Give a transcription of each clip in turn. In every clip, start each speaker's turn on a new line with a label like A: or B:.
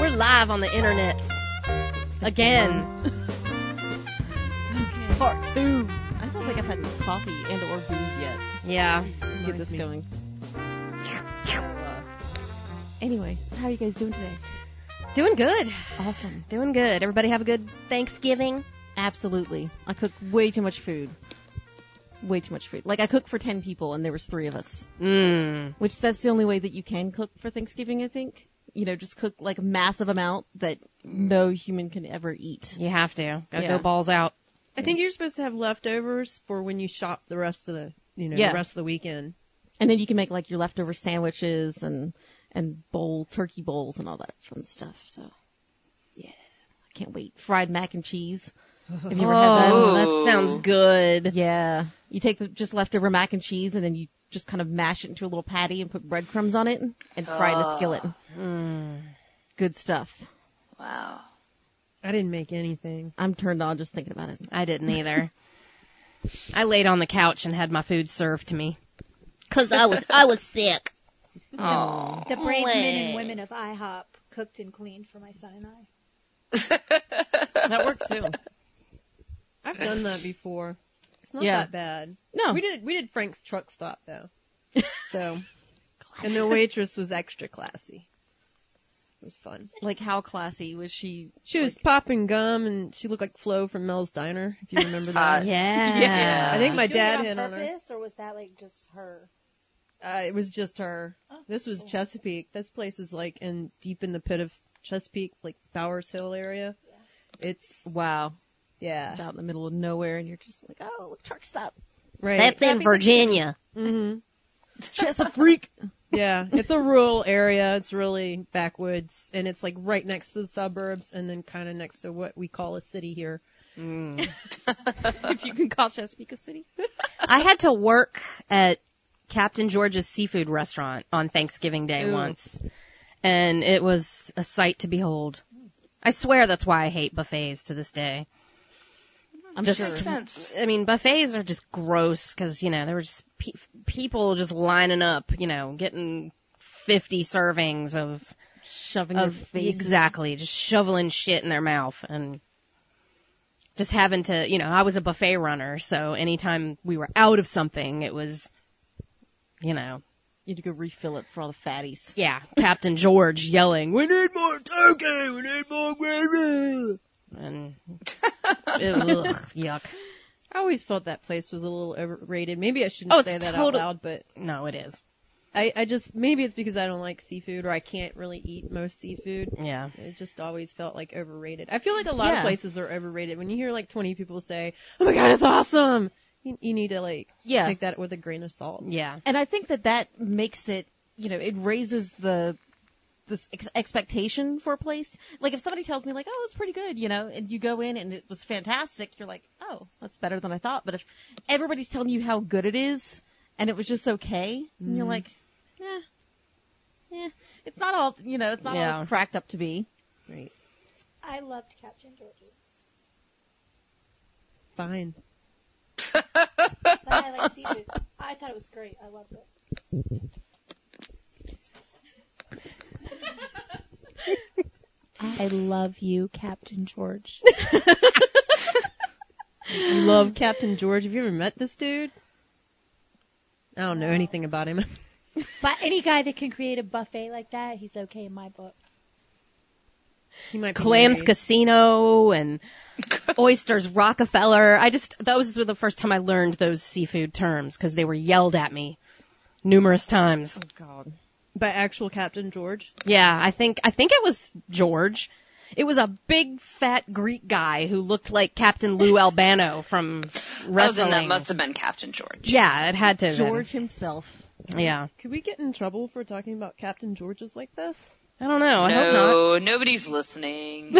A: We're live on the internet again.
B: Okay.
A: Part two.
B: I don't think I've had coffee and or booze yet.
A: Yeah.
B: Let's get this going. So, uh, anyway, so how are you guys doing today?
A: Doing good.
B: Awesome.
A: Doing good. Everybody have a good Thanksgiving.
B: Absolutely. I cook way too much food. Way too much food. Like I cooked for 10 people and there was 3 of us,
C: Hmm.
A: Mm.
B: which that's the only way that you can cook for Thanksgiving, I think. You know, just cook like a massive amount that no human can ever eat.
A: You have to. Gotta
B: Yeah.
A: go balls out.
D: I think you're supposed to have leftovers for when you shop the rest of the you know
B: Yeah.
D: the rest of the weekend.
B: And then you can make like your leftover sandwiches and and bowl turkey bowls and all that fun stuff. So yeah, I can't wait. Fried mac and cheese. Have you ever
A: Oh,
B: had
A: that sounds good.
B: that? Yeah, you take the just leftover mac and cheese and then you just kind of mash it into a little patty and put breadcrumbs on it and fry it in a skillet. Hmm. Good stuff.
A: Wow.
D: I didn't make anything.
B: I'm turned on just thinking about it.
A: I didn't either. I laid on the couch and had my food served to me. Cause I was, I was sick. Oh.
E: The brave men and
A: Olay.
E: women of IHOP cooked and cleaned for my son and I.
D: That worked too. I've done that before. It's not
B: Yeah.
D: that bad.
B: No,
D: We did we did Frank's truck stop though. So and the waitress was extra classy. It was fun.
B: like how classy was she?
D: She was popping gum and she looked like Flo from Mel's Diner, if you remember
B: Uh,
A: Yeah.
D: that. I think my
E: Doing
D: dad
E: it
D: hit
E: on
D: on her.
E: purpose, or was that like just her?
D: Uh, it was just her.
E: Oh,
D: This was
E: cool.
D: Chesapeake. This place is like in deep in the pit of Chesapeake, like Bowers Hill area. It's
B: Wow,
D: yeah,
B: just out in the middle of nowhere, and you're just like, oh, look, truck stop.
D: right.
A: That's in Virginia.
D: hmm
B: Just a freak.
D: Yeah, it's a rural area. It's really backwoods, and it's like right next to the suburbs, and then kind of next to what we call a city here.
E: Mm.
B: if you can call Chesapeake a city.
A: I had to work at Captain George's seafood restaurant on Thanksgiving Day
B: Ooh.
A: once, and it was a sight to behold. I swear that's why I hate buffets to this day.
B: I'm
A: just,
B: sure.
A: I mean, buffets are just gross because you know there were just pe- people just lining up, you know, getting fifty servings of
B: Shoving
A: of
B: your face.
A: exactly just shoveling shit in their mouth and just having to you know i was a buffet runner so anytime we were out of something it was you know
B: You had to go refill it for all the fatties.
A: yeah captain george yelling we need more turkey we need more gravy and ugh, yuck
D: I always felt that place was a little overrated. Maybe I shouldn't
A: Oh, it's
D: say that
A: total-
D: out loud, but
A: no it is
D: I, I just maybe it's because I don't like seafood or I can't really eat most seafood.
A: yeah
D: It just always felt like overrated. I feel like a lot
B: Yeah.
D: of places are overrated. When you hear like 20 people say, "Oh my god, it's awesome," you, you need to like
B: Yeah.
D: take that with a grain of salt.
A: yeah
B: And I think that that makes it, you know, it raises the this ex- expectation for a place. Like if somebody tells me like, "Oh, it's pretty good," you know, and you go in and it was fantastic, you're like, "Oh, that's better than I thought." But if everybody's telling you how good it is and it was just okay, and
A: Mm,
B: you're like, "Yeah. Yeah. Eh, It's not all, you know, it's not all
A: Yeah.
B: it's cracked up to be."
D: Right.
E: I loved Captain George's,
D: Fine.
E: but I like seafood. I thought it was great. I loved it. I love you, Captain George.
D: You love Captain George. Have you ever met this dude? I don't know anything about him.
E: but any guy that can create a buffet like that, he's okay in my book.
D: he might be
A: clams
D: married.
A: casino and oysters rockefeller i just those were the first time i learned those seafood terms because they were yelled at me numerous times
B: God.
D: by actual Captain George.
A: yeah i think i think it was george it was a big fat greek guy who looked like captain lou albano from wrestling
C: Oh, then that must have been Captain George.
A: yeah it had to have been.
B: George himself.
A: yeah
D: Could we get in trouble for talking about Captain Georges like this?
A: i don't know i hope not
C: no, nobody's listening.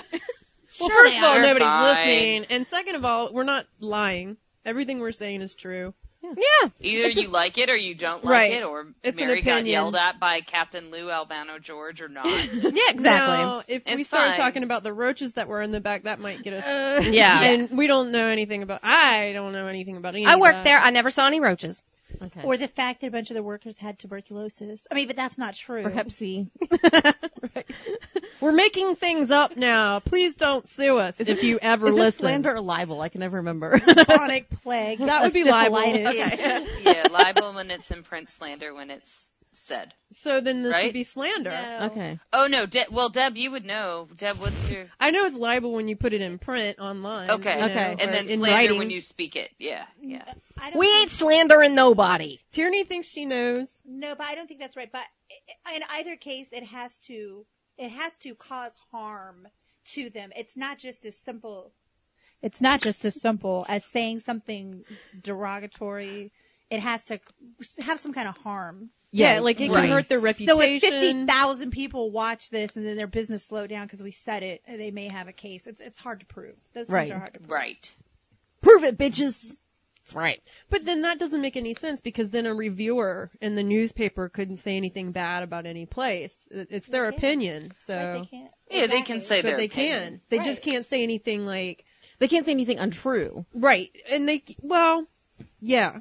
D: Well, first of all,
C: They're
D: nobody's
C: fine.
D: listening, and second of all, we're not lying. Everything we're saying is true.
A: yeah
C: Either you like it or you don't like
D: Right.
C: it, or
D: It's an
C: Mary got
D: opinion.
C: yelled at by Captain Lou Albano George or not.
A: yeah exactly
D: Now, if we
C: It's
D: start
C: fine. Uh,
D: talking about the roaches that were in the back, that might get us.
A: yeah
D: And we don't know anything about. I don't know anything about any.
A: i
D: of
A: worked
D: that.
A: there i never saw any roaches
B: Okay.
E: Or the fact that a bunch of the workers had tuberculosis. I mean, but that's not true.
B: or Hep C.
D: We're making things up now. Please don't sue us if you ever
B: Is this
D: listen.
B: slander or libel? I can never remember.
D: Chronic plague. That would be libel.
B: Syphilitis.
C: Yeah, yeah, libel when it's in print, slander when it's said.
D: So then this
C: Right?
D: would be slander.
B: okay.
C: Oh no, De- well Deb, you would know. Deb, what's your
D: I know it's libel when you put it in print online.
C: okay?
D: you know,
B: Okay.
C: and
D: or
C: then
D: in
C: slander
D: writing.
C: when you speak it. Yeah, yeah.
E: I don't
A: We
E: think,
A: ain't slandering nobody.
D: Tierney thinks she knows.
E: no, but I don't think that's right. But i- in either case, it has to it has to cause harm to them. It's not just as simple. It's not just as simple as saying something derogatory. It has to have some kind of harm.
D: Yeah, like it
C: right.
D: can hurt their reputation.
E: So if 50,000 people watch this and then their business slow down because we said it, they may have a case. It's it's hard to prove. Those
B: Right.
E: things are hard to prove.
C: Right.
B: Prove it, bitches.
A: That's right.
D: But then that doesn't make any sense because then a reviewer in the newspaper couldn't say anything bad about any place. It- It's their
E: They can't.
D: opinion, so
E: Right, they can't.
C: Yeah, they can
E: Exactly.
C: say
D: but
C: their
D: they
C: opinion.
D: can. They
E: Right.
D: just can't say anything like
B: They can't say anything untrue.
D: right, and they well, yeah.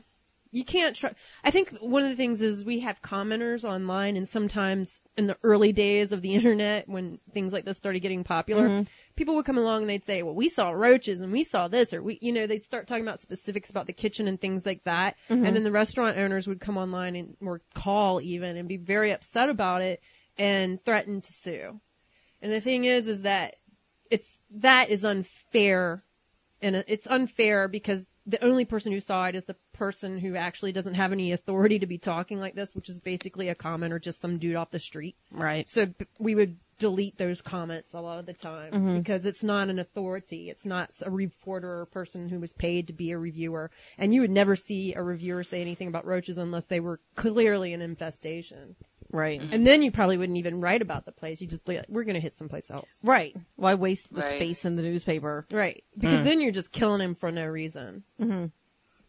D: You can't try. I think one of the things is we have commenters online, and sometimes in the early days of the internet, when things like this started getting popular,
B: Mm-hmm.
A: Mm-hmm.
D: people would come along and they'd say, "Well, we saw roaches, and we saw this," or we, you know, they'd start talking about specifics about the kitchen and things like that. And then the restaurant owners would come online and or call even and be very upset about it and threaten to sue. And the thing is, is that it's that is unfair, and it's unfair because the only person who saw it is the person who actually doesn't have any authority to be talking like this, which is basically a comment or just some dude off the street.
A: Right.
D: So b- we would delete those comments a lot of the time because it's not an authority. It's not a reporter or person who was paid to be a reviewer. And you would never see a reviewer say anything about roaches unless they were clearly an infestation.
B: Right.
C: Mm-hmm.
D: And then you probably wouldn't even write about the place. You just be like, we're going to hit someplace else.
B: Right. Why waste the
C: Right.
B: space in the newspaper? Hmm.
D: Right. Because then you're just killing him for no reason.
A: Mm-hmm.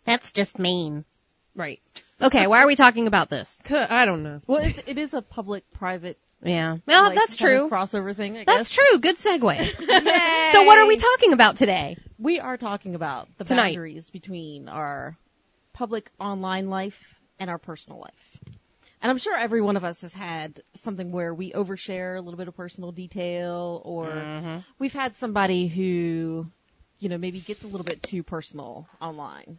A: That's just mean.
D: Right.
A: Okay, why are we talking about this?
D: 'Cause- I don't know.
B: Well, it's, it is a public-private.
A: Yeah. Well,
B: like,
A: that's
B: kind
A: true.
B: of crossover thing. I
A: That's
B: guess.
A: true. Good segue. so what are we talking about today?
B: We are talking about the
A: Tonight.
B: boundaries between our public online life and our personal life. And I'm sure every one of us has had something where we overshare a little bit of personal detail or
F: Mm-hmm.
C: Mm-hmm.
B: we've had somebody who, you know, maybe gets a little bit too personal online.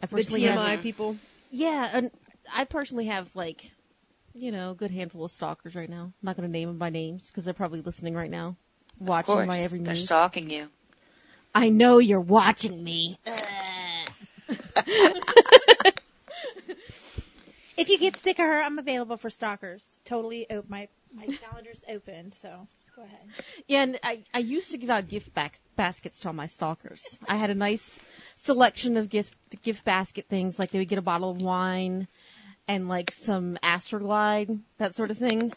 B: I
D: The
B: personally have-
D: TMI people.
B: yeah, and I personally have like, you know, a good handful of stalkers right now. I'm not going to name them by names because they're probably listening right now,
C: Of
B: watching
C: course,
B: my every
C: they're
B: move.
C: stalking you.
B: I know you're watching me.
E: If you get sick of her, I'm available for stalkers. Totally, op- my my calendar's open. So go ahead.
B: Yeah, and I, I used to give out gift bac- baskets to all my stalkers. I had a nice selection of gift gift basket things, like they would get a bottle of wine and like some Astroglide, that sort of thing.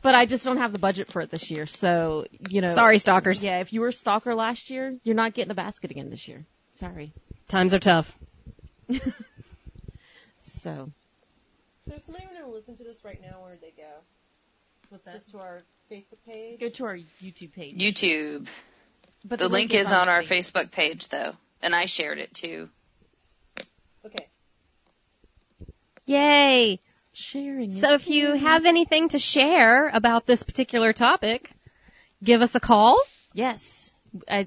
B: but I just don't have the budget for it this year, so you know.
A: Sorry, stalkers.
B: Yeah, if you were a stalker last year, you're not getting a basket again this year. Sorry.
A: Times are tough.
B: So.
D: So if somebody want to listen to this right now, where would they go?
B: What's
D: Just to our Facebook page?
B: Go to our YouTube page.
C: YouTube.
B: but
C: the link is on our Facebook page though, and I shared it too.
D: Okay.
A: Yay.
B: Sharing. is
A: So if you have anything to share about this particular topic, give us a call.
B: Yes, I,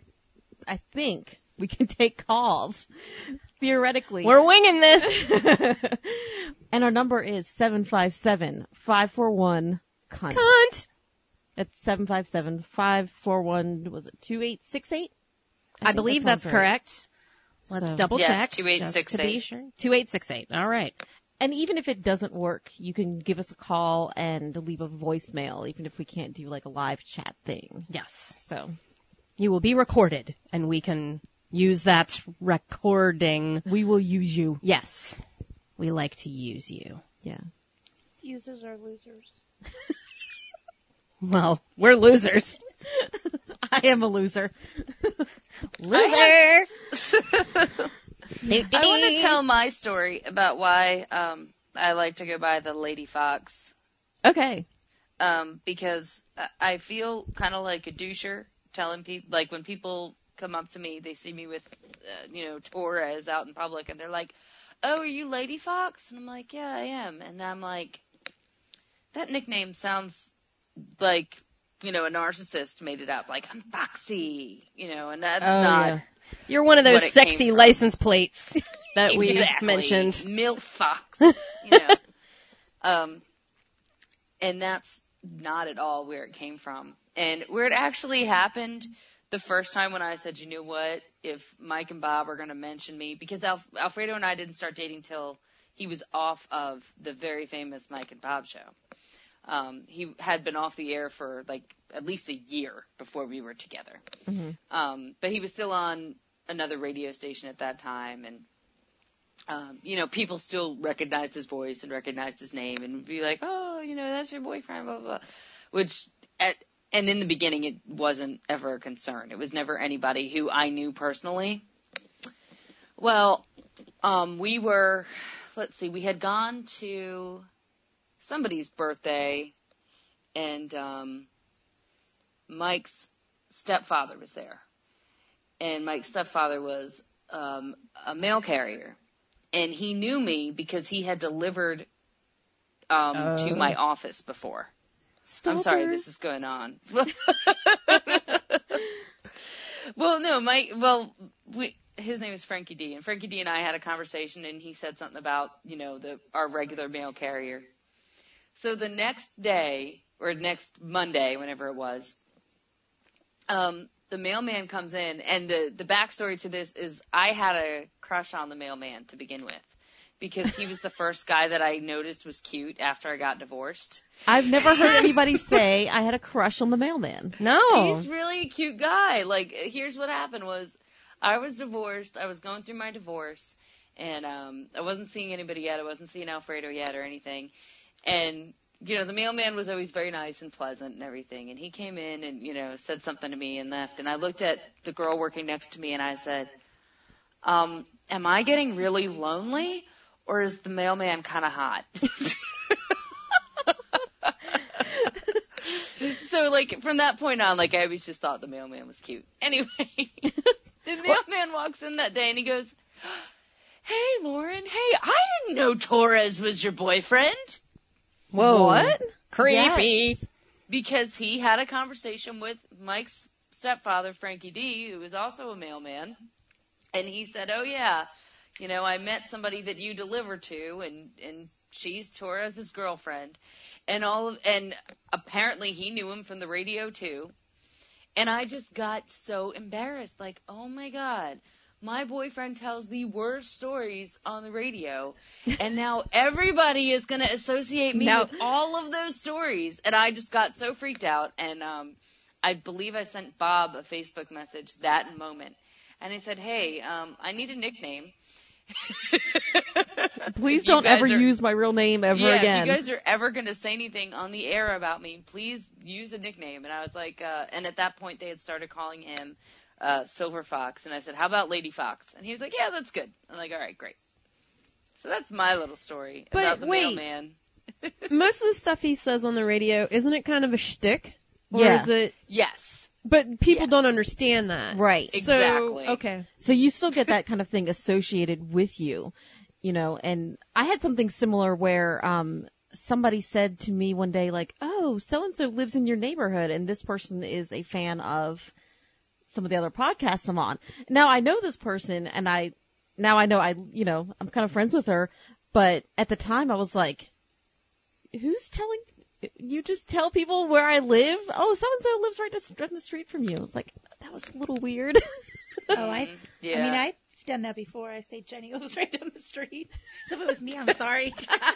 B: I think we can take calls theoretically.
A: We're winging this.
B: and our number is seven five seven five four one cunt.
A: Cunt.
B: That's seven five seven five four one. Was it two eight six eight?
A: I, believe that's correct. Let's double
C: Yes,
A: check. just to
C: 2868.
A: be sure. 2868. All right.
B: And even if it doesn't work, you can give us a call and leave a voicemail, even if we can't do like a live chat thing.
A: Yes.
B: So
A: You will be recorded and we can use that recording.
B: we will use you.
A: Yes. We like to use you.
B: Yeah.
E: Users are losers.
A: Well, we're losers.
B: I am a loser.
A: Loser.
C: I want to tell my story about why um, I like to go by the Lady Fox
B: Okay.
C: um, because I- I feel kind of like a doucher telling people, like when people come up to me, they see me with, uh, you know, Torres out in public and they're like, oh, are you Lady Fox? And I'm like, yeah, I am. And I'm like, that nickname sounds like you know a narcissist made it up like I'm foxy, you know, and that's
A: Oh,
C: not
A: yeah. You're one of those
C: what it came
A: sexy
C: from.
A: license plates that we
C: exactly.
A: mentioned.
C: Milf Fox, you know. um, and that's not at all where it came from. And where it actually happened the first time when I said, you know what, if Mike and Bob are going to mention me, because Alf- Alfredo and I didn't start dating till he was off of the very famous Mike and Bob show. Um, he had been off the air for like at least a year before we were together.
B: Mm-hmm.
C: Um, but he was still on another radio station at that time and um, you know, people still recognized his voice and recognized his name and would be like, oh, you know, that's your boyfriend, blah, blah, blah. Which, at, and in the beginning, it wasn't ever a concern. It was never anybody who I knew personally. Well, um, we were, let's see, we had gone to somebody's birthday and, um, Mike's stepfather was there. And Mike's stepfather was, um, a mail carrier and he knew me because he had delivered um to my office before. I'm sorry, this is going on. well, no, my well, we, his name is Frankie D, and Frankie D and I had a conversation, and he said something about you know the our regular mail carrier. So the next day or next Monday, whenever it was, um, the mailman comes in, and the the backstory to this is I had a crush on the mailman to begin with. Because he was the first guy that I noticed was cute after I got divorced.
B: I've never heard anybody say I had a crush on the mailman.
A: No.
C: He's really a cute guy. Like, here's what happened was I was divorced. I was going through my divorce and, um, I wasn't seeing anybody yet. I wasn't seeing Alfredo yet or anything. And, you know, the mailman was always very nice and pleasant and everything. And he came in and, you know, said something to me and left. And I looked at the girl working next to me and I said, um, am I getting really lonely or is the mailman kind of hot? so like from that point on, like I always just thought the mailman was cute. Anyway, the mailman walks in that day and he goes, "Hey, Lauren. Hey, I didn't know Torres was your boyfriend."
A: Whoa.
B: What?
A: Creepy.
B: Yes.
C: because he had a conversation with Mike's stepfather, Frankie D, who was also a mailman, and he said, "Oh yeah, you know, I met somebody that you deliver to, and and she's Torres's girlfriend, and all of, and apparently he knew him from the radio too." And I just got so embarrassed, like, "Oh my god." My boyfriend tells the worst stories on the radio, and now everybody is going to associate me
A: Now-
C: with all of those stories. And I just got so freaked out. And um, I believe I sent Bob a Facebook message that moment. And I said, hey, um, I need a nickname.
D: Please
C: If you
D: don't ever
C: guys are-
D: use my real name ever
C: yeah,
D: again.
C: If you guys are ever going to say anything on the air about me, please use a nickname. And I was like, uh, and at that point, they had started calling him uh, Silver Fox. And I said, how about Lady Fox? And he was like, yeah, that's good. I'm like, all right, great. So that's my little story
D: But
C: about the
D: wait.
C: mailman.
D: Most of the stuff he says on the radio isn't it kind of a shtick? Or
B: Yeah.
D: is it?
C: Yes.
D: But people
C: Yeah.
D: don't understand that.
B: Right.
C: Ex- Exactly.
D: So, okay.
B: So you still get that kind of thing associated with you, you know, and I had something similar where, um, somebody said to me one day, like, oh, so and so lives in your neighborhood and this person is a fan of some of the other podcasts I'm on. Now I know this person and I, now I know I, you know, I'm kind of friends with her, but at the time I was like, who's telling, you just tell people where I live? Oh, so and so lives right dis- down the street from you. It's like, that was a little weird.
E: Oh, I,
C: Mm, yeah.
E: I mean, I've done that before. I say Jenny lives right down the street. So if it was me, I'm sorry.
B: no,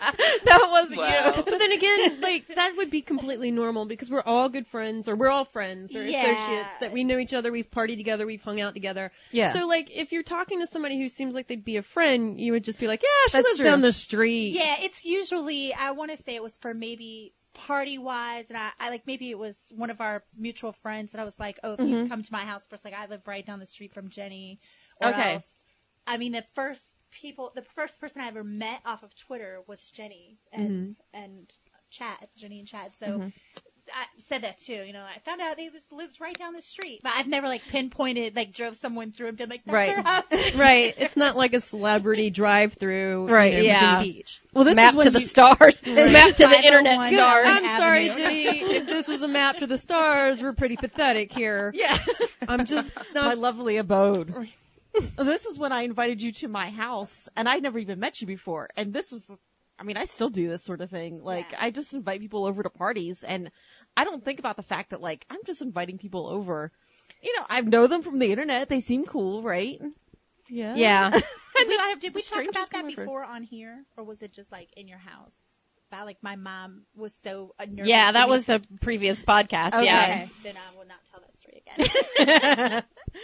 B: it wasn't you.
C: Wow.
D: But then again, like that would be completely normal because we're all good friends, or we're all friends or
E: Yeah.
D: associates that we know each other, we've partied together, we've hung out together.
B: Yeah.
D: So like, if you're talking to somebody who seems like they'd be a friend, you would just be like, yeah, she
B: That's
D: lives
B: true.
D: down the street.
E: yeah, it's usually, I want to say it was for maybe party wise. And I, I like, maybe it was one of our mutual friends. And I was like, oh, if
D: Mm-hmm.
E: you come to my house first, like I live right down the street from Jenny. Or
B: Okay.
E: Else. I mean, the first people, the first person I ever met off
D: Mm-hmm.
A: Mm-hmm.
E: of Twitter was Jenny and, and Chad, Jenny and Chad. So I, said that too. You know, I found out they just lived right down the street, but I've never like pinpointed like drove someone through and been like, that's
B: Right.
E: their house.
D: Right. It's not like a celebrity drive through
A: Right,
D: in
A: yeah.
D: Virginia Beach. Well, this
A: map
D: is when
A: to the
D: you-
A: stars. Map to the
E: 501
A: internet
E: Good.
A: stars.
E: Avenue.
D: I'm sorry,
E: Avenue.
D: Jenny. If this is a map to the stars, we're pretty pathetic here.
B: Yeah.
D: I'm just
B: My
D: not.
B: lovely abode. this is when I invited you to my house, and I'd never even met you before. And this was, I mean, I still do this sort of thing. Like,
E: Yeah.
B: I just invite people over to parties, and I don't think about the fact that, like, I'm just inviting people over. You know, I know them from the internet. They seem cool, right? Yeah.
A: Yeah.
B: And then I have
E: Did we talk
B: strangers
E: about
B: come
E: that
B: over.
E: before on here, or was it just like in your house? About like my mom was so uh, nervous.
A: Yeah, that
E: for me
A: was a previous podcast.
B: Okay.
A: Yeah.
E: Okay, then I will not tell that story again.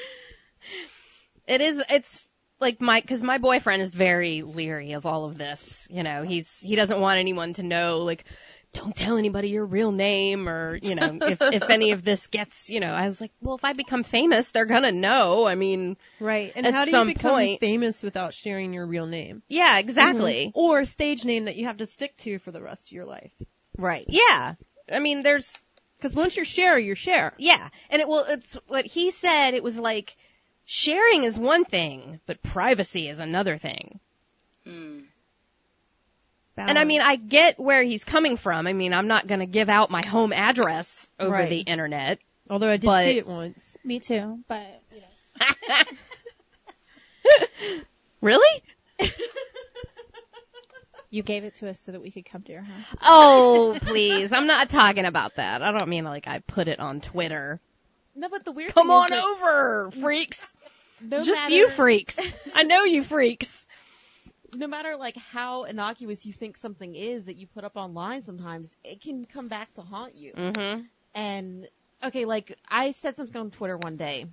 A: It is. It's like my because my boyfriend is very leery of all of this. You know, he's he doesn't want anyone to know. Like, don't tell anybody your real name or you know if if any of this gets you know. I was like, well, if I become famous, they're gonna know. I mean,
D: Right. And
A: At
D: how do
A: some
D: you become
A: point-
D: famous without sharing your real name? Mhm.
A: yeah, exactly.
D: Or a stage name that you have to stick to for the rest of your life.
B: Right.
A: Yeah. I mean, there's
D: Because once you share, you share.
A: yeah, and it well, it's what he said. It was like sharing is one thing, but privacy is another thing.
C: Mm.
A: And I mean, I get where he's coming from. I mean, I'm not going to give out my home address over
B: Right.
A: the internet.
D: although I did
A: but-
D: see it once.
E: me too, but you know.
A: Really?
E: You gave it to us so that we could come to your house.
A: Oh, please. I'm not talking about that. I don't mean like I put it on Twitter.
B: No, but the weird
A: Come
B: thing
A: on
B: is that
A: over, freaks.
B: no
A: Just
B: matter-
A: you freaks. I know you freaks.
B: no matter like how innocuous you think something is that you put up online sometimes it can come back to haunt you
A: Mm-hmm.
B: and okay like i said something on twitter one day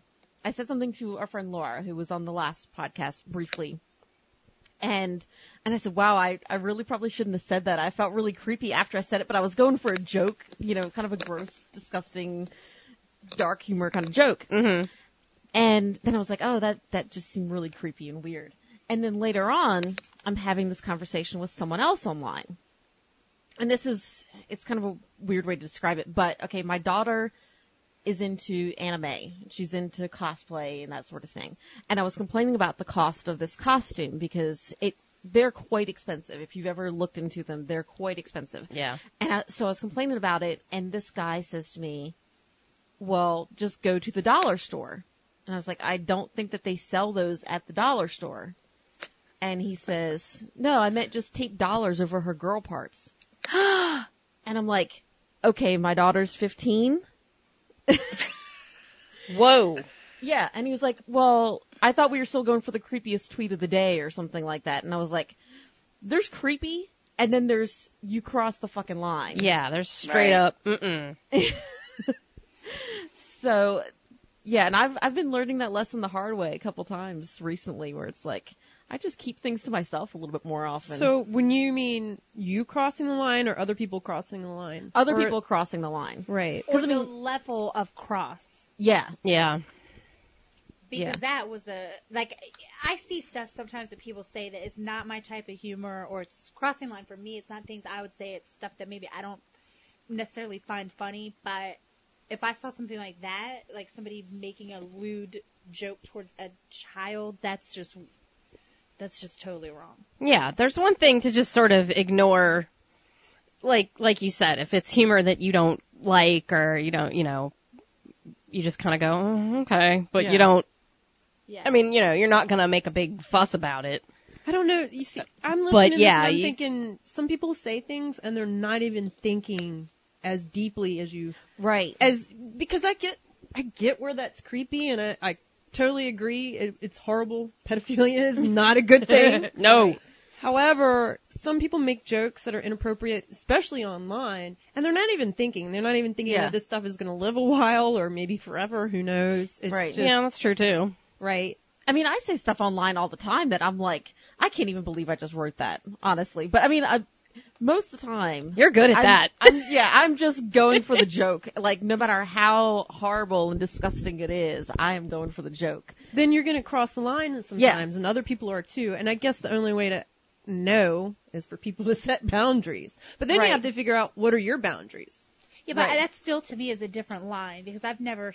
B: i said something to our friend laura who was on the last podcast briefly and and i said wow i i really probably shouldn't have said that i felt really creepy after i said it but i was going for a joke you know kind of a gross disgusting dark humor kind of joke
A: Mm-hmm.
B: and then I was like, oh, that, that just seemed really creepy and weird. And then later on, I'm having this conversation with someone else online. And this is, it's kind of a weird way to describe it, but okay, my daughter is into anime. She's into cosplay and that sort of thing. And I was complaining about the cost of this costume because it, they're quite expensive. If you've ever looked into them, they're quite expensive.
A: Yeah.
B: And I, so I was complaining about it, and this guy says to me, "Well, just go to the dollar store." And I was like, "I don't think that they sell those at the dollar store." And he says, "No, I meant just take dollars over her girl parts." and I'm like, "Okay, my daughter's 15."
A: Whoa.
B: Yeah, and he was like, "Well, I thought we were still going for the creepiest tweet of the day or something like that." And I was like, "There's creepy, and then there's you cross the fucking line."
A: Yeah, there's straight
C: Right.
A: up. Mm-mm.
B: So, yeah, and I've I've been learning that lesson the hard way a couple times recently, where it's like I just keep things to myself a little bit more often.
D: So when you mean you crossing the line or other people crossing the line?
B: other
D: Or-
B: people crossing the line.
D: Right.
E: Or the level of cross.
B: Yeah,
A: Yeah.
E: because
B: Yeah.
E: that was a like I see stuff sometimes that people say that is not my type of humor or it's crossing the line for me. It's not things I would say. It's stuff that maybe I don't necessarily find funny. But if I saw something like that, like somebody making a lewd joke towards a child, that's just that's just totally wrong.
A: Yeah, there's one thing to just sort of ignore, like like you said, if it's humor that you don't like or you don't, you know, you just kind of go "Mm, okay, but
B: Yeah.
A: you don't.
E: Yeah,
A: I mean, you know, you're not gonna make a big fuss about it.
D: I don't know. You see, I'm listening
A: But
D: to
A: yeah,
D: this and I'm
A: you-
D: thinking some people say things and they're not even thinking as deeply as you
B: right.
D: as because I get I get where that's creepy and I, I totally agree. It, it's horrible. Pedophilia is not a good thing.
A: No,
D: However, some people make jokes that are inappropriate, especially online, and they're not even thinking. They're not even thinking
B: Yeah.
D: that this stuff is going to live a while or maybe forever. Who knows? It's
B: Right.
D: Just,
A: yeah, that's true too.
D: Right.
B: I mean, I say stuff online all the time that I'm like, I can't even believe I just wrote that, honestly. But I mean, I, most of the time,
A: You're good at
B: I'm,
A: that.
B: I'm, yeah, I'm just going for the joke. Like, no matter how horrible and disgusting it is, I am going for the joke.
D: Then you're going to cross the line sometimes, and other people are too. And I guess the only way to know is for people to set boundaries. But then
B: Right.
D: you have to figure out what are your boundaries.
E: Yeah, but
D: Right.
E: that still to me is a different line because I've never,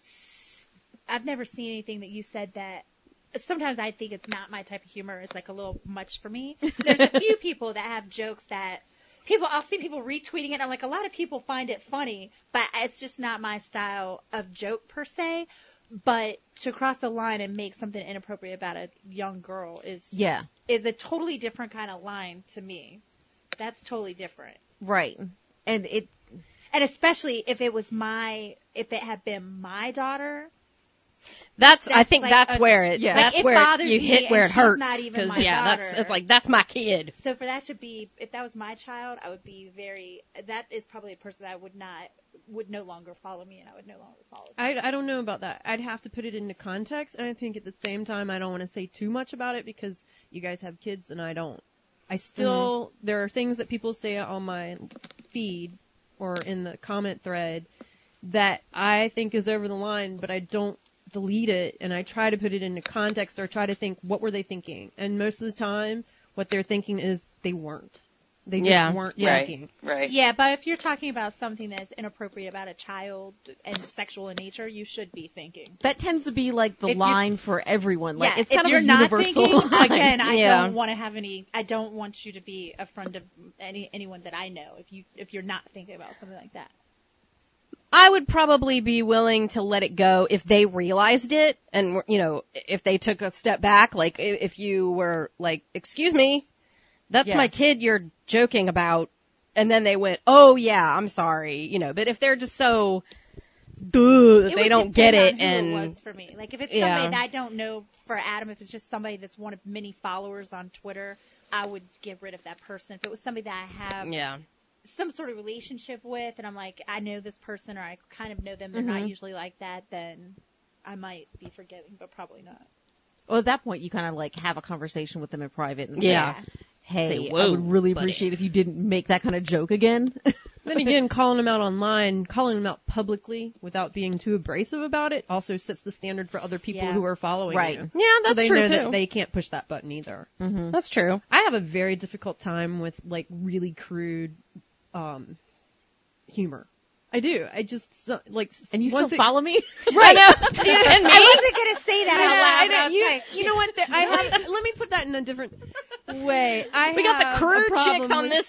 E: s- I've never seen anything that you said that. Sometimes I think it's not my type of humor. It's like a little much for me. There's a few people that have jokes that people I'll see people retweeting it. I'm like, a lot of people find it funny, but it's just not my style of joke per se. But to cross the line and make something inappropriate about a young girl is
B: Yeah.
E: is a totally different kind of line to me. That's totally different.
B: Right. And it
E: And especially if it was my, if it had been my daughter.
A: That's, I
E: That's
A: think
E: like
A: that's
E: a-
A: where it
B: yeah.
A: that's
E: Like, it
A: where
E: bothers
A: you
E: me
A: hit
E: and
A: where it
E: she's
A: hurts
E: not even my
A: yeah that's
E: daughter.
A: it's like that's my kid.
E: So for that to be, if that was my child, I would be very, that is probably a person that I would not, would no longer follow me and I would no longer follow. them.
D: I, I don't know about that. I'd have to put it into context, and I think at the same time, I don't want to say too much about it because you guys have kids and I don't. I still, there are things that people say on my feed or in the comment thread that I think is over the line, but I don't delete it and I try to put it into context or try to think what were they thinking. And most of the time, what they're thinking is they weren't. They just
A: Yeah.
D: weren't
C: Right.
D: thinking.
C: Right.
E: Yeah, but if you're talking about something that's inappropriate about a child and sexual in nature, you should be thinking.
B: that tends to be like the
E: If you-
B: line for everyone. Like
E: yeah,
B: it's kind
E: if
B: of
E: you're
B: a
E: not
B: universal
E: thinking,
B: line.
E: again, I
A: Yeah.
E: don't want to have any. I don't want you to be a friend of any anyone that I know. If you if you're not thinking about something like that,
A: I would probably be willing to let it go if they realized it and, you know, if they took a step back, like i- if you were like, excuse me, that's
B: Yeah.
A: my kid you're joking about. And then they went, oh yeah, I'm sorry, you know, but if they're just so, duh, that
E: It
A: they
E: would
A: don't get it
E: depend on who
A: and,
E: was for me. Like if it's
A: Yeah.
E: somebody that I don't know for Adam, if it's just somebody that's one of many followers on Twitter, I would get rid of that person. If it was somebody that I have
A: yeah.
E: some sort of relationship with, and I'm like, I know this person or I kind of know them, they're
A: Mm-hmm.
E: not usually like that, then I might be forgiving, but probably not.
B: well, at that point, you kind of like have a conversation with them in private and say,
A: Yeah.
B: "Hey,
A: Say,
B: I
A: "Whoa,
B: would really
A: buddy."
B: appreciate if you didn't make that kind of joke again."
D: Then again, calling them out online, calling them out publicly without being too abrasive about it also sets the standard for other people
E: Yeah.
D: who are following
B: Right.
D: you.
A: Yeah,
D: so
A: that's
D: they
A: true
D: know
A: too.
D: that they can't push that button either.
A: That's true.
D: I have a very difficult time with like really crude um humor. I do. I just so- like s-
B: and you
D: once
B: still
D: it-
B: follow me?
A: Right. and me.
E: I wasn't gonna say that
D: Yeah, I
E: out loud.
D: know.
E: but I was
D: you,
E: like,
D: you know what? The- I have, let me put that in a different way. I
A: We got the
D: have a
A: crude
D: problem
A: chicks on
D: with-
A: this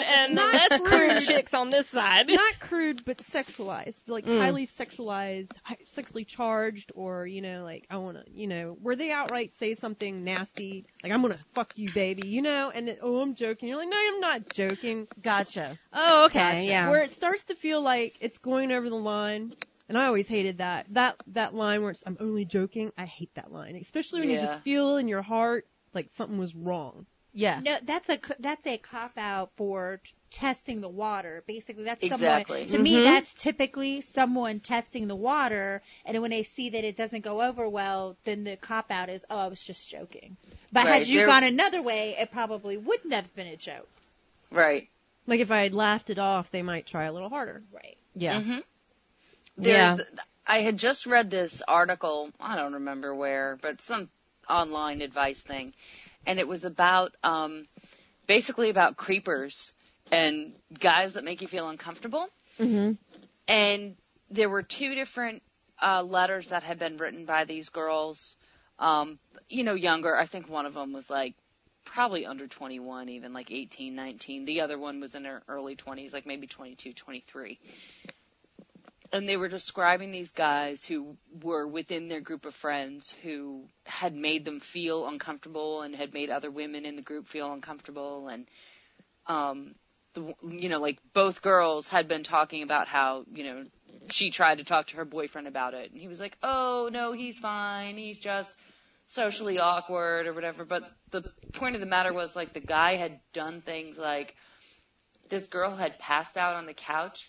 A: and
D: Not
A: less crude
D: crude.
A: chicks on this side. Mm.
D: not crude, but sexualized, like highly sexualized, hi- sexually charged, or you know, like I want to, you know, where they outright say something nasty, like I'm gonna fuck you, baby, you know, and it, oh, I'm joking. You're like, no, I'm not joking.
B: Gotcha.
A: Oh, okay.
D: Where it starts to feel like it's going over the line, and I always hated that that that line where it's I'm only joking. I hate that line, especially when you
C: Yeah.
D: just feel in your heart like something was wrong.
B: Yeah.
E: No, that's a c- that's a cop out for t- testing the water. Basically, that's
C: Exactly. Mm-hmm.
E: someone. To me, that's typically someone testing the water, and when they see that it doesn't go over well, then the cop out is, "Oh, I was just joking." But
C: Right,
E: had you
C: there-
E: gone another way, it probably wouldn't have been a joke.
C: Right.
D: Like if I had laughed it off, they might try a little harder.
E: Right.
B: Yeah.
C: hmm There's, I had just read this article, I don't remember where, but some online advice thing. And it was about, um, basically about creepers and guys that make you feel uncomfortable.
D: mm-hmm.
B: Mm-hmm.
C: And there were two different, uh, letters that had been written by these girls, um, you know, younger. I think one of them was like, probably under 21 even like 18 19 the other one was in her early 20s like maybe 22 23 and they were describing these guys who were within their group of friends who had made them feel uncomfortable and had made other women in the group feel uncomfortable and um the, you know like both girls had been talking about how you know she tried to talk to her boyfriend about it and he was like oh no he's fine he's just socially awkward or whatever but the point of the matter was like the guy had done things like this girl had passed out on the couch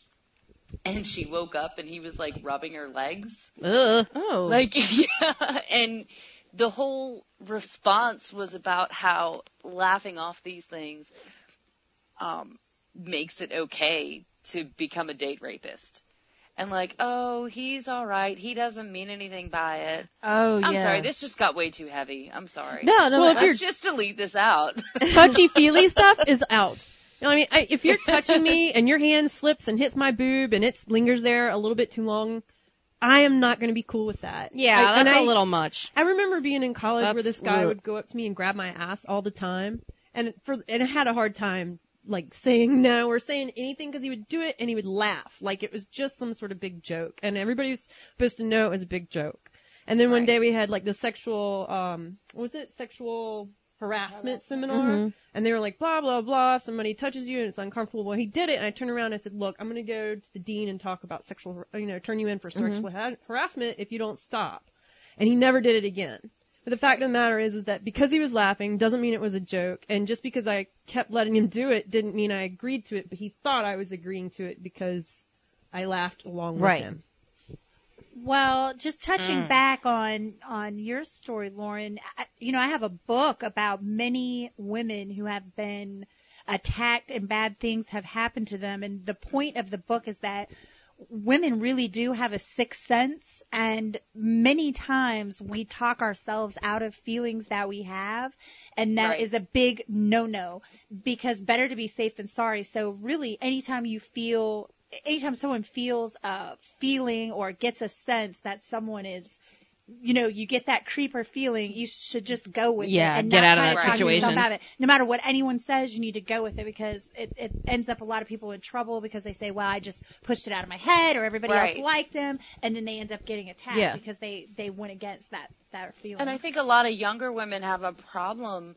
C: and she woke up and he was like rubbing her legs
A: Ugh. Oh.
C: like yeah and the whole response was about how laughing off these things um makes it okay to become a date rapist and like oh he's all right he doesn't mean anything by it
B: Oh,
C: i'm sorry this just got way too heavy i'm sorry
B: No, no.
D: Well,
B: no.
D: if you're
C: let's just delete this out
D: touchy feely stuff is out. No, I mean, I, if you're touching me and your hand slips and hits my boob and it lingers there a little bit too long, I am not going to be cool with that.
A: Yeah,
D: I, and
A: that's a
D: I-
A: little much.
D: I remember being in college where
A: That's
D: this guy
A: rude.
D: would go up to me and grab my ass all the time, and for and I had a hard time like saying no or saying anything because he would do it and he would laugh like it was just some sort of big joke, and everybody was supposed to know it was a big joke. And then one
C: Right.
D: day we had like the sexual, um, what was it sexual harassment seminar?
C: Mm-hmm.
D: And they were like, blah blah blah. If somebody touches you and it's uncomfortable, well, he did it. And I turned around and I said, look, I'm going to go to the dean and talk about sexual, har- you know, turn you in for
C: Mm-hmm.
D: sexual ha- harassment if you don't stop and he never did it again. But the fact of the matter is, is that because he was laughing doesn't mean it was a joke, and just because I kept letting him do it didn't mean I agreed to it. But he thought I was agreeing to it because I laughed along
B: Right.
D: with him.
E: Well, just touching back on on your story, Lauren. I, you know, I have a book about many women who have been attacked and bad things have happened to them, and the point of the book is that women really do have a sixth sense and many times we talk ourselves out of feelings that we have and that
C: Right.
E: is a big no-no because better to be safe than sorry so really anytime you feel anytime someone feels a feeling or gets a sense that someone is you know you get that creeper feeling you should just go with
A: Yeah,
E: it and
A: get
E: not
A: out of
E: try to
C: that
E: talk yourself
A: situation.
E: out of it. no matter what anyone says you need to go with it because it, it ends up a lot of people in trouble because they say well i just pushed it out of my head or everybody
C: Right.
E: else liked him and then they end up getting attacked
A: Yeah.
E: because they they went against that that feeling
C: And I think a lot of younger women have a problem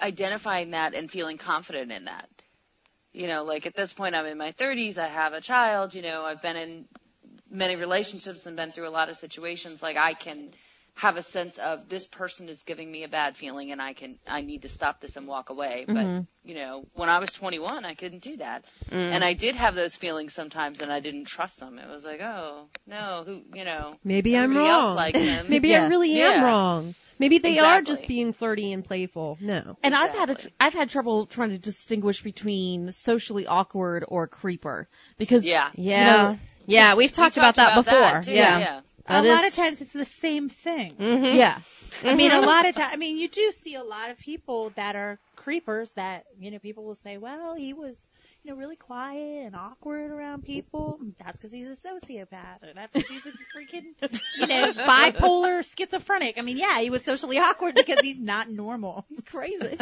C: identifying that and feeling confident in that. You know, like at this point, I'm in my 30s, I have a child, you know, I've been in many relationships and been through a lot of situations. Like I can have a sense of this person is giving me a bad feeling and I can, I need to stop this and walk away. But, you know, when I was 21, I couldn't do that.
D: Mm.
C: And I did have those feelings sometimes and I didn't trust them. It was like, oh, no, who, you know,
D: Maybe I'm
C: everybody else
D: wrong.
C: liked him.
D: Maybe I
B: Yeah.
D: really am
C: Yeah.
D: wrong. Maybe they are
C: Exactly.
D: just being flirty and playful. No.
B: And I've had a tr-
C: Exactly.
B: I've had trouble trying to distinguish between socially awkward or creeper because
C: Yeah.
A: Yeah.
B: know,
A: yeah, we've
C: We
A: talked, about that before.
C: too,
A: yeah.
C: yeah.
E: a
A: That
E: lot
A: is-
E: of times it's the same thing
C: Mm-hmm.
A: Mhm.
B: yeah,
E: i mean a lot of times i mean you do see a lot of people that are creepers that you know people will say well he was you know really quiet and awkward around people that's because he's a sociopath or that's because he's a freaking you know bipolar schizophrenic i mean yeah he was socially awkward because he's not normal he's crazy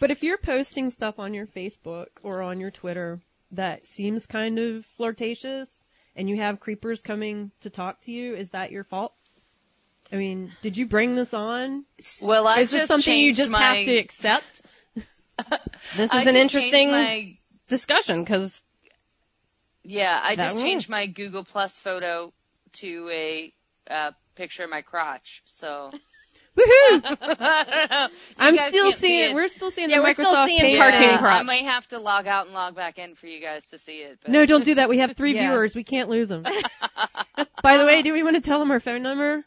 D: But if you're posting stuff on your Facebook or on your Twitter that seems kind of flirtatious, and you have creepers coming to talk to you, is that your fault? I mean, did you bring this on?
C: Well, I
D: is this
C: just
D: something you
C: changed
D: just
C: my,
D: have to accept?
A: This
C: I
A: is an
C: just changed
A: interesting
C: My,
A: discussion because
C: yeah, I
A: That
C: just
A: one?
C: changed my Google Plus photo to a uh, picture of my crotch. So
D: Woohoo!
C: I don't know. You
D: I'm
C: guys
D: still
C: can't see
D: seeing We're still seeing
A: Yeah,
D: the
A: we're
D: Microsoft
A: still seeing
D: paint.
A: Yeah. cartoon
C: Yeah, I
A: crotch.
C: might have to log out and log back in for you guys to see it. But
D: No, don't do that. We have three
A: Yeah.
D: viewers. We can't lose them. By the way, do we want to tell them our phone number?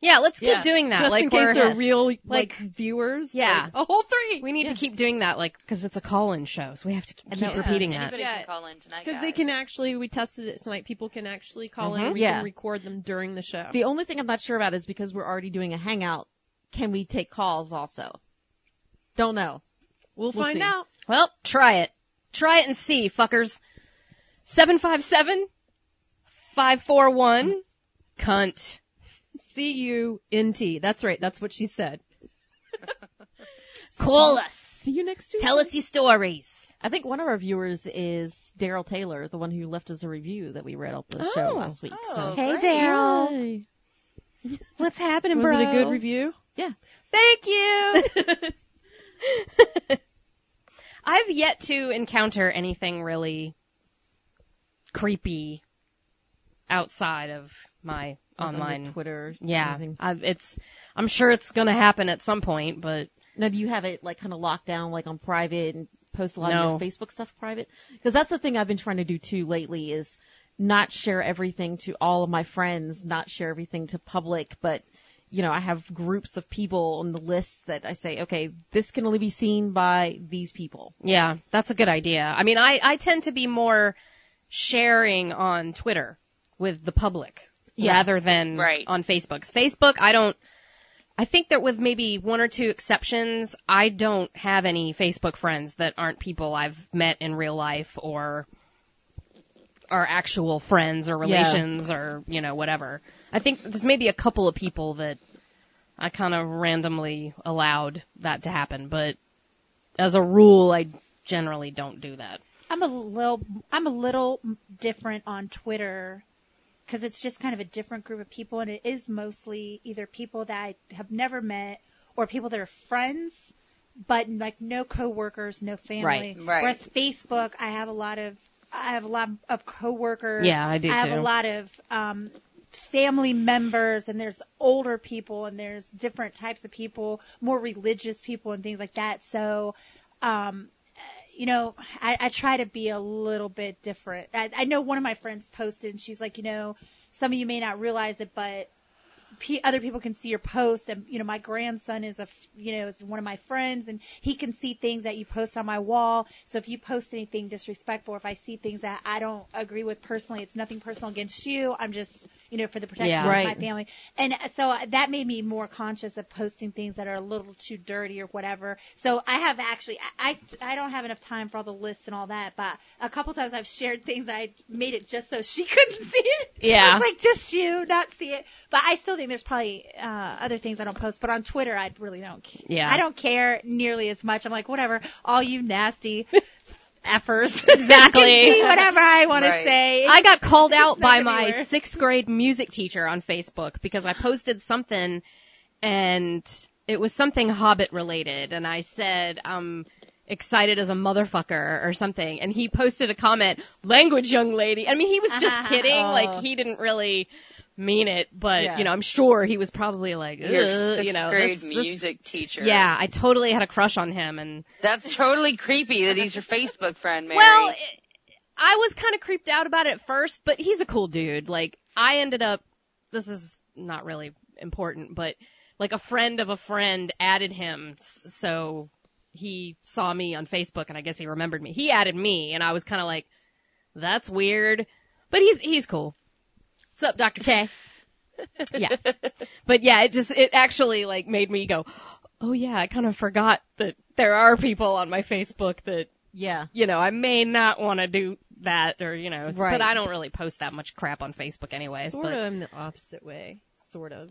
A: yeah, let's keep
C: Yeah.
A: doing that.
D: Just
A: like
D: in case
A: we're
D: they're real, like,
A: Like-
D: viewers.
A: Yeah.
D: Like, a whole three.
A: We need to keep doing that, like because it's a call-in show, so we have to keep,
C: Yeah,
A: keep repeating that.
C: anybody
D: Yeah.
C: can call in tonight.
D: Because they
C: guys.
D: can actually, we tested it tonight. People can actually call in.
A: Mhm.
D: We
B: Yeah.
D: can record them during the show.
B: The only thing I'm not sure about is because we're already doing a hangout, can we take calls also? Don't know.
D: we'll,
B: we'll
D: find
B: see.
D: out.
A: Well, try it. Try it and see, fuckers. 757 541 cunt.
D: C U N T. That's right. That's what she said.
A: Call us.
D: See you next Tuesday.
A: Tell us your stories.
B: I think one of our viewers is Daryl Taylor, the one who left us a review that we read on the show last week.
C: Oh,
B: So
A: Hey,
C: great.
A: Daryl.
D: Yay.
A: What's happening,
D: Was
A: bro?
D: it a good review?
B: Yeah.
D: Thank you.
A: I've yet to encounter anything really creepy outside of my
B: on the
A: online.
B: Twitter.
A: yeah,
B: anything.
A: I've, it's. I'm sure it's gonna happen at some point, but
B: Now, do you have it like kind of locked down, like on private and post a lot
A: No.
B: of your Facebook stuff private? Because that's the thing I've been trying to do too lately is not share everything to all of my friends, not share everything to public, but you know, I have groups of people on the list that I say, okay, this can only be seen by these people.
A: Yeah, that's a good idea. I mean, I, I tend to be more sharing on Twitter with the public
B: Yeah.
A: rather than
C: Right.
A: on Facebook's. Facebook, I don't, I think that with maybe one or two exceptions, I don't have any Facebook friends that aren't people I've met in real life or are actual friends or
B: Yeah.
A: relations or, you know, whatever. I think there's maybe a couple of people that I kind of randomly allowed that to happen, but as a rule, I generally don't do that.
E: I'm a little, I'm a little different on Twitter because it's just kind of a different group of people, and it is mostly either people that I have never met or people that are friends, but like no coworkers, no family.
A: Right,
C: right.
E: Whereas Facebook, I have a lot of, I have a lot of coworkers.
A: Yeah, I do
E: I have
A: too.
E: a lot of um, family members, and there's older people, and there's different types of people, more religious people, and things like that. So um, you know, I, I try to be a little bit different. I, I know one of my friends posted, and she's like, you know, some of you may not realize it, but pe other people can see your posts. And you know, my grandson is a, f- you know, is one of my friends, and he can see things that you post on my wall. So if you post anything disrespectful, if I see things that I don't agree with personally, it's nothing personal against you. I'm just, you know, for the protection
A: Yeah.
E: of my
B: Right.
E: family. And so that made me more conscious of posting things that are a little too dirty or whatever. So I have actually, I, I I don't have enough time for all the lists and all that, but a couple times I've shared things that I made it just so she couldn't see it.
A: Yeah.
E: It's like just you, not see it. But I still think there's probably, uh, other things I don't post, but on Twitter I really don't care.
A: Yeah.
E: I don't care nearly as much. I'm like, whatever, all you nasty effers.
A: Exactly.
E: see whatever I want
C: Right.
E: to say.
A: I got called out
E: not
A: by my
E: anywhere.
A: sixth grade music teacher on Facebook because I posted something and it was something Hobbit related and I said, um, excited as a motherfucker or something and he posted a comment, language young lady. I mean, he was
E: Oh.
A: just kidding.
B: Uh.
A: Like he didn't really mean it, but
B: Yeah.
A: you know, I'm sure he was probably like,
C: Your
A: "Ugh,"
C: sixth
A: you know,
C: grade
A: this- this-
C: music teacher.
A: Yeah, I totally had a crush on him and
C: That's totally creepy that he's your Facebook friend, Mary.
A: Well, it, I was kind of creeped out about it at first, but he's a cool dude. Like, I ended up, this is not really important, but like a friend of a friend added him, s- so he saw me on Facebook and I guess he remembered me. He added me and I was kind of like, that's weird, but he's, he's cool. What's up, Dr. K? yeah. But yeah, it just, it actually like made me go, oh yeah, I kind of forgot that there are people on my Facebook that
B: Yeah.
A: you know, I may not want to do that or, you know, s-
B: Right.
A: but I don't really post that much crap on Facebook anyways.
D: Sort
A: but
D: of. I'm the opposite way. Sort of.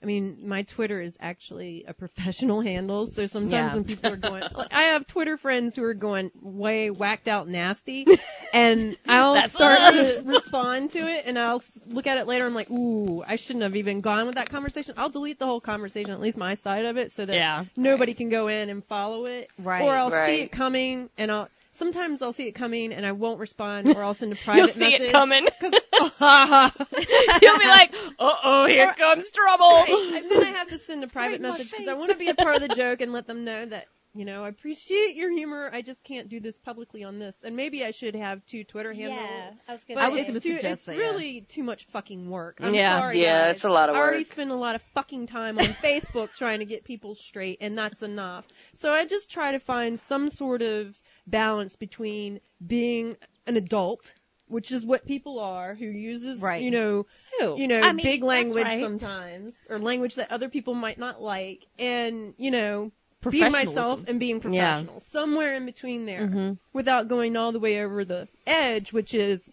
D: I mean, my Twitter is actually a professional handle, so sometimes
A: Yeah.
D: when people are going, like, I have Twitter friends who are going way whacked out nasty, and I'll
A: That's
D: start
A: us.
D: to respond to it, and I'll s- look at it later. I'm like, ooh, I shouldn't have even gone with that conversation. I'll delete the whole conversation, at least my side of it, so that
A: Yeah.
D: nobody can go in and follow it.
B: Right,
D: Or I'll see
C: right.
D: it coming, and I'll. Sometimes I'll see it coming and I won't respond, or I'll send a private
A: you'll see
D: message.
A: it coming.
D: coming.
A: you'll be like, uh oh, here
D: Or-
A: comes trouble.
D: and then I have to send a private
E: in my
D: message because I
E: face.
D: want to be a part of the joke and let them know that, you know, I appreciate your humor. I just can't do this publicly on this. And maybe I should have two Twitter handles.
E: yeah, I was gonna
D: But
B: I was
E: say.
D: it's
B: gonna
D: too-
B: suggest
D: it's
B: that, yeah.
D: really too much fucking work. I'm
A: Yeah.
D: sorry.
C: yeah,
D: guys.
C: it's a lot of
D: I already
C: work.
D: spend a lot of fucking time on Facebook trying to get people straight, and that's enough. So I just try to find some sort of balance between being an adult, which is what people are, who uses,
B: Right.
D: you know, you know,
E: I mean,
D: big
E: that's
D: language
E: right.
D: sometimes, or language that other people might not like, and you know, being
B: Professionalism.
D: myself and being professional, somewhere in between there,
A: Mm-hmm.
B: Mhm.
D: without going all the way over the edge, which is,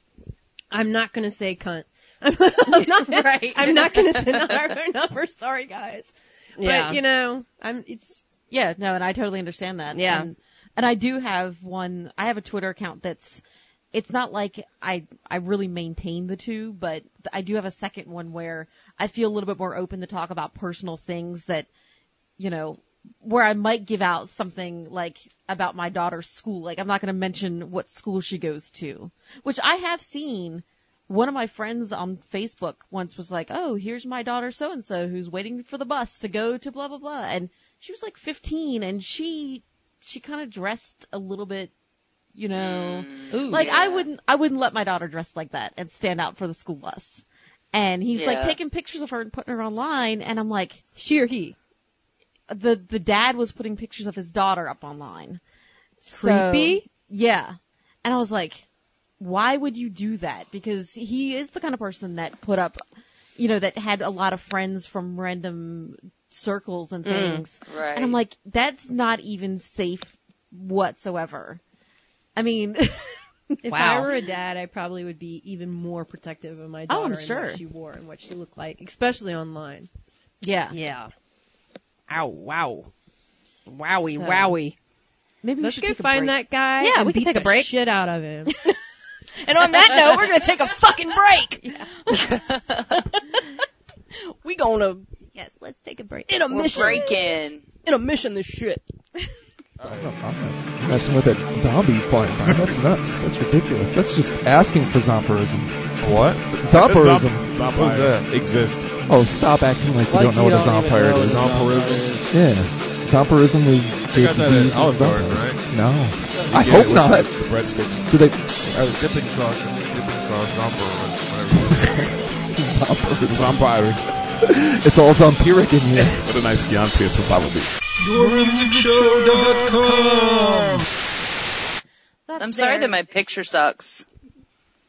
D: I'm not going to say cunt. I'm not,
B: Right.
D: I'm not going to send out our number. Sorry, guys.
A: Yeah.
D: But you know, I'm. It's
B: Yeah, no, and I totally understand that.
A: Yeah.
B: And, and I do have one, I have a Twitter account that's, it's not like I, I really maintain the two, but I do have a second one where I feel a little bit more open to talk about personal things that, you know, where I might give out something like about my daughter's school. Like I'm not going to mention what school she goes to, which I have seen one of my friends on Facebook once was like, "Oh, here's my daughter so and so who's waiting for the bus to go to blah blah blah," and she was like 15, and she she kind of dressed a little bit, you know,
A: Ooh,
B: like I
C: Mm. yeah.
B: wouldn't I wouldn't let my daughter dress like that and stand out for the school bus. And he's like
C: Yeah.
B: taking pictures of her and putting her online, and I'm like,
D: she or he.
B: the the dad was putting pictures of his daughter up online. So,
D: Creepy.
B: yeah. And I was like, why would you do that? Because he is the kind of person that put up, you know, that had a lot of friends from random circles
G: Mm.
B: and things.
C: Right.
B: And I'm like, that's not even safe whatsoever. I mean,
D: If
A: Wow.
D: I were a dad, I probably would be even more protective of my
B: Oh,
D: daughter
B: I'm
D: and
B: sure.
D: what she wore and what she looked like, especially online.
B: yeah.
A: Yeah. Ow! Wow. Wowie!
B: So-
A: Wowie!
B: Maybe
D: Let's
B: we should
D: go
B: take a
D: find
B: break.
D: that guy.
A: Yeah,
D: and
A: we can
D: beat
A: take a
D: the
A: break.
D: Shit out of him.
A: And on that note, we're gonna take a fucking break. we gonna
E: Yes, let's take a break.
A: in a
C: We're
A: mission.
C: breaking.
A: In a mission, this shit.
H: I'm messing with a zombie flying by. That's nuts. That's ridiculous. That's just asking for zomperism.
I: What?
H: Zomperism.
I: What does that exist?
H: Oh, stop acting like you don't know what a zompire is.
I: Zomperism.
H: Yeah. Zomperism is
I: They
H: the
I: got that
H: disease
I: at
H: of
I: Olive Garden,
H: zombies.
I: right?
H: No. I hope not.
I: The breadsticks.
H: Do they
I: I was dipping sauce, dipping sauce, zomper,
H: zomperism?
I: whatever. Zombie.
H: It's all vampiric in here.
I: What a nice Beyonce song that would be.
B: That's
C: I'm sorry
B: there.
C: that my picture sucks.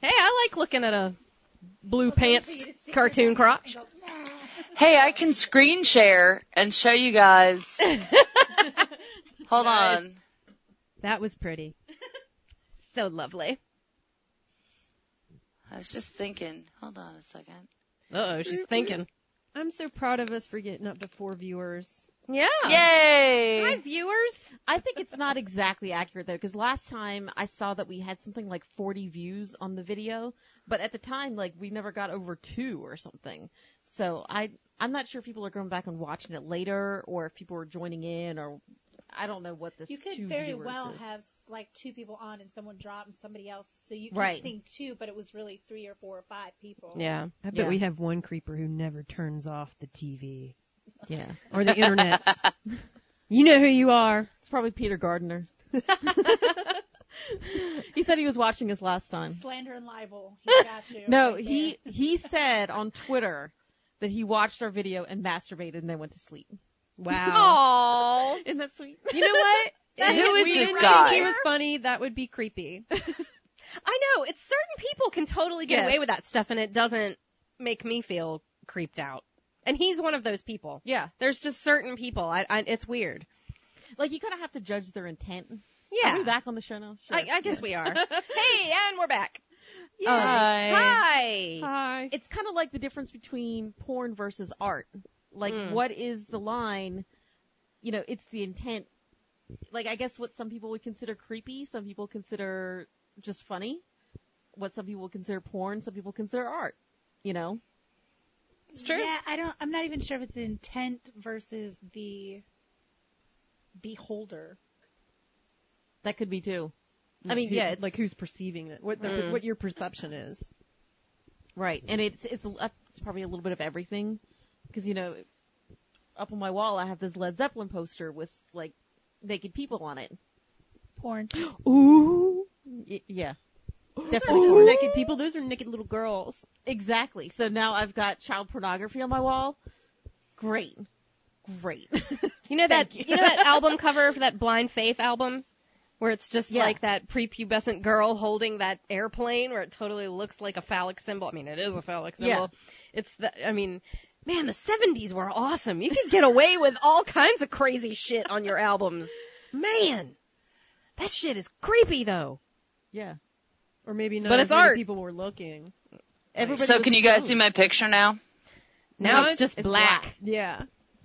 A: Hey, I like looking at a blue pants cartoon crotch.
C: Hey, I can screen share and show you guys. Hold on.
D: That was pretty.
A: So lovely.
C: I was just thinking. Hold on a second.
A: Uh oh, she's thinking.
D: I'm so proud of us for getting up to four viewers.
A: Yeah.
C: Yay!
A: Hi, viewers.
B: I think it's not exactly accurate though, because last time I saw that we had something like 40 views on the video, but at the time, like we never got over two or something. So I, I'm not sure if people are going back and watching it later, or if people are joining in, or I don't know what this.
E: You could
B: two
E: very
B: viewers
E: well
B: is.
E: have like two people on and someone dropped and somebody else, so you keep
B: Right.
E: seeing two, but it was really three or four or five people.
A: Yeah.
D: I bet
B: Yeah.
D: we have one creeper who never turns off the TV
B: Yeah,
D: or the internet. you know who you are.
B: it's probably Peter Gardner. he said he was watching us last time.
E: Slander and libel. He got you.
B: No,
E: right
B: he he said on Twitter that he watched our video and masturbated and then went to sleep.
D: Wow.
A: Aww.
B: Isn't that sweet?
D: You know what?
C: And who
D: If
C: is
D: we
C: this
D: didn't
C: guy?
D: Think he was funny. That would be creepy.
A: I know. It's certain people can totally get
B: Yes.
A: away with that stuff, and it doesn't make me feel creeped out. And he's one of those people.
B: Yeah.
A: There's just certain people. I, I it's weird.
B: Like you kind of have to judge their intent.
A: Yeah.
B: Are we back on the show now? Sure.
A: I, I guess we are. hey, and we're back. Um,
E: Um,
C: Hi.
A: Hi.
D: Hi.
B: it's kind of like the difference between porn versus art. Like,
E: Hmm.
A: Mm.
B: what is the line? You know, it's the intent. Like, I guess what some people would consider creepy, some people consider just funny. What some people would consider porn, some people consider art. You know?
E: It's true. Yeah, I don't. I'm not even sure if it's intent versus the beholder.
B: That could be too. I mean, yeah, it's
D: like who's perceiving it? What the,
A: Mm.
D: what your perception is?
B: Right, and it's it's a- it's probably a little bit of everything, because you know, up on my wall I have this Led Zeppelin poster with like naked people on it.
E: Porn.
D: Ooh.
B: Y- yeah,
D: Those
B: definitely
D: are naked people. Those are naked little girls.
B: exactly. So now I've got child pornography on my wall. Great, great.
A: You know that you. know that album cover for that Blind Faith album, where it's just
B: Yeah.
A: like that prepubescent girl holding that airplane, where it totally looks like a phallic symbol. I mean, it is a phallic symbol.
B: Yeah.
A: It's the. I mean, man, the '70s were awesome. You could get away with all kinds of crazy shit on your albums. Man, that shit is creepy though.
B: yeah,
D: Or maybe not.
A: But
D: as
A: it's
D: many
A: art.
D: People were looking.
B: everybody.
C: So
B: was
C: can you guys
B: alone.
C: see my picture now?
A: Now
D: No,
A: it's just
B: it's
A: black.
B: black.
D: Yeah.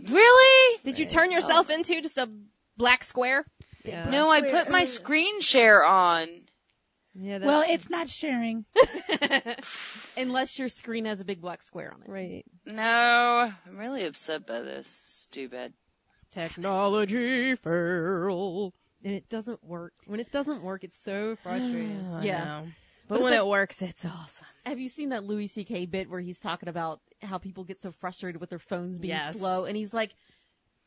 C: Really?
A: Did you turn yourself into just a black square?
D: yeah.
C: No, I put my screen share on.
D: Yeah. That's
E: Well, it's not sharing.
B: Unless your screen has a big black square on it.
D: right.
C: No, I'm really upset by this. Stupid.
A: Technology fail.
D: And it doesn't work. When it doesn't work, it's so frustrating.
B: Yeah.
A: But,
B: But
A: when
B: it's
A: it works, it's awesome.
B: Have you seen that Louis C.K. bit where he's talking about how people get so frustrated with their phones being
A: Yes.
B: slow, and he's like,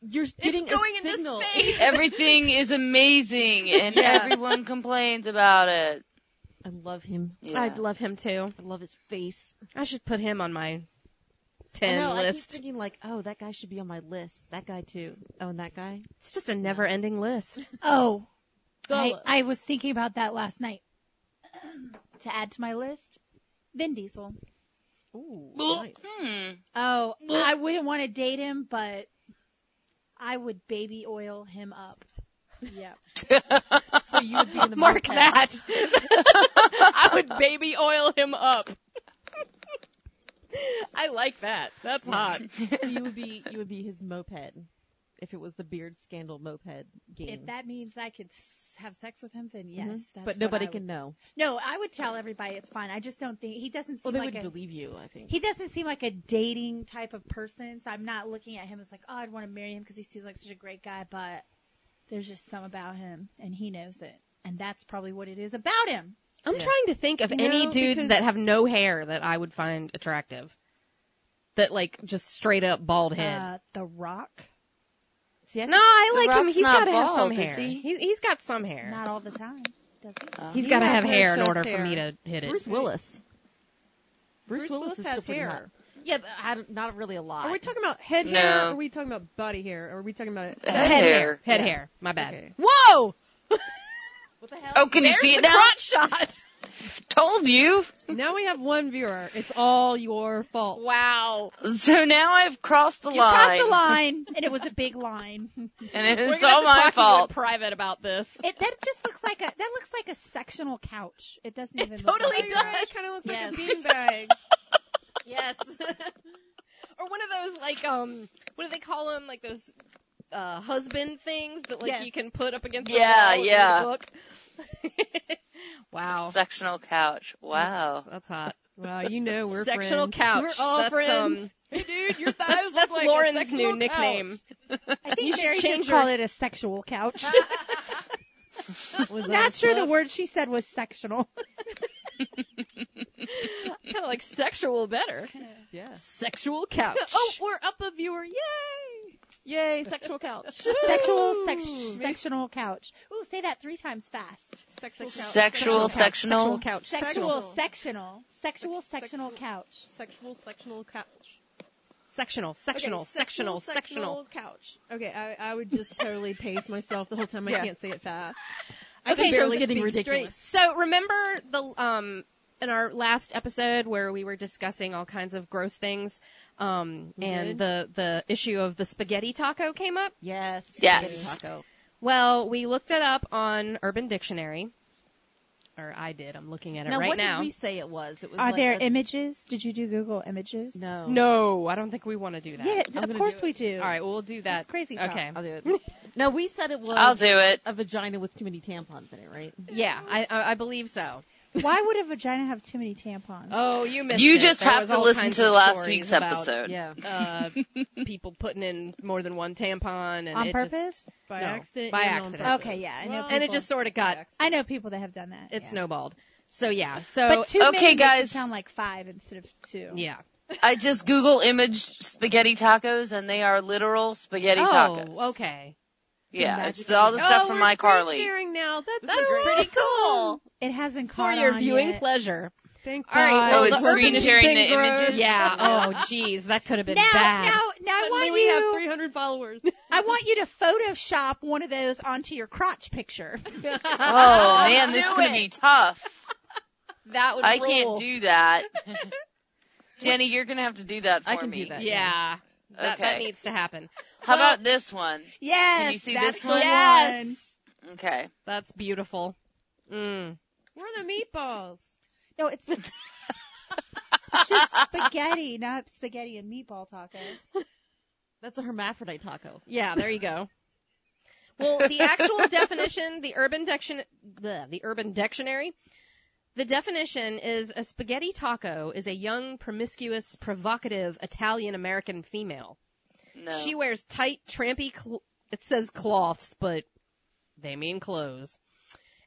B: "You're getting
A: going
B: a
A: into
B: signal."
A: space.
C: Everything is amazing and everyone complains about it.
B: I love him.
C: Yeah.
A: I'd love him too.
B: I love his face.
A: I should put him on my
B: I
A: ten
B: know, I keep
A: list.
B: thinking like, oh, that guy should be on my list. That guy too. Oh, and that guy.
A: It's just a never-ending list.
E: Oh, I,
B: Bella.
E: I was thinking about that last night. to add to my list, Vin Diesel.
B: Ooh,
C: Hmm.
E: Oh, I wouldn't want to date him, but I would baby oil him up. Yep.
B: So you would be in the
A: Mark
B: bullpen.
A: that. I would baby oil him up. I like that. That's hot.
B: So you would be you would be his moped if it was the beard scandal moped game.
E: If that means I could s- have sex with him, then yes.
A: Mm-hmm.
B: Mhm.
E: that's
B: but
E: what
B: nobody
E: I
B: can
E: would-
B: know.
E: No, I would tell everybody it's fine. I just don't think he doesn't
B: Well,
E: seem
B: they
E: like a
B: would believe you, I think.
E: he doesn't seem like a dating type of person. So I'm not looking at him as like, oh, I'd want to marry him because he seems like such a great guy. But there's just some about him, and he knows it, and that's probably what it is about him.
A: I'm trying to think of any
E: No,
A: dudes
E: because-
A: that have no hair that I would find attractive. That like just straight up bald head.
E: Uh, the Rock,
B: See, I
A: no, I
C: The
A: like him.
C: Rock's
A: He's
C: not
A: got to have some
C: bald, is
A: hair.
C: he?
A: He? has got some hair.
E: not all the time, does he?
C: Uh,
A: He's
D: He
A: got to
D: has
A: have
D: no
A: hair in
D: chest
A: order for
D: hair.
A: me to hit it.
B: Bruce Willis. Bruce,
D: Bruce
B: Willis,
D: Willis
B: is
D: has
B: still pretty
D: hair.
B: hot. Yeah, but I, don't- not really a lot.
D: Are we talking about head
C: No.
D: hair? Or are we talking about body hair? Or are we talking about?
A: head,
C: Head
A: hair.
C: hair.
A: Head
B: Yeah.
A: hair. My bad.
D: Okay.
A: Whoa!
B: what the hell?
C: oh, can you
A: There's
C: see
A: the
C: it now?
A: crotch shot.
C: Told you.
D: now we have one viewer. It's all your fault.
A: Wow.
C: So now I've crossed the
E: You
C: line.
E: crossed the line, and it was a big line.
C: And
A: We're
C: it's
A: gonna
C: all
A: have to
C: my
A: talk to you in
C: fault.
A: private about this.
E: It, that just looks like a that looks like a sectional couch. It doesn't even
A: totally
E: look like a
A: does.
E: couch.
D: It kind of looks
B: Yes.
D: like a beanbag.
A: Yes. or one of those like um, what do they call them? Like those uh husband things that like
B: Yes.
A: you can put up against.
C: Yeah,
A: the wall
C: yeah.
A: And read a book. wow.
C: Sectional couch. Wow.
A: That's, that's hot.
D: wow, you know we're
A: Sectional
D: friends.
A: couch.
D: We're all
A: that's,
D: friends.
A: Um,
D: Hey, dude, your thighs
A: that's
D: look
A: that's
D: like a
A: Lauren's
D: sectional
A: new nickname.
D: couch.
E: I think
A: You should
E: Mary
A: change
E: just
A: your-
E: called it a sexual couch.
B: Was that
E: Not
B: a
E: sure the
B: club?
E: word she said was sectional.
A: kind of like sexual better.
B: Yeah.
A: Sexual couch.
D: Oh, we're up a viewer. Yay!
A: yay, sexual couch.
E: Sexual sex, sectional couch. Ooh, say that three times fast.
D: Sexual couch.
C: Sexual, sectional.
A: Sexual couch.
E: Sexual
D: Sectional.
E: sectional. Sexual sectional
D: Sexual.
E: couch.
D: Sexual sectional couch.
A: Sectional. Sectional.
D: Okay,
A: sectional. Sectional.
D: sectional couch. Okay, I, I would just totally pace myself the whole time. I
B: Yeah.
D: can't say it fast.
A: Okay,
D: I can
A: so
D: barely
B: it's getting
D: speak
B: ridiculous.
A: So remember the um in our last episode where we were discussing all kinds of gross things, um, and
D: did.
A: the the issue of the spaghetti taco came up.
B: Yes.
C: Yes.
B: spaghetti Taco.
A: Well, we looked it up on Urban Dictionary, or I did. I'm looking at it
B: Now,
A: right
B: what
A: now.
B: did we say it was? It was
E: Are
B: like
E: there
B: a,
E: images? Did you do Google images?
B: No.
A: No, I don't think we want to do that.
E: Oh. Yeah,
B: gonna
E: of course
B: do
E: we do.
A: All right, we'll do that.
E: It's crazy talk.
A: Okay.
B: I'll do it. No, we said it was
C: I'll do it.
B: a vagina with too many tampons in it, right?
A: Yeah, I I I believe so.
E: Why would a vagina have too many tampons?
A: Oh, you missed.
C: You
A: it.
C: just
A: There
C: have
A: was
C: to
A: all
C: listen
A: kinds
C: to
A: of
C: last
A: stories
C: week's
A: about,
C: episode.
B: Yeah.
A: Uh, people putting in more than one tampon and
E: On
A: it
E: purpose?
A: Just,
D: By
A: No,
D: accident.
A: by
D: and on
A: accident.
D: purpose.
E: okay, yeah. I know,
D: Well,
E: people,
A: and it just sort of got
E: I know people that have done that.
A: it
E: yeah.
A: snowballed. So yeah, so
E: But two
C: Okay, guys.
E: sound like five instead of two.
A: yeah.
C: I just Google imaged spaghetti tacos, and they are literal spaghetti
A: oh,
C: tacos.
A: okay.
C: Yeah,
B: Magic
C: it's all the
B: number.
C: stuff
D: oh,
C: from
D: we're screen
C: iCarly.
D: sharing now. That's,
A: That's pretty cool
E: It hasn't
A: for
E: caught
A: your
E: on
A: viewing
E: yet.
A: pleasure.
D: Thank
A: All right,
D: God.
A: well,
C: Oh, it's
A: We're
C: screen
A: finishing
C: sharing the
D: Big Bro.
C: images.
A: Yeah. Oh, jeez, that could have been
E: Now,
A: bad.
E: now, now I
D: Suddenly
E: want
D: we
E: you.
D: have 300 followers.
E: I want you to Photoshop one of those onto your crotch picture.
C: Oh man, this is
A: Do
C: gonna
A: it.
C: be tough.
A: that would
C: I
A: rule.
C: can't do that. Jenny, you're gonna have to do that for
B: I can
C: me.
B: do that.
A: Yeah. That, that
C: Okay.
A: needs to happen.
C: How
A: Well-
C: about this one?
E: Yes.
C: Did you see this
E: that's the
C: one?
E: one.
C: Okay.
A: That's beautiful. Mm.
D: We're the meatballs.
E: No, it's, it's just spaghetti, not spaghetti and meatball taco.
B: That's a hermaphrodite taco.
A: Yeah, there you go. Well, the actual definition, the urban diction, the, the urban dictionary, the definition is a spaghetti taco is a young, promiscuous, provocative Italian American female.
C: No.
A: She wears tight, trampy. Cl- it says cloths, but they mean clothes,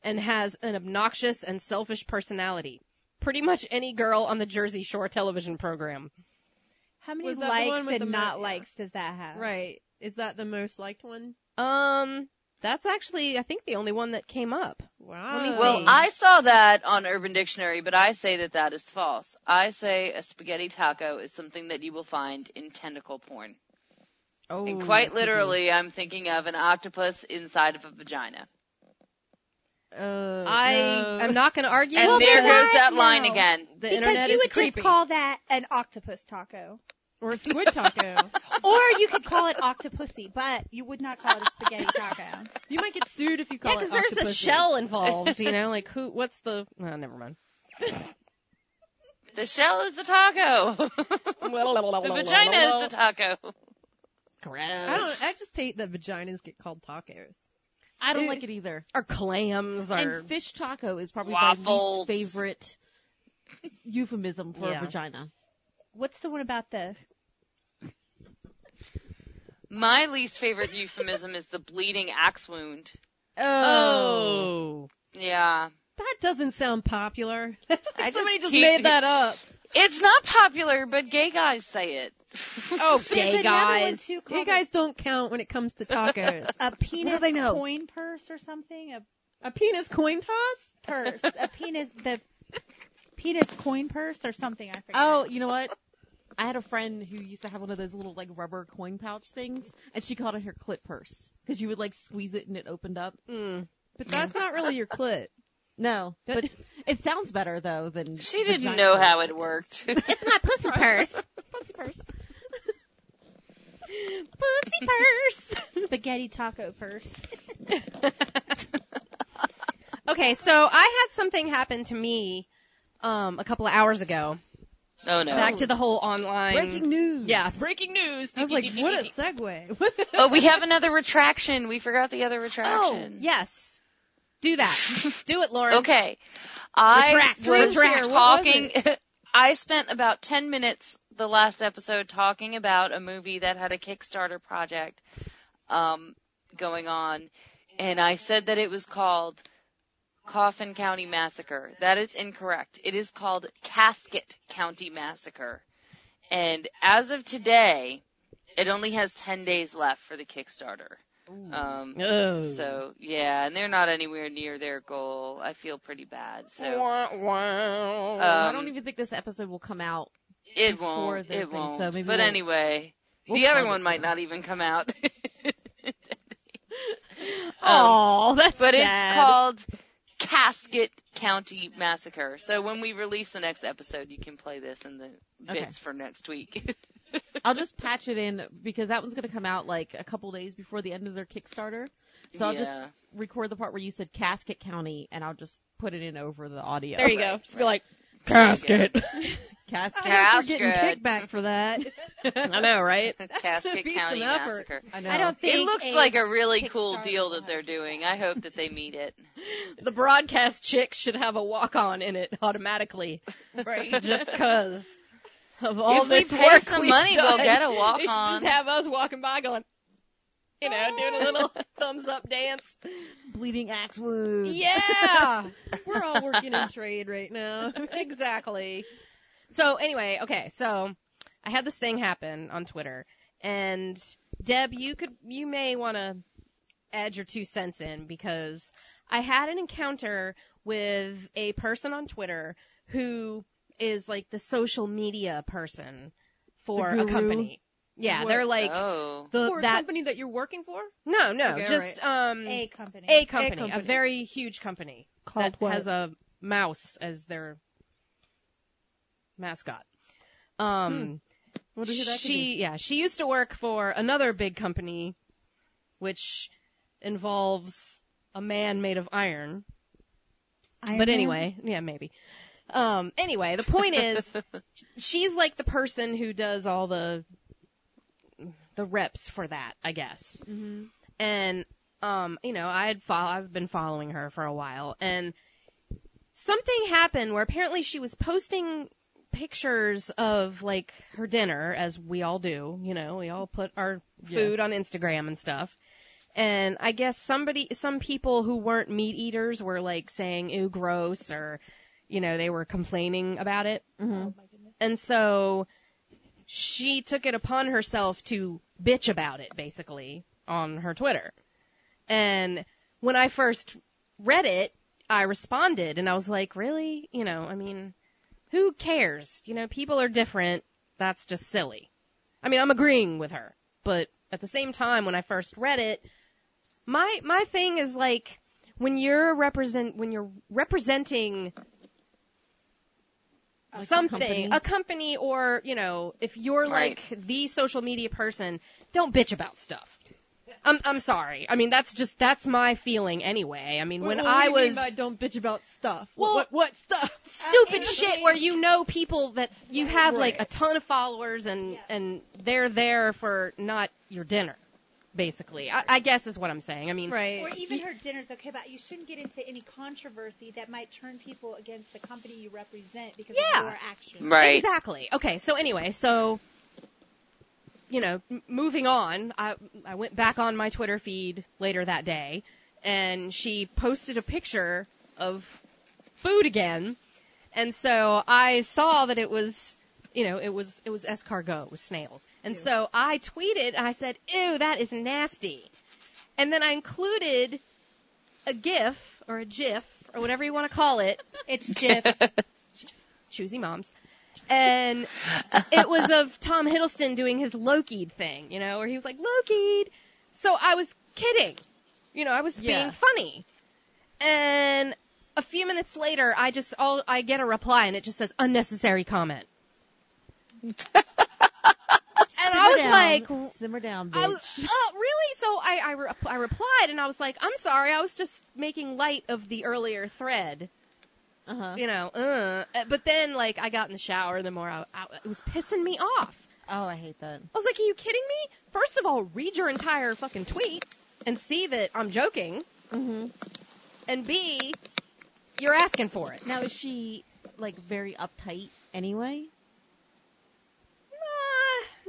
A: and has an obnoxious and selfish personality. Pretty much any girl on the Jersey Shore television program.
E: How many
D: Was that the
E: likes
D: one
E: and
D: with the mo-
E: not
D: yeah.
E: likes does that have?
D: Right. Is that the most liked one?
A: Um, that's actually, I think, the only one that came up.
D: Wow.
A: me
C: Well,
A: see.
C: I saw that on Urban Dictionary, but I say that that is false. I say a spaghetti taco is something that you will find in tentacle porn.
A: Oh,
C: And quite literally, I'm thinking of an octopus inside of a vagina.
B: Uh,
A: I am not going to argue.
C: And
E: Well,
C: there
E: they're
C: goes
E: live
C: that line
E: now.
C: again.
A: the
E: because
A: internet
E: you
A: is
E: would
A: creepy.
E: just call that an octopus taco.
D: or a squid taco.
E: Or you could call it octopussy, but you would not call it a spaghetti taco.
D: You might get sued if you call
A: Yeah,
D: it
A: because there's a
D: octopussy.
A: shell involved, you know, like who, what's the, no, never mind.
C: The shell is the taco. the vagina is the taco.
D: I
A: Gross.
D: don't. I just hate that vaginas get called tacos.
B: I don't
D: It-
B: like it either.
A: Or clams or,
B: And fish taco is probably
C: Waffles.
B: my least favorite euphemism for
A: Yeah.
B: a vagina.
E: What's the one about the?
C: My least favorite euphemism is the bleeding axe wound.
A: oh.
C: Yeah.
D: That doesn't sound popular.
C: I
D: Somebody just
C: keep-
D: made that up.
C: It's not popular, but gay guys say it.
A: Oh,
E: There's
A: gay
E: another one,
A: guys.
E: too,
D: You
E: called
D: guys don't count when it comes to tacos.
E: a penis
D: they know?
E: coin purse or something. A
D: a penis coin toss?
E: purse, a penis, the penis coin purse or something. I forget.
B: Oh, you know what? I had a friend who used to have one of those little like rubber coin pouch things, and she called it her clit purse because you would like squeeze it and it opened up.
A: Mm.
D: But that's not really your clit.
B: No,
D: That-
B: but it sounds better though than
C: She didn't
B: vagina
C: know
B: purse,
C: how
B: I
C: it
B: guess.
C: worked.
B: It's my pussy purse. pussy purse.
E: pussy purse, spaghetti taco purse.
A: Okay, so I had something happen to me, um, a couple of hours ago.
C: oh no.
A: Back to the whole online.
D: Breaking news.
A: Yeah, breaking news.
D: I was like, what a segue.
C: oh, we have another retraction. We forgot the other
A: Oh,
C: retraction.
A: yes. Do that. Do it, Lauren.
C: Okay. I
A: Retract,
C: was
A: retract.
C: talking. I spent about 10 minutes the last episode talking about a movie that had a Kickstarter project um, going on, and I said that it was called Coffin County Massacre. That is incorrect. It is called Casket County Massacre. And as of today, it only has 10 days left for the Kickstarter. Um,
A: Oh.
C: so yeah, and they're not anywhere near their goal. I feel pretty bad. So
A: Wah, wah.
B: I
C: Um,
B: don't even think this episode will come out.
C: it
B: before
C: won't.
B: their
C: It
B: thing,
C: won't.
B: so maybe
C: but
B: we'll-
C: anyway,
B: we'll
C: the other
B: cover
C: one
B: it
C: might
B: now.
C: not even come out. Um,
A: Oh, that's
C: but
A: sad.
C: it's called Casket County Massacre. So when we release the next episode, you can play this in the
B: Okay.
C: bits for next week.
B: I'll just patch it in because that one's going to come out like a couple days before the end of their Kickstarter. So I'll just
C: Yeah.
B: record the part where you said Casket County, and I'll just put it in over the audio.
A: There you
C: Right,
A: go. Just be like,
C: Casket.
B: Casket.
D: We're getting
C: Casket.
D: kickback for that.
A: I know, right?
C: Casket
D: be
C: County
D: some effort.
C: Massacre.
B: I know.
E: I don't think
C: It looks
E: a-
C: like a really cool
E: Kickstarter
C: deal
E: will
C: that they're
E: have to do
C: doing. I hope that they meet it.
A: The broadcast chicks should have a walk on in it automatically. Right. Just cause of all
C: if
A: this
C: we pay
A: work
C: some
A: we've
C: money, we'll
A: done,
C: get a walk
A: They should
C: on.
A: just have us walking by going, you know, doing a little thumbs up dance.
B: Bleeding axe wound.
A: Yeah.
D: We're all working in trade right now.
A: exactly. So anyway, okay, so I had this thing happen on Twitter, and Deb, you could, you may want to add your two cents in because I had an encounter with a person on Twitter who is like the social media person for
D: The
A: a
D: guru?
A: company. Yeah, they're like
C: oh.
A: the
D: for a
A: that
D: company that you're working for?
A: no no
D: Okay,
A: just um
E: A company.
A: a company, a
D: company.
A: very huge company
E: Called
A: that
E: what?
A: has a mouse as their mascot. Um,
D: What is it that could be?
A: she yeah, she used to work for another big company, which involves a man made of iron.
E: Iron
A: But
E: Man?
A: anyway, yeah, maybe. Um, anyway, the point is, she's like the person who does all the the reps for that, I guess. Mm-hmm. And um, you know, I had fo- I've been following her for a while, and something happened where apparently she was posting pictures of like her dinner, as we all do. You know, we all put our food on Instagram and stuff. And I guess somebody, some people who weren't meat eaters were like saying, "Ooh, gross," or you know, they were complaining about it.
B: Mm-hmm.
A: And so she took it upon herself to bitch about it, basically, on her Twitter. And when I first read it, I responded and I was like, really? You know, I mean, who cares? You know, people are different. That's just silly. I mean, I'm agreeing with her, but at the same time, when I first read it, my, my thing is like, when you're represent, when you're representing
B: Like a
A: something,
B: company.
A: a company, or you know, if you're
C: Right.
A: like the social media person, don't bitch about stuff. I'm I'm sorry. I mean, that's just that's my feeling anyway. I mean, when
D: What- what
A: I
D: do you mean
A: was
D: by don't bitch about stuff.
A: Well-
D: what, what stuff?
A: stupid
E: Uh,
A: shit
E: anyway-
A: where you know people that you have like a ton of followers and and they're there for not your dinner, basically. I, I guess is what I'm saying. I mean,
E: Or
D: Right.
E: even her dinner's okay, but you shouldn't get into any controversy that might turn people against the company you represent because
A: Yeah.
E: of your actions.
C: Right.
A: Exactly. Okay. So anyway, so you know, m- moving on, I I went back on my Twitter feed later that day, and she posted a picture of food again, and so I saw that it was. You know, it was it was escargot with snails, and so I tweeted. I said, "Ew, that is nasty," and then I included a GIF or a GIF or whatever you want to call it
E: It's Jif.
A: choosy moms. And it was of Tom Hiddleston doing his Loki'd thing, you know, where he was like, Loki'd. So I was kidding. You know, I was
B: Yeah.
A: being funny. And a few minutes later, I just, all, I get a reply and it just says unnecessary comment. and I was
B: down,
A: like,
B: simmer down,
A: I
B: bitch.
A: was, oh, really? So I, I, re- I replied and I was like, I'm sorry, I was just making light of the earlier thread
B: uh-huh.
A: you know, uh. Uh, But then, like, I got in the shower, the more I, I, it was pissing me off.
B: Oh, I hate that.
A: I was like, are you kidding me? First of all, read your entire fucking tweet and see that I'm joking.
B: Mm-hmm.
A: And B, you're asking for it.
B: Now is she like very uptight anyway?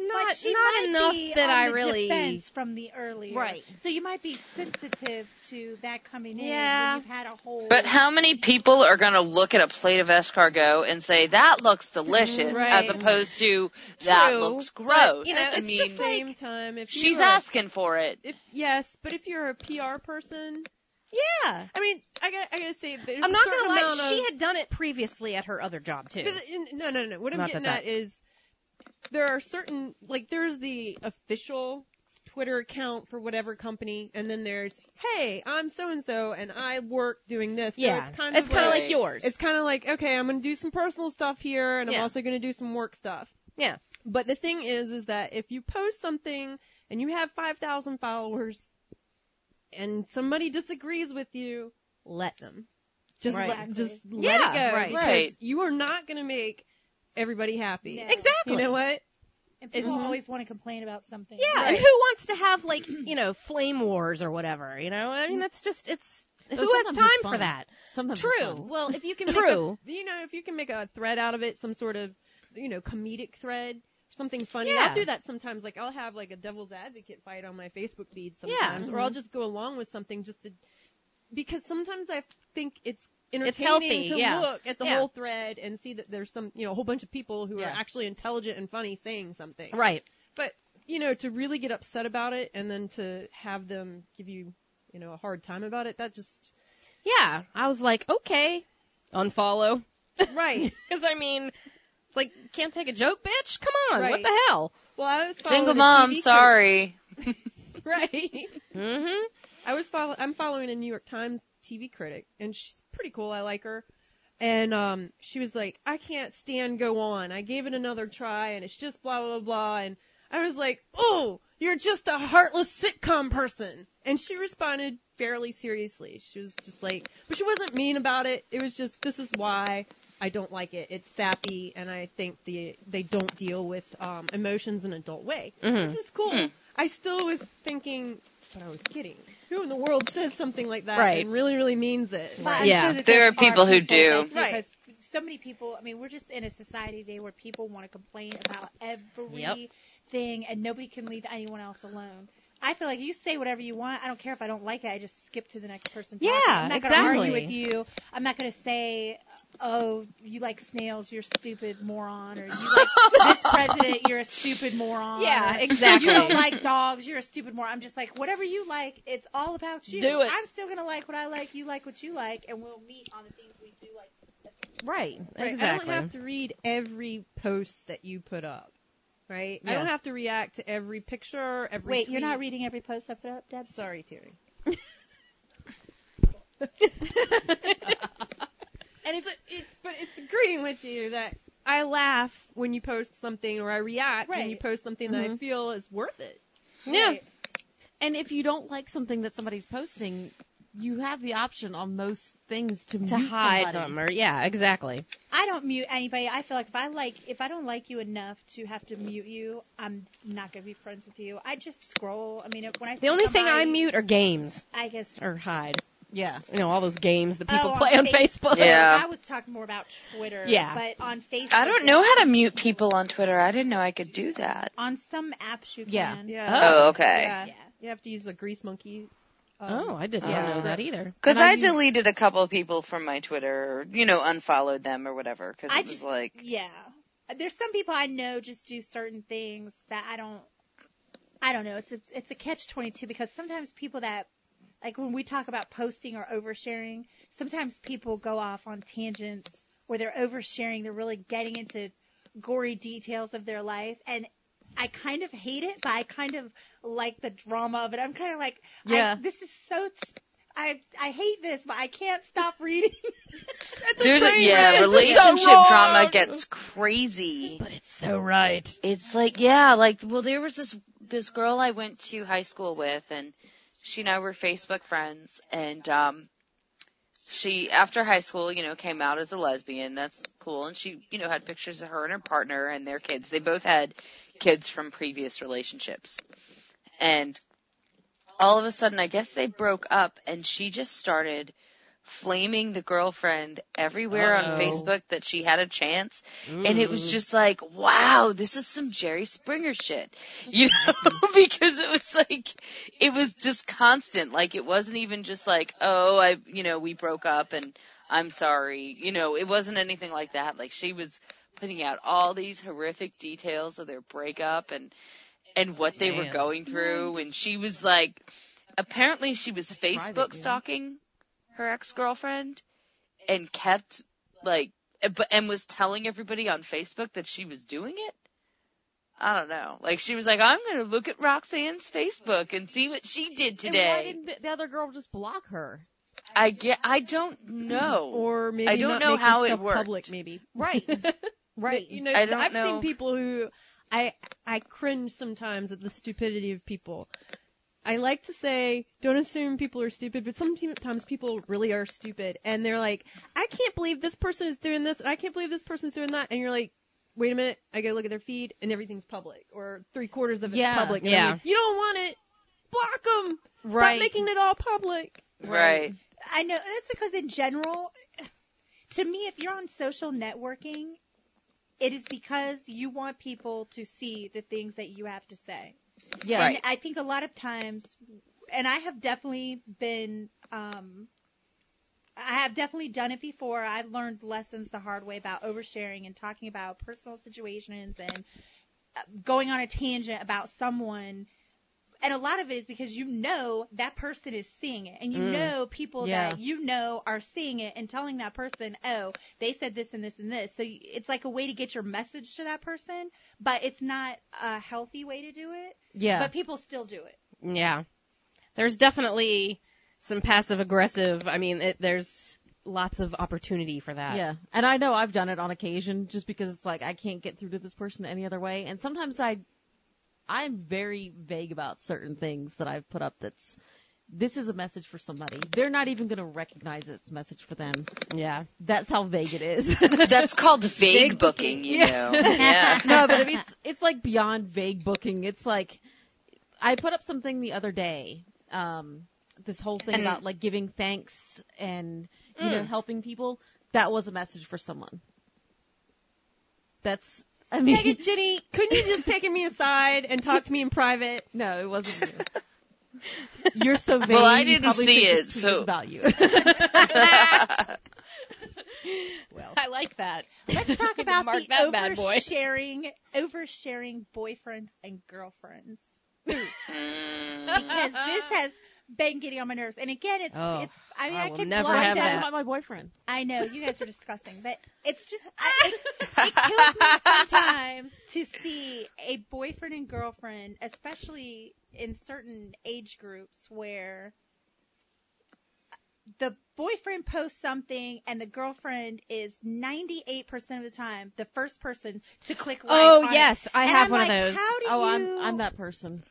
A: Nah,
E: but
A: not,
E: she
A: not
E: might
A: enough
E: be
A: that
E: on
A: I
E: the
A: really.
E: defense from the earlier.
B: Right.
E: So you might be sensitive to that coming in
A: Yeah.
E: when you've had a whole
C: But how many people are going to look at a plate of escargot and say that looks delicious,
D: Right.
C: as opposed to that
A: True,
C: looks
A: but,
C: gross?
A: you know,
C: I
A: it's
C: mean,
A: just like-
D: same time, if
C: she's
D: you're a-
C: asking for it.
D: If, yes, but if you're a PR person,
A: Yeah.
D: I mean, I got I gotta say, there's
A: I'm
D: a
A: not
D: certain
A: gonna lie,
D: amount of,
A: she had done it previously at her other job too.
D: But, in- No, no, no. What I'm
A: Not
D: getting
A: that
D: at is there are certain like there's the official Twitter account for whatever company, and then there's hey, I'm so and so, and I work doing this. So
A: yeah,
D: it's kind of
A: kinda
D: like,
A: like,
C: like-
A: yours.
D: it's kind of like okay, I'm gonna do some personal stuff here, and
A: Yeah.
D: I'm also gonna do some work stuff.
A: Yeah.
D: But the thing is, is that if you post something and you have five thousand followers, and somebody disagrees with you, let them. Just
B: Right.
D: let, just let
A: Yeah,
D: it go.
A: right.
D: because
C: Right.
D: You are not going to make everybody happy.
E: No.
A: exactly.
D: You know what?
E: and people
D: Mhm.
E: always want to complain about something.
A: Yeah, and who wants to have like you know flame wars or whatever? You know, I mean that's just it's
B: Though
A: who has
B: sometimes it's
A: time for
B: fun.
A: that?
B: Sometimes it's
A: True.
B: fun.
D: Well, if you can
A: True.
D: make a, you know, if you can make a thread out of it, some sort of, you know, comedic thread, something funny.
A: Yeah.
D: I'll do that sometimes. Like I'll have like a devil's advocate fight on my Facebook feed sometimes, or I'll just go along with something just to, because sometimes I think it's entertaining
A: healthy,
D: to
A: yeah.
D: look at the
A: Yeah.
D: whole thread and see that there's some, you know, a whole bunch of people who
A: Yeah.
D: are actually intelligent and funny saying something.
A: Right.
D: But you know, to really get upset about it and then to have them give you, you know, a hard time about it, that just
A: Yeah, I was like, okay, unfollow,
D: right.
A: because I mean, it's like can't take a joke, bitch. Come on, what
D: Right.
A: the hell?
D: Well, I was following
C: Single
D: a
C: mom,
D: TV coach-
C: sorry.
D: right.
A: Mm-hmm.
D: I was follow- I'm following a New York Times TV critic, and she's pretty cool. I like her. And um, she was like, I can't stand go on. I gave it another try, and it's just blah blah blah. And I was like, Oh, you're just a heartless sitcom person. And she responded fairly seriously. She was just like, but she wasn't mean about it. It was just, this is why I don't like it. It's sappy, and I think the they don't deal with um, emotions in an adult way.
A: Mhm.
D: Which was cool.
C: Hmm.
D: I still was thinking, but I was kidding. Who in the world says something like that
A: Right.
D: and really, really means it?
E: But I'm
A: Yeah.
E: sure that
C: There are people who do.
E: that
D: Right.
E: Because so many people, I mean, we're just in a society today where people want to complain about everything and nobody can leave anyone else alone. I feel like you say whatever you want. I don't care if I don't like it. I just skip to the next person. talking.
A: Yeah,
E: I'm not gonna argue
A: exactly.
E: with you. I'm not going to say, oh, you like snails, you're a stupid moron, or you like this president, you're a stupid moron.
A: Yeah,
E: or,
A: exactly.
E: You don't like dogs, you're a stupid moron. I'm just like, whatever you like, it's all about you.
A: Do it.
E: I'm still going to like what I like, you like what you like, and we'll meet on the things we do like.
A: Right.
D: Right.
A: Exactly.
D: I don't have to read every post that you put up. Right? I
A: Yeah.
D: don't have to react to every picture, every
E: Wait, you're
D: tweet.
E: not reading every post I put up, Deb?
D: Sorry, Terry. and it's it's but it's agreeing with you that I laugh when you post something, or I react when you
E: Right.
D: post something that I feel is worth it.
A: Mm-hmm. Yeah.
B: And if you don't like something that somebody's posting, you have the option on most things to,
A: To hide them, or yeah, exactly.
E: I don't mute anybody. I feel like if I like if I don't like you enough to have to mute you, I'm not gonna be friends with you. I just scroll. I mean, if- when I
A: The
E: see
A: only thing I
E: somebody,
A: mute are games
E: I guess
A: or hide.
B: Yeah.
A: You know, all those games that people
E: Oh,
A: play on Facebook.
C: Yeah.
E: I was talking more about Twitter.
A: Yeah.
E: but on Facebook,
C: I don't know how to mute people on Twitter. I didn't know I could do that.
E: On some apps you
B: Yeah.
E: can.
D: Yeah.
C: Oh, okay.
D: Yeah.
E: Yeah.
D: You have to use a grease monkey. um,
A: Oh, I didn't
B: Yeah.
A: know that either.
C: Because
B: When I
C: I,
B: use-
C: deleted a couple of people from my Twitter, or, you know, unfollowed them or whatever. Because
E: I
C: it was
E: just-
C: like,
E: Yeah. There's some people I know just do certain things that I don't I don't know. It's a, it's a catch 22 because sometimes people that like when we talk about posting or oversharing, sometimes people go off on tangents where they're oversharing, they're really getting into gory details of their life and I kind of hate it, but I kind of like the drama of it. I'm kind of like, I-
B: Yeah.
E: this is so, I, I hate this, but I can't stop reading.
C: there's a, yeah, relationship drama gets crazy.
A: But it's so right.
C: It's like, yeah, like, well, there was this this girl I went to high school with, and she and I were Facebook friends, and um, she after high school, you know, came out as a lesbian. That's cool, and she, you know, had pictures of her and her partner and their kids. They both had kids from previous relationships, and all of a sudden, I guess they broke up, and she just started. Flaming the girlfriend everywhere on
A: Uh-oh.
C: Facebook that she had a chance and it
A: Mm.
C: was just like, wow, this is some Jerry Springer shit, you know, because it was like, it was just constant. Like it wasn't even just like, oh, I, you know, we broke up and I'm sorry, you know, it wasn't anything like that. Like she was putting out all these horrific details of their breakup and, and what they were
A: Man.
C: going through. And she was like, apparently she was
A: private,
C: Facebook
A: yeah.
C: stalking her ex-girlfriend and kept like but and was telling everybody on Facebook that she was doing it. I don't know. Like she was like, I'm gonna look at Roxanne's Facebook and see what she did
B: And why
C: today.
B: didn't the, the other girl just block her?
C: I get. I don't know.
D: Or maybe
C: I don't
D: not
C: know
D: make your
C: how it
D: stuff
C: worked.
D: public, maybe.
B: Right. right.
D: You know,
C: I don't
D: have
C: know.
D: seen people who I I cringe sometimes at the stupidity of people. I like to say, don't assume people are stupid, but sometimes people really are stupid, and they're like, I can't believe this person is doing this, and I can't believe this person's doing that, and you're like, wait a minute, I gotta look at their feed, and everything's public, or three quarters of it's
B: Yeah,
D: public. and I'm
A: yeah.
D: like, you don't want it, block them,
B: Right.
D: stop making it all public.
C: right.
E: I know that's because in general, to me, if you're on social networking, it is because you want people to see the things that you have to say.
B: yeah.
E: And I think a lot of times, and I have definitely been, um, I have definitely done it before. I've learned lessons the hard way about oversharing and talking about personal situations and uh, going on a tangent about someone. And a lot of it is because you know that person is seeing it, and you
A: Mm.
E: know people
B: Yeah.
E: that you know are seeing it and telling that person, "Oh, they said this and this and this." So you- it's like a way to get your message to that person, but it's not a healthy way to do it
B: Yeah.
E: but people still do it.
A: Yeah. There's definitely some passive aggressive. I mean, it, there's lots of opportunity for that.
B: Yeah. And I know I've done it on occasion just because it's like I can't get through to this person any other way. And sometimes I I'm very vague about certain things that I've put up that's this is a message for somebody. They're not even going to recognize it's a message for them.
A: Yeah.
B: That's how vague it is.
C: That's called vague booking, you know. Yeah.
B: no, but I mean, it's, it's like beyond vague booking. It's like I put up something the other day. Um, this whole thing
C: And- Mm.
B: about like giving thanks and you know helping people. That was a message for someone. That's I mean,
D: Megan, Jenny, couldn't you just take me aside and talk to me in private?
B: no, it wasn't. You. You're so vague.
C: Well, I
B: you
C: didn't
B: probably
C: see
B: think
C: it,
B: this tweet
C: so-
B: was about you.
A: I like that.
E: Let's talk about
A: Mark
E: the
A: that bad boy.
E: oversharing, oversharing boyfriends and girlfriends
C: Mm.
E: because this
A: Hmm.
E: has been getting on my nerves. And again, it's
A: Oh,
E: it's. I mean,
A: I
E: I,
A: will
E: could
A: never
E: blind
A: have
E: them.
A: that.
B: about my boyfriend.
E: I know you guys are disgusting, but it's just I, it, it kills me sometimes to see a boyfriend and girlfriend, especially in certain age groups where the boyfriend posts something and the girlfriend is 98% of the time the first person to click like
B: Oh
E: on it.
B: yes, I
E: And
B: have
E: I'm
B: one
E: like,
B: of those.
E: how do
B: oh,
E: you-
B: I'm I'm that person.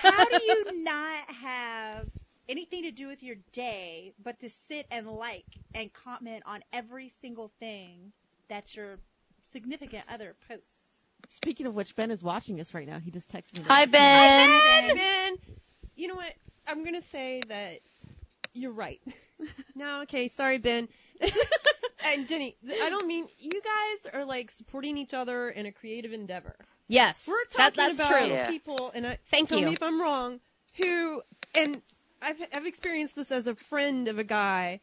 E: How do you not have anything to do with your day but to sit and like and comment on every single thing that your significant other posts?
B: Speaking of which, Ben is watching us right now. He just texted me.
C: Hi,
B: that.
C: Ben.
D: And then, you know what? I'm gonna say that you're right. no, okay, sorry, Ben. and Jenny, th- I don't mean you guys are like supporting each other in a creative endeavor.
A: Yes,
D: We're talking
A: that, that's
D: about
A: true.
C: Yeah.
D: people, and I,
A: Thank
D: tell
A: you.
D: me if I'm wrong. Who and I've I've experienced this as a friend of a guy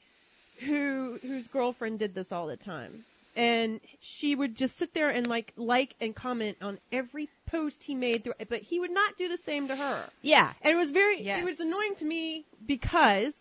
D: who whose girlfriend did this all the time, and she would just sit there and like like and comment on every post he made, through, but he would not do the same to her.
A: Yeah,
D: And it was very,
B: Yes.
D: it was annoying to me because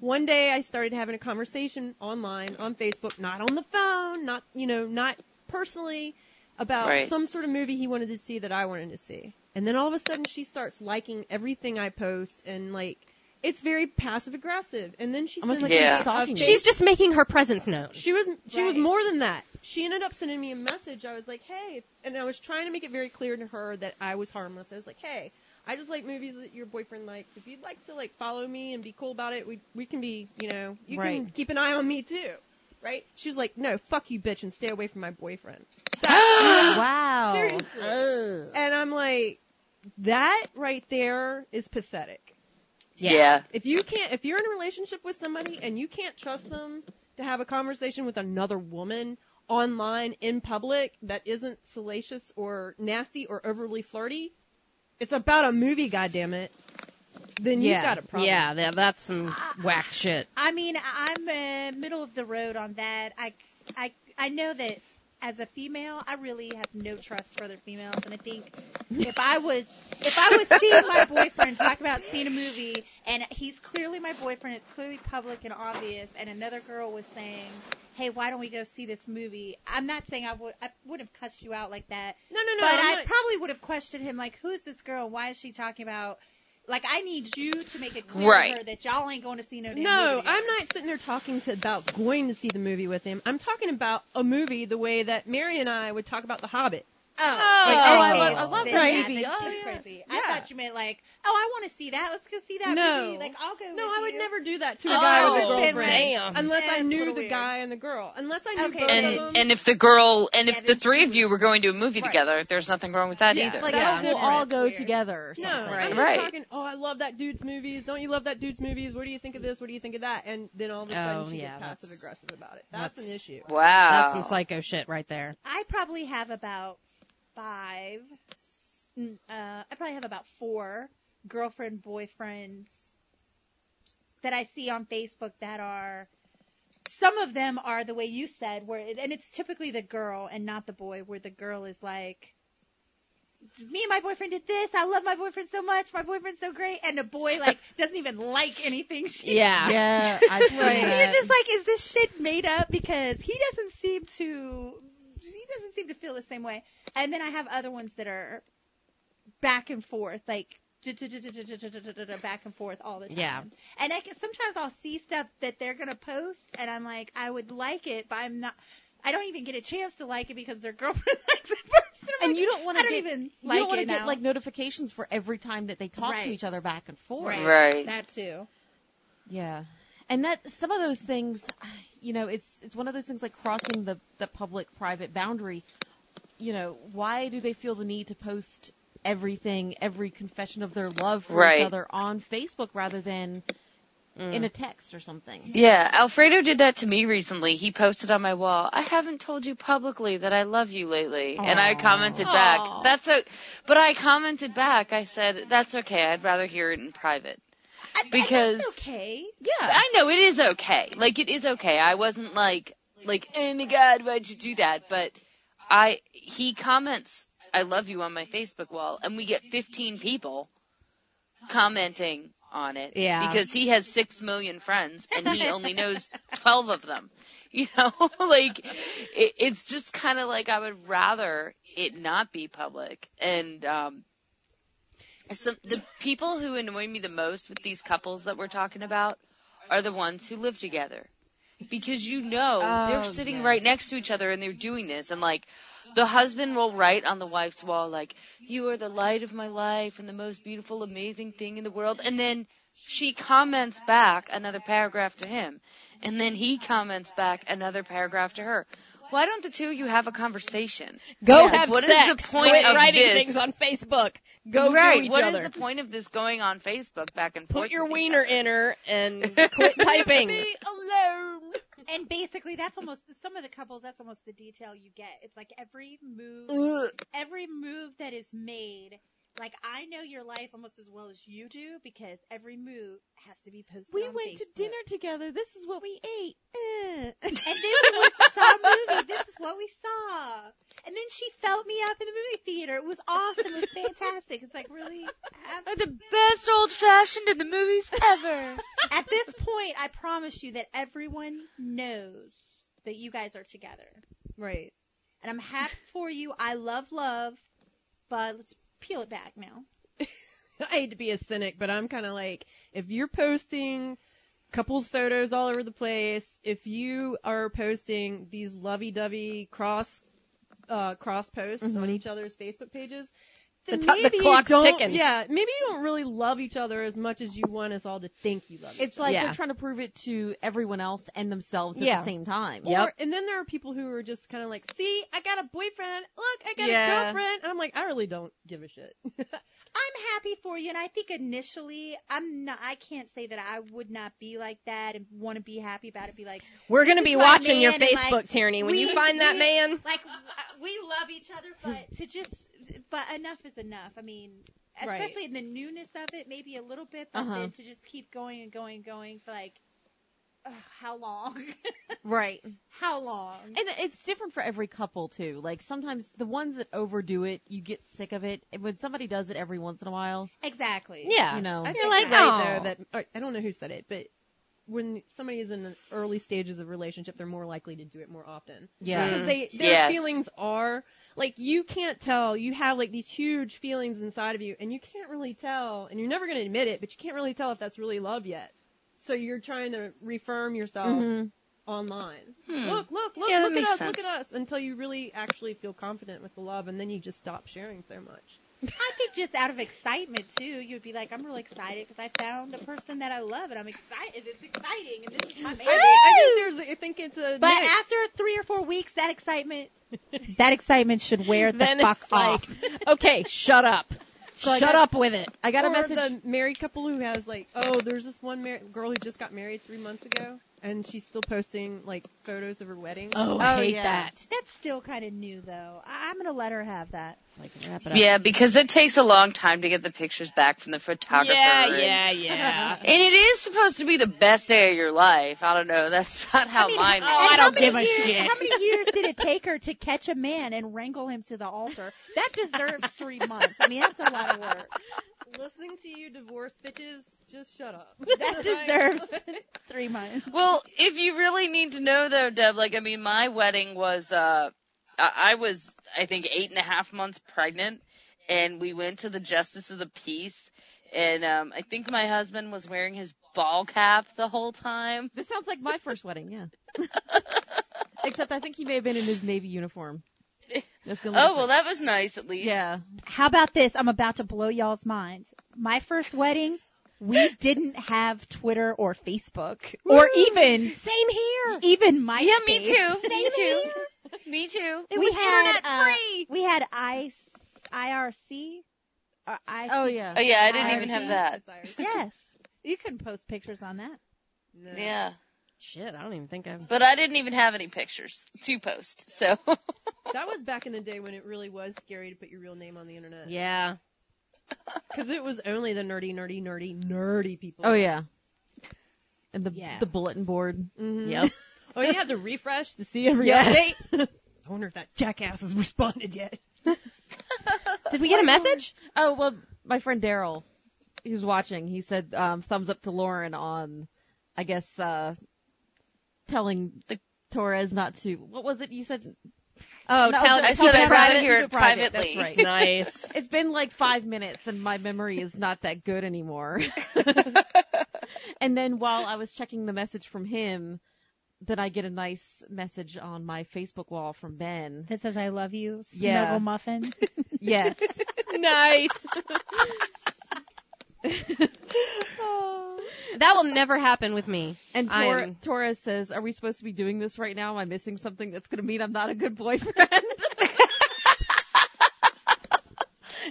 D: one day I started having a conversation online on Facebook, not on the phone, not, you know, not personally about
C: Right.
D: some sort of movie he wanted to see that I wanted to see. And then all of a sudden she starts liking everything I post and like, it's very passive aggressive. And then she
B: Almost
D: sends
C: like
D: me
C: she's
D: a
B: stalking
D: fa-
B: you.
A: she's just making her presence known.
D: she was she was
E: Right.
D: more than that. She ended up sending me a message. I was like, "Hey," and I was trying to make it very clear to her that I was harmless. I was like, "Hey, I just like movies that your boyfriend likes. If you'd like to like follow me and be cool about it, we we can be, you know, you can
B: Right.
D: keep an eye on me too." Right? She was like, "No, fuck you, bitch, and stay away from my boyfriend."
B: wow.
D: Seriously. And I'm like, "That right there is pathetic."
C: Yeah.
D: If you can't, if you're in a relationship with somebody and you can't trust them to have a conversation with another woman online in public that isn't salacious or nasty or overly flirty, it's about a movie, goddammit. Then
B: Yeah.
D: you've got a problem.
A: Yeah, tha- that's some whack shit.
E: I mean, I- I'm uh, middle of the road on that. I, I, I know that as a female, I really have no trust for other females, and I think if I was if I was seeing my boyfriend talk about seeing a movie, and he's clearly my boyfriend, it's clearly public and obvious, and another girl was saying. Hey, why don't we go see this movie? I'm not saying I would I would have cussed you out like that,
D: No, no, no.
E: but
D: I'm
E: I
D: not-
E: probably would have questioned him like, who is this girl? Why is she talking about? Like, I need you to make it clear
C: Right.
E: to her that y'all ain't going to see no. Damn
D: no,
E: movie
D: I'm
E: together.
D: not sitting there talking to about going to see the movie with him. I'm talking about a movie the way that Mary and I would talk about The Hobbit.
E: Oh,
B: Like,
D: oh, I
E: okay.
D: love-
B: I love
E: Then
B: that
E: yeah,
B: movie.
E: then
B: Oh,
E: she's
B: yeah.
E: crazy. I
D: Yeah.
E: thought you meant like, oh, I want to see that. Let's go see that
D: No.
E: movie. Like, I'll go.
D: No,
E: with
D: I would
E: you.
D: never do that to a
C: Oh,
D: guy with a
C: been
D: girlfriend.
A: damn.
D: Unless
E: That's
D: I
E: a
D: knew
E: little
D: the
E: weird.
D: guy and the girl. Unless I knew
E: Okay.
D: both of them.
C: And and if the girl and if
E: Yeah,
C: the
E: then
C: three
E: she
C: of you were going to a movie
E: Right.
C: together, there's nothing wrong with that
D: Yeah.
C: either.
B: Like
D: That's
B: yeah, we'll
D: different.
B: all go
E: Weird.
B: together. Or
D: No,
B: something.
D: I'm just
C: Right.
D: talking. Oh, I love that dude's movies. Don't you love that dude's movies? What do you think of this? What do you think of that? And then all of a sudden
A: Oh,
D: she
A: yeah,
D: gets
A: that's-
D: passive aggressive about it. That's,
A: that's-
D: an issue.
C: wow.
A: That's some psycho shit right there.
E: I probably have about five. mm, Uh, I probably have about four girlfriend boyfriends that I see on Facebook that are. Some of them are the way you said, where and it's typically the girl and not the boy, where the girl is like, "Me and my boyfriend did this. I love my boyfriend so much. My boyfriend's so great," and the boy like doesn't even like anything she
A: Yeah.
B: Yeah, I see
E: and
B: that.
E: you're just like, is this shit made up? Because he doesn't seem to, he doesn't seem to feel the same way. And then I have other ones that are back and forth, like back and forth all the time.
A: Yeah.
E: And I can, sometimes I'll see stuff that they're gonna post, and I'm like, I would like it, but I'm not. I don't even get a chance to like it because their girlfriend likes it first. And, I'm
B: and
E: like,
B: you don't want
E: I
B: to
E: don't
B: get
E: even
B: you
E: like
B: don't want
E: it
B: to get
E: now.
B: like notifications for every time that they talk
E: Right.
B: to each other back and forth.
E: Right.
C: Right.
E: that too.
B: Yeah. And that some of those things, you know, it's it's one of those things like crossing the the public private boundary. You know, why do they feel the need to post everything, every confession of their love for
C: Right. Mm.
B: each other on Facebook rather than in a text or something?
C: Yeah, Alfredo did that to me recently. He posted on my wall, "I haven't told you publicly that I love you lately," and I commented back,
B: Aw.
C: "That's a," but I commented back. I said, "That's okay. I'd rather hear it in private."
E: I- I-
C: Because-
E: that's okay.
C: I know it is okay. Like it is okay. I wasn't like like oh my god, why'd you do that? But I he comments I love you on my Facebook wall and we get 15 people commenting on it
A: Yeah.
C: because he has 6 million friends and he only knows 12 of them. You know, like it, it's just kind of like I would rather it not be public and um some the people who annoy me the most with these couples that we're talking about are the ones who live together. Because you know Oh,
A: Oh,
C: they're sitting right next to each other and they're doing this and like the husband will write on the wife's wall like you are the light of my life and the most beautiful amazing thing in the world and then she comments back another paragraph to him and then he comments back another paragraph to her. Why don't the two of you have a conversation?
A: Go
C: Yeah,
A: have
C: what is
A: sex.
C: the point
A: Quit
C: of
A: writing
C: this?
A: things on Facebook. Go do
C: right.
A: each
C: What is
A: other.
C: the point of this going on Facebook back and forth?
A: Put your
C: with each
A: wiener
C: other?
A: in her and quit typing.
E: alone. And basically, that's almost some of the couples. That's almost the detail you get. It's like every move, every move that is made. Like I know your life almost as well as you do because every move has to be posted.
B: We
E: on
B: went to
E: Facebook.
B: dinner together. This is what we ate. Eh.
E: and then we went to saw a movie. This is what we saw. And then she felt me up in the movie theater. It was awesome. It was fantastic. It's like really. At,
C: Are the best old fashioned in the movies ever.
E: at this point, I promise you that everyone knows that you guys are together.
D: Right.
E: and I'm happy for you. I love love, but let's peel it back now.
D: I hate to be a cynic, but I'm kind of like, if you're posting couples photos all over the place, if you are posting these lovey-dovey cross uh, cross posts on each other's Facebook pages, then
A: Mm-hmm. The to- the
D: maybe
A: clock's
D: you don't,
A: ticking.
D: Yeah, maybe you don't really love each other as much as you want us all to think you love.
B: It's like
A: Yeah.
B: they're trying to prove it to everyone else and themselves at
A: Yeah.
B: the same time.
D: Or, And then there are people who are just kind of like, see, I got a boyfriend. Look, I got
B: Yeah.
D: a girlfriend. And I'm like, I really don't give a shit.
E: I'm happy for you, and I think initially, I'm not. I can't say that I would not be like that and want to be happy about it. Be like,
A: We're
E: This
A: gonna
E: is
A: be
E: my
A: watching your
E: man and, like,
A: Facebook tyranny. When you
E: we-
A: find that
E: we-
A: man,
E: like w- we love each other, but to just, but enough is enough. I mean,
D: Right.
E: especially in the newness of it, maybe a little bit, but
B: Uh-huh.
E: then to just keep going and going and going for like, ugh, how long?
B: Right.
E: how long?
B: And it's different for every couple too. Like sometimes the ones that overdo it, you get sick of it. And when somebody does it every once in a while,
E: Exactly.
A: yeah,
B: you know,
D: I think
A: You're like,
D: you're right
C: "Oh."
A: "Aw."
D: there that or- I don't know who said it, but when somebody is in the early stages of a relationship, they're more likely to do it more often.
B: Yeah.
D: because they their
C: Mm. Yes.
D: feelings are like you can't tell. You have like these huge feelings inside of you, and you can't really tell, and you're never going to admit it, but you can't really tell if that's really love yet. So you're trying to refirm yourself online. Look, look, look,
C: Mm-hmm. Hmm. Yeah, that
D: look at
C: makes
D: us, look
C: sense.
D: at us, until you really actually feel confident with the love, and then you just stop sharing so much.
E: I think just out of excitement too, you'd be like, I'm really excited because I found the person that I love, and I'm excited. It's exciting, and this is my man.
D: I think there's, I think it's a
E: But
D: mix.
E: after three or four weeks, that excitement, that excitement should wear the
A: then
E: fuck
A: it's like,
E: off.
A: okay, shut up,
D: I
A: shut
D: got-
A: up with it.
B: I got a
D: or
B: message.
D: the married couple who has like, oh, there's this one mar- girl who just got married three months ago, and she's still posting like photos of her wedding.
A: Oh, I
B: Oh,
A: hate
B: yeah.
A: that.
E: That's still kind of new though. I- I'm gonna let her have that.
A: It's like, wrap it up.
C: Yeah, because it takes a long time to get the pictures back from the photographer.
A: yeah,
C: and-
A: yeah, yeah.
C: And it is supposed to be the best day of your life. I don't know. That's not how mine
E: oh,
C: was.
A: I
E: and
A: don't
E: how many
A: give a
E: years,
A: shit.
E: How many years did it take her to catch a man and wrangle him to the altar? That deserves three months. I mean, that's a lot of work.
D: Listening to you divorce bitches, just shut up.
E: That deserves three months.
C: Well, if you really need to know though, Deb, like I mean, my wedding was uh, I I was I think eight and a half months pregnant, and we went to the Justice of the Peace, and um, I think my husband was wearing his ball cap the whole time.
B: this sounds like my first wedding, yeah. Except I think he may have been in his navy uniform. That's the only
C: Oh well, that was nice at least.
B: yeah.
E: How about this? I'm about to blow y'all's minds. My first wedding, we didn't have Twitter or Facebook or even same here, even MySpace.
C: Yeah, me too. Me
E: Same
C: too.
E: here.
C: Me too.
E: we had uh, we had I, IRC. Or I,
B: Oh yeah.
C: Oh yeah, I didn't even have
E: IRC.
C: that.
E: Yes, you couldn't post pictures on that.
C: Yeah,
A: Shit, I don't even think I've.
C: but I didn't even have any pictures to post. So
D: That was back in the day when it really was scary to put your real name on the internet.
A: Yeah.
D: Because it was only the nerdy, nerdy, nerdy, nerdy people.
B: Oh yeah. And the
E: Yeah.
B: the bulletin board.
D: Mm-hmm.
A: Yep.
D: Oh, you had to refresh to see every
B: Yeah.
D: update. I wonder if that jackass has responded yet.
A: Did we get a message?
B: Oh well, my friend Daryl, he was watching. He said um, thumbs up to Lauren on, I guess, uh, telling the Torres not to. What was it you said?
A: Oh,
B: No,
A: tell.
B: the-
C: I said I'd rather
B: private,
C: hear
B: keep
C: it
B: it private,
C: privately.
B: that's right.
A: nice.
B: It's been like five minutes, and my memory is not that good anymore. and then while I was checking the message from him, then I get a nice message on my Facebook wall from Ben.
E: That says I love you, snuggle
B: Yeah.
E: muffin.
B: Yes.
A: nice. that will never happen with me.
B: And
A: I
B: Tor-
A: am-
B: Torres says, "Are we supposed to be doing this right now? Am I missing something that's going to mean I'm not a good boyfriend?"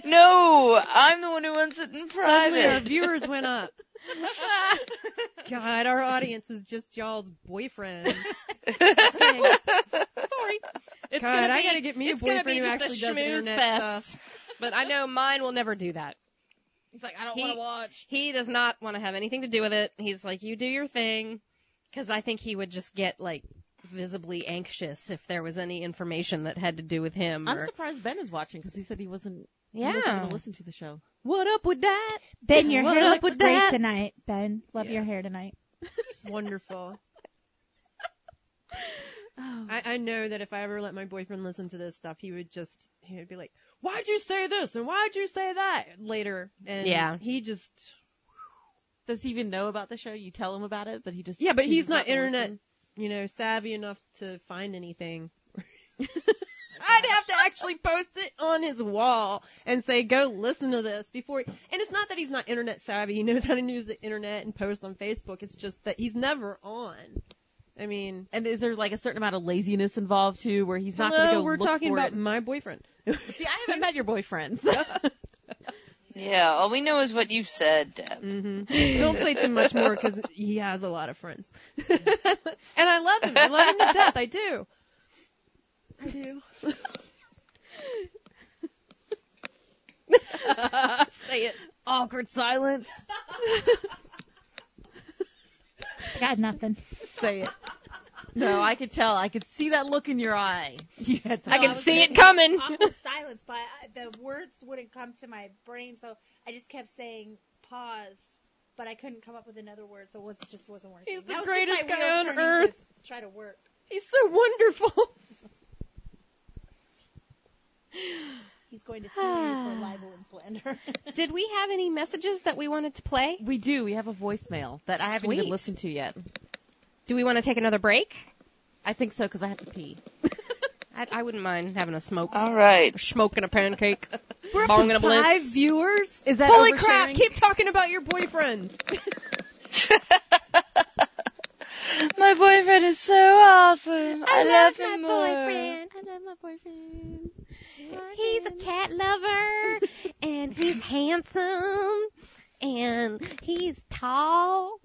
C: No, I'm the one who wants it in
D: Suddenly our
C: private.
D: viewers went up. God, our audience is just y'all's boyfriend.
A: Sorry. It's
D: God,
A: gonna be,
D: I gotta get me a
A: it's gonna
D: boyfriend
A: be
D: who
A: just a
D: actually does
A: schmooze
D: internet
A: fest. But I know mine will never do that.
D: He's like, I don't
A: He-
D: want to watch.
A: He does not want to have anything to do with it. He's like, you do your thing. Cause I think he would just get like visibly anxious if there was any information that had to do with him.
B: I'm
A: or-
B: surprised Ben is watching because he said he wasn't. Yeah. He wasn't
A: yeah.
B: going to listen to the show.
A: What up with that?
E: Ben, your
A: What
E: hair
A: up
E: looks
A: with
E: great
A: that?
E: tonight. Ben, love your hair tonight.
D: Wonderful. I, I know that if I ever let my boyfriend listen to this stuff, he would just he would be like, "Why'd you say this and why'd you say that?" Later, and
A: Yeah.
D: he just
B: Does he even know about the show? You tell him about it, but he just
D: yeah, but he's
B: chooses
D: not
B: to
D: internet,
B: listen.
D: you know, savvy enough to find anything. I'd have to actually post it on his wall and say, "Go listen to this." Before, and it's not that he's not internet savvy; he knows how to use the internet and post on Facebook. It's just that he's never on. I mean,
B: And is there like a certain amount of laziness involved too, where he's not going to
D: hello,
B: go
D: we're
B: look
D: talking
B: for
D: about
B: it?
D: my boyfriend.
B: See, I haven't met your boyfriend. so-
C: Yeah, all we know is what you've said, Deb.
D: Mm-hmm. Don't say too much more because he has a lot of friends. and I love him. I love him to death. I do. I do. say it.
B: Awkward silence.
E: I got nothing.
B: Say it. No, I could tell. I could see that look in your eye. You had to-
A: I can
E: was
A: see
E: gonna
A: it
E: say
A: coming.
E: Awkward silence, but I, the words wouldn't come to my brain, so I just kept saying pause, but I couldn't come up with another word, so it was, just wasn't working.
D: He's the
E: That was just my
D: greatest guy
E: wheel
D: on
E: turning to
D: earth.
E: Try to work.
D: He's so wonderful.
E: He's going to sue you for libel and slander.
A: Did we have any messages that we wanted to play?
B: We do. We have a voicemail that I haven't even
A: Sweet.
B: listened to yet.
A: Do we want to take another break?
B: I think so because I have to pee.
A: I, I wouldn't mind having a smoke.
C: All right.
A: Smoking a pancake.
D: We're
A: Bong and a blitz.
D: five viewers.
B: Is that
D: Holy crap!
B: oversharing?
D: Keep talking about your boyfriends.
C: My boyfriend is so awesome. I, love, him
A: I love my boyfriend. He's a cat lover, and he's handsome, and he's tall.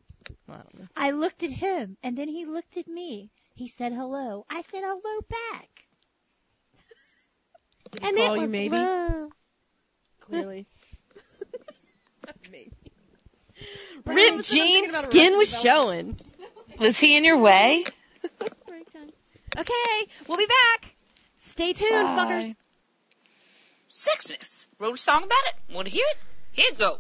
E: I looked at him, and then he looked at me. He said hello. I said hello back.
D: And call you maybe. Clearly.
A: Ripped jeans, skin was showing.
C: Was he in your way?
A: Okay, we'll be back. Stay tuned, fuckers.
C: Sexiness. Wrote a song about it. Want to hear it? Here you go.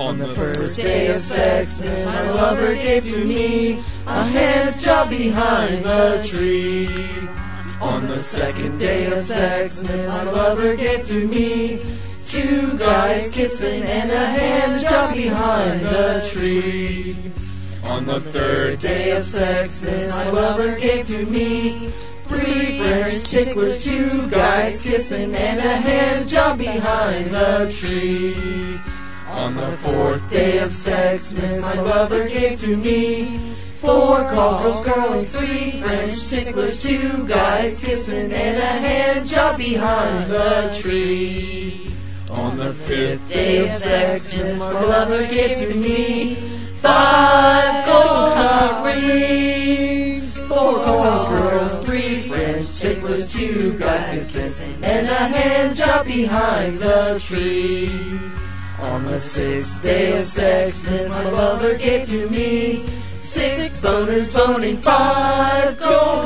I: On the first
F: day of sex, Miss my lover gave to me a hand job behind the tree. On the second day of sex, Miss my lover gave to me two guys kissing and a hand job behind the tree. On the third day of sex, Miss my lover gave to me three French ticklers, two guys kissing and a hand job behind the tree. On the fourth day of sex, Miss My Lover gave to me four cockerels, girls, three French ticklers, two guys kissing, and a hand job behind the tree. On the fifth day of sex, Miss My Lover gave to me five gold cup rings, four cockerels, three French ticklers, two guys kissing, and a hand job behind the tree. On the sixth day of sex, Miss My Lover gave to me six boners boning, five gold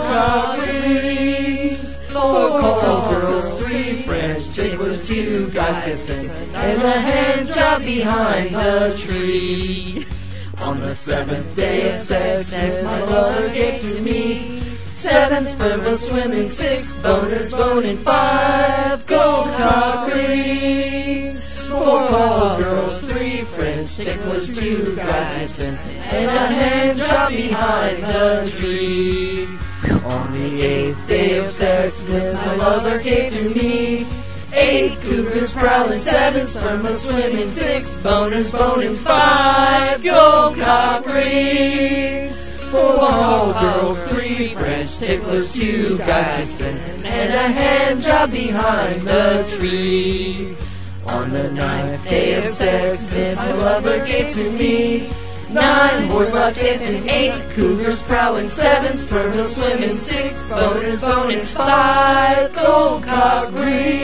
F: copies, four coral girls, three French ticklers, two guys kissing, and a hand job behind the tree. On the seventh day of sex, Miss My Lover gave to me seven sperma swimming, six boners boning, five gold copies. Four call girls, three French French ticklers, two guys get spins, and a hand job behind the tree. On the eighth day of Sexmas, my lover gave to me eight cougars prowling, seven sperma swimming, six boners boning, five gold cock rings. Four ball girls, three French ticklers, two guys get spins, and a hand job behind the tree. On the ninth day of sex, Miss my lover gave to me nine horse lodge dancing, eight cougars prowling, seven spermas swimming, six boners boning, five gold cock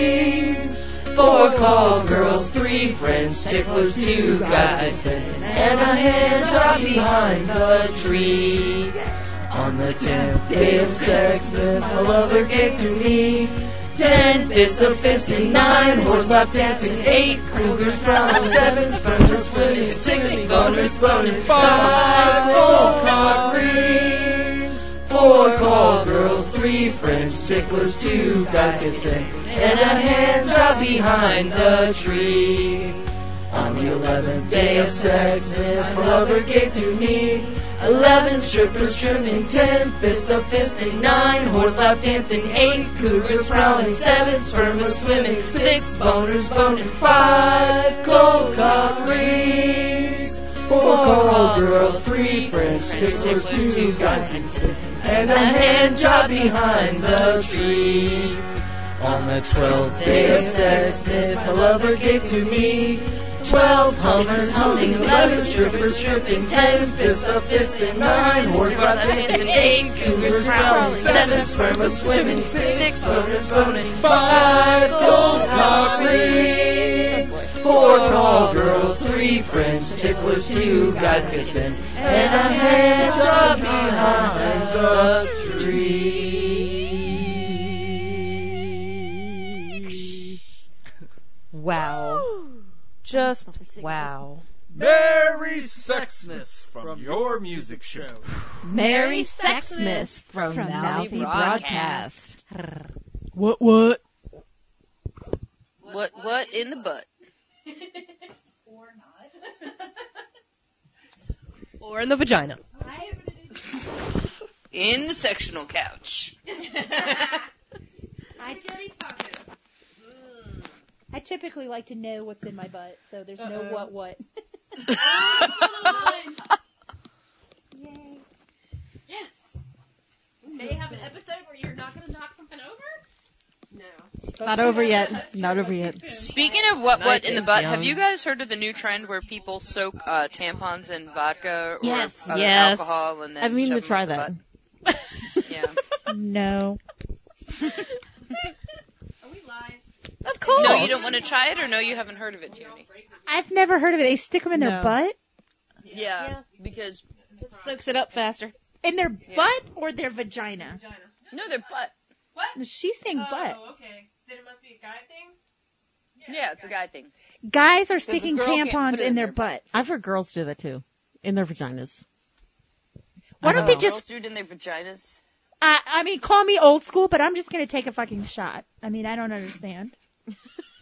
F: rings, four call girls, three friends, ticklers, two guys, and a hand job behind the tree. On the tenth day of sex, Miss my lover gave to me. Ten fists of fisting, nine horse lap dancing, eight Krugers drowning, seven spermas swimming, six boners boning, five gold cock rings, four call girls, three French ticklers, two guys get sick, and a hand job behind the tree. On the eleventh day of sex, Miss Lover gave to me eleven strippers trimming, ten fists of fisting, nine horse lap dancing, eight cougars prowling, seven spermas swimming, six boners boning, five cold cock rings, four cold girls, three French ticklers, two guys can sit, and a hand job behind the tree. On the twelfth day of sex, Miss Lover gave to me. Twelve hummers humming, eleven strippers stripping, ten fists of fisting, nine horse rod dancing, eight cougars growling, seven spermas swimming, six boners boning, five gold coffees, four tall girls, three friends, ticklers, two guys kissing, and a hand job behind the tree.
J: Wow. Just wow.
K: Merry Sexmas from your music show.
B: Merry Sexmas from,
J: From Mouthy
B: Mouthy Broadcast.
D: What what?
C: What what in the butt?
A: Or in the vagina.
C: In the sectional couch.
E: I typically like to know what's in my butt, so there's no what what. Yay.
L: Yes. May have an episode where you're not going to knock something over?
B: Not over yet. Not over yet.
C: Speaking of what what in the
B: Nice,
C: butt,
B: yeah.
C: have you guys heard of the new trend where people soak uh, tampons in vodka or
B: Yes.
C: other
B: Yes.
C: alcohol and then
B: I mean
C: shove
B: to
C: them
B: try
C: in the
B: that.
C: butt? Yeah.
E: No.
L: Are we live?
B: Of course.
C: No, you don't want to try it, or no, you haven't heard of it, Tierney.
E: I've never heard of it. They stick them in
B: No.
E: their butt?
C: Yeah, because
A: Soaks it up faster.
E: In their butt or their vagina?
C: no, their butt.
E: She's saying
D: Uh,
E: butt.
D: okay. Then it must be a guy thing.
C: Yeah, it's a guy thing.
E: Guys are
C: a
E: sticking
C: girl can't put
E: tampons
C: it
E: in
C: in
E: their
C: their
E: butts.
B: I've heard girls do that too, in their vaginas.
E: Why don't they
B: Oh.
E: just?
C: Girls do it in their vaginas.
E: I, I mean, call me old school, but I'm just gonna take a fucking shot. I mean, I don't understand.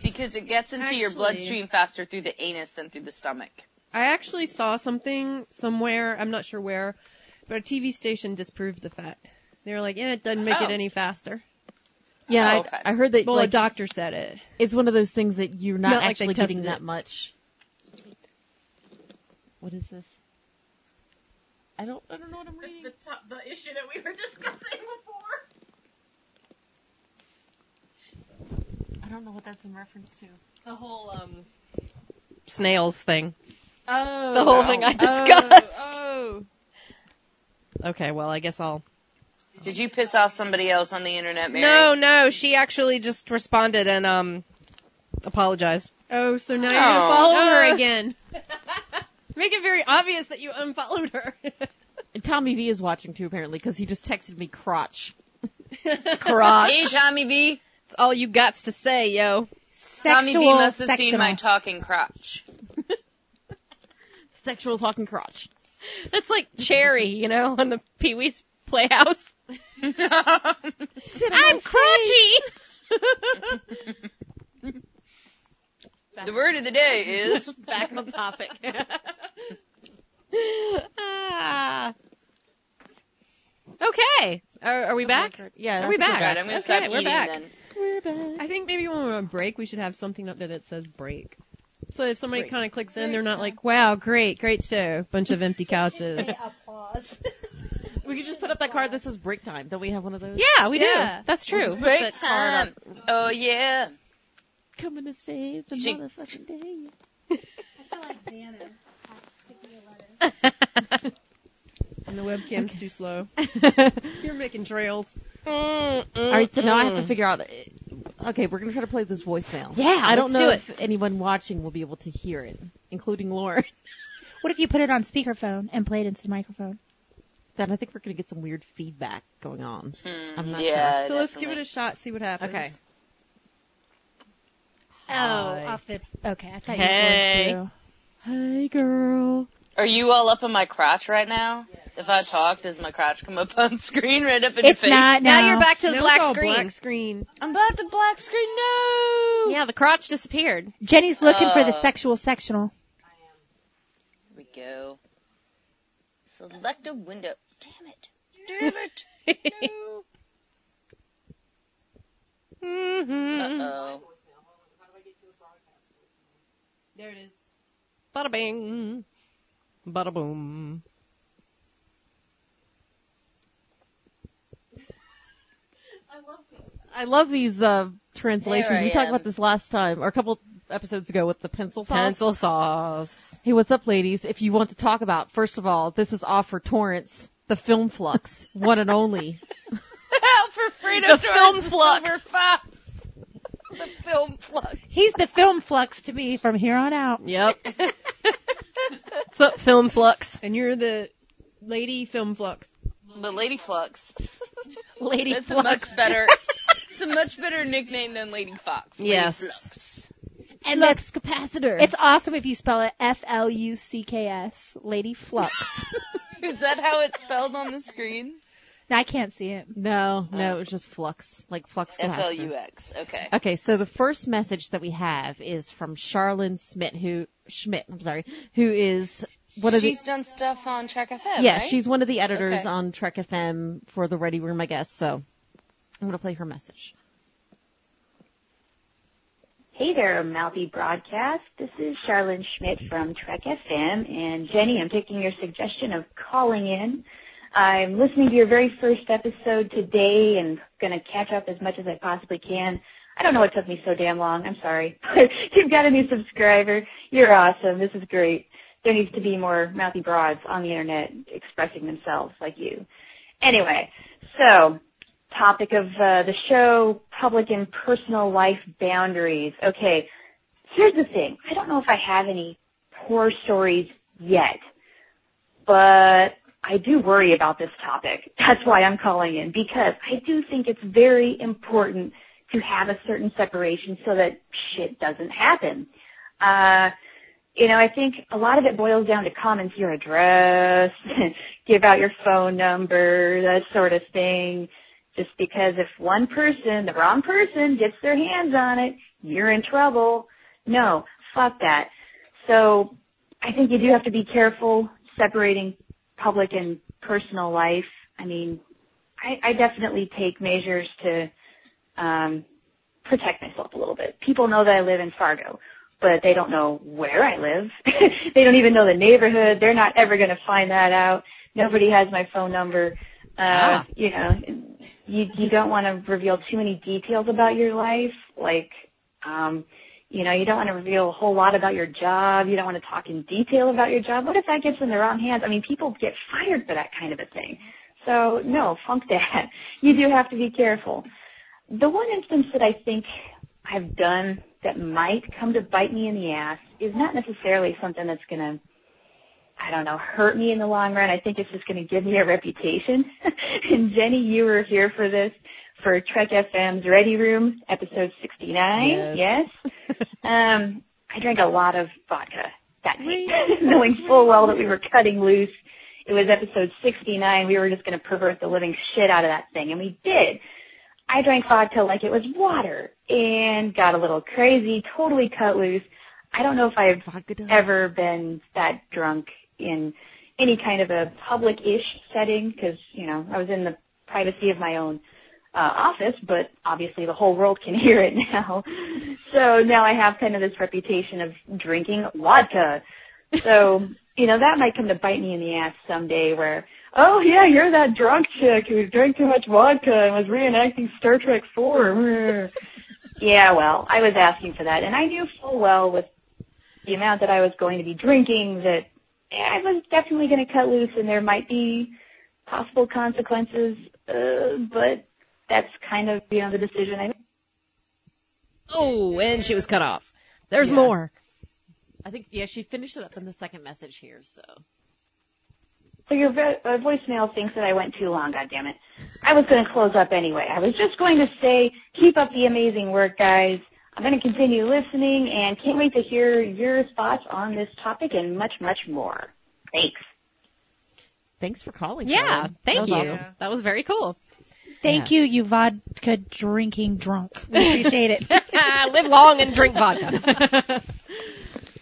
C: Because it gets into your
D: Actually-
C: bloodstream faster through the anus than through the stomach.
D: I actually saw something somewhere, I'm not sure where, but a TV station disproved the fact. They were like, yeah, it doesn't make
C: Oh.
D: it any faster.
B: Yeah,
C: Oh, okay.
B: I, I heard that
D: Well, a
B: like,
D: doctor said it.
B: it's one of those things that you're not,
D: Not like they
B: actually
D: tested
B: getting
D: it.
B: that much. What is this? I don't. I don't know what I'm reading.
L: The, top, the issue that we were discussing before.
B: I don't know what that's in reference to.
A: The whole um snails thing.
B: Oh.
A: The whole thing I discussed. Okay, well I guess I'll
C: Did you piss off somebody else on the internet, Mary?
A: No, no, she actually just responded and um apologized.
D: Oh, so now
C: you're gonna follow
D: her again. Make it very obvious that you unfollowed her.
B: And Tommy V is watching too apparently because he just texted me crotch.
A: Crotch.
C: Hey, Tommy B.
A: That's all you got to say, yo.
C: Tommy B
E: Sexual,
C: must have seen
E: sexual.
C: my talking crotch.
B: Sexual talking crotch.
A: That's like Cherry, you know, on the Pee Wee's Playhouse. I'm crotchy.
C: The word of the day is
B: back on topic.
A: Ah. Okay. Are, are we back?
B: Oh Yeah,
A: Are
B: I
A: we
B: think we're
A: back?
B: back. I'm
A: okay,
B: gonna stop
A: we're
B: eating
A: back.
B: then.
D: We're back. I think maybe when we're on break, we should have something up there that says break. So if somebody
B: Break.
D: kind of clicks in, they're not like, wow, great, great show. Bunch of empty couches.
E: Applause.
B: we could just put up that card that says break time. Don't we have one of those?
A: Yeah, we do. That's true.
B: We'll just put
A: Break
B: that card up.
C: Oh yeah.
B: Coming to save the
C: Jing.
B: motherfucking day.
D: and the webcam's too slow. You're making trails.
A: Mm-hmm.
B: All right, so now I have to figure out. Okay, we're gonna try to play this voicemail.
D: Yeah,
B: I don't
D: let's
B: know
D: do
B: if anyone watching will be able to hear it, including Lauren.
E: What if you put it on speakerphone and played into the microphone?
B: Then I think we're gonna get some weird feedback going
A: Hmm.
B: on. I'm not
C: yeah,
B: sure.
D: So let's give it a shot, see what happens.
B: Okay.
E: Oh, off the. Okay, I thought
C: Hey.
E: you were going
D: Hey, girl.
C: Are you all up in my crotch right now? If I talk, does my crotch come up on screen right up in your
A: It's
C: face?
A: not Now now. you're back to the
C: No,
A: black
C: it's all
A: screen.
C: black
D: screen.
C: I'm back to black screen. No.
A: Yeah, the crotch disappeared.
E: to. Jenny's looking for the
B: Oh.
C: Uh,
E: sexual sectional.
C: Here we go. Select a window. Damn it. Damn it. No.
A: Mm-hmm.
C: Uh-oh.
D: There it is.
A: Bada bing. Bada boom.
B: I love these uh, translations.
A: There I
B: We talked
A: am.
B: about this last time, or a couple episodes ago, with the pencil sauce.
A: Pencil sauce.
B: Hey, what's up, ladies? If you want to talk about, first of all, this is off for Torrance, the film flux, one and only.
C: Out for freedom.
B: The film flux.
C: Silver Fox. the film flux.
E: He's the film flux to me from here on out.
A: Yep. What's up, Film Flux?
D: And you're the lady film flux.
C: But Lady Flux.
A: Lady
C: That's
A: Flux.
C: a much better. It's a much better nickname than Lady Fox. Lady Flux.
E: And
B: Flux capacitor.
E: It's awesome if you spell it F L U C K S, Lady Flux.
C: Is that how it's spelled on the screen?
E: now, I can't see it.
B: No, no, it was just flux, like flux. capacitor.
C: Oh. F L U X. Okay.
B: Okay, so the first message that we have is from Charlene Schmidt, who Schmidt, I'm sorry, who is one of the
C: she's done stuff on Track FM.
B: yeah,
C: right?
B: she's one of the editors
C: Okay.
B: on Trek FM for the Ready Room, I guess. So I'm gonna play her message.
M: Hey there, Mouthy Broadcast. This is Charlene Schmidt from Trek FM, and Jenny, I'm taking your suggestion of calling in. I'm listening to your very first episode today and going to catch up as much as I possibly can. I don't know what took me so damn long. I'm sorry. You've got a new subscriber. You're awesome. This is great. There needs to be more mouthy broads on the internet expressing themselves like you. Anyway, so topic of uh, the show, public and personal life boundaries. Okay, here's the thing. I don't know if I have any horror stories yet, but I do worry about this topic. That's why I'm calling in because I do think it's very important to have a certain separation so that shit doesn't happen. Uh, you know, I think a lot of it boils down to comments, your address, give out your phone number, that sort of thing just because if one person, the wrong person, gets their hands on it, you're in trouble. No, fuck that. So I think you do have to be careful separating public and personal life. I mean, I, I definitely take measures to um, protect myself a little bit. People know that I live in Fargo, but they don't know where I live. they don't even know the neighborhood. They're not ever going to find that out. Nobody has my phone number. Uh,
G: Ah.
M: You know, you you don't want to reveal too many details about your life like um you know you don't want to reveal a whole lot about your job you don't want to talk in detail about your job what if that gets in the wrong hands i mean people get fired for that kind of a thing so no funk that you do have to be careful the one instance that i think i've done that might come to bite me in the ass is not necessarily something that's going to I don't know, hurt me in the long run. I think it's just going to give me a reputation. and Jenny, you were here for this for Trek FM's Ready Room, episode 69. Yes. um, I drank a lot of vodka that night, knowing full well that we were cutting loose. It was episode 69. We were just going to pervert the living shit out of that thing, and we did. I drank vodka like it was water and got a little crazy, totally cut loose. I don't know if I've ever been that drunk in any kind of a public-ish setting because, you know, I was in the privacy of my own uh, office, but obviously the whole world can hear it now. So now I have kind of this reputation of drinking vodka. So, you know, that might come to bite me in the ass someday where, oh yeah, you're that drunk chick who drank too much vodka and was reenacting Star Trek 4. yeah, well, I was asking for that and I knew full well with the amount that I was going to be drinking that I was definitely going to cut loose and there might be possible consequences, uh, but that's kind of, you know, the decision I made.
A: Oh, and she was cut off. There's more.
B: I think yeah, she finished it up in the second message here. So
M: So your vo- uh, voicemail thinks that I went too long, God damn it! I was going to close up anyway. I was just going to say, keep up the amazing work, guys. I'm going to continue listening and can't wait to hear your thoughts on this topic and much, much more. Thanks.
B: thanks for calling.
A: Yeah,
B: Charlotte.
A: thank
B: That was
A: you.
B: awesome.
A: That was very cool.
E: Thank you, you vodka drinking drunk. We appreciate it.
A: Live long and drink vodka.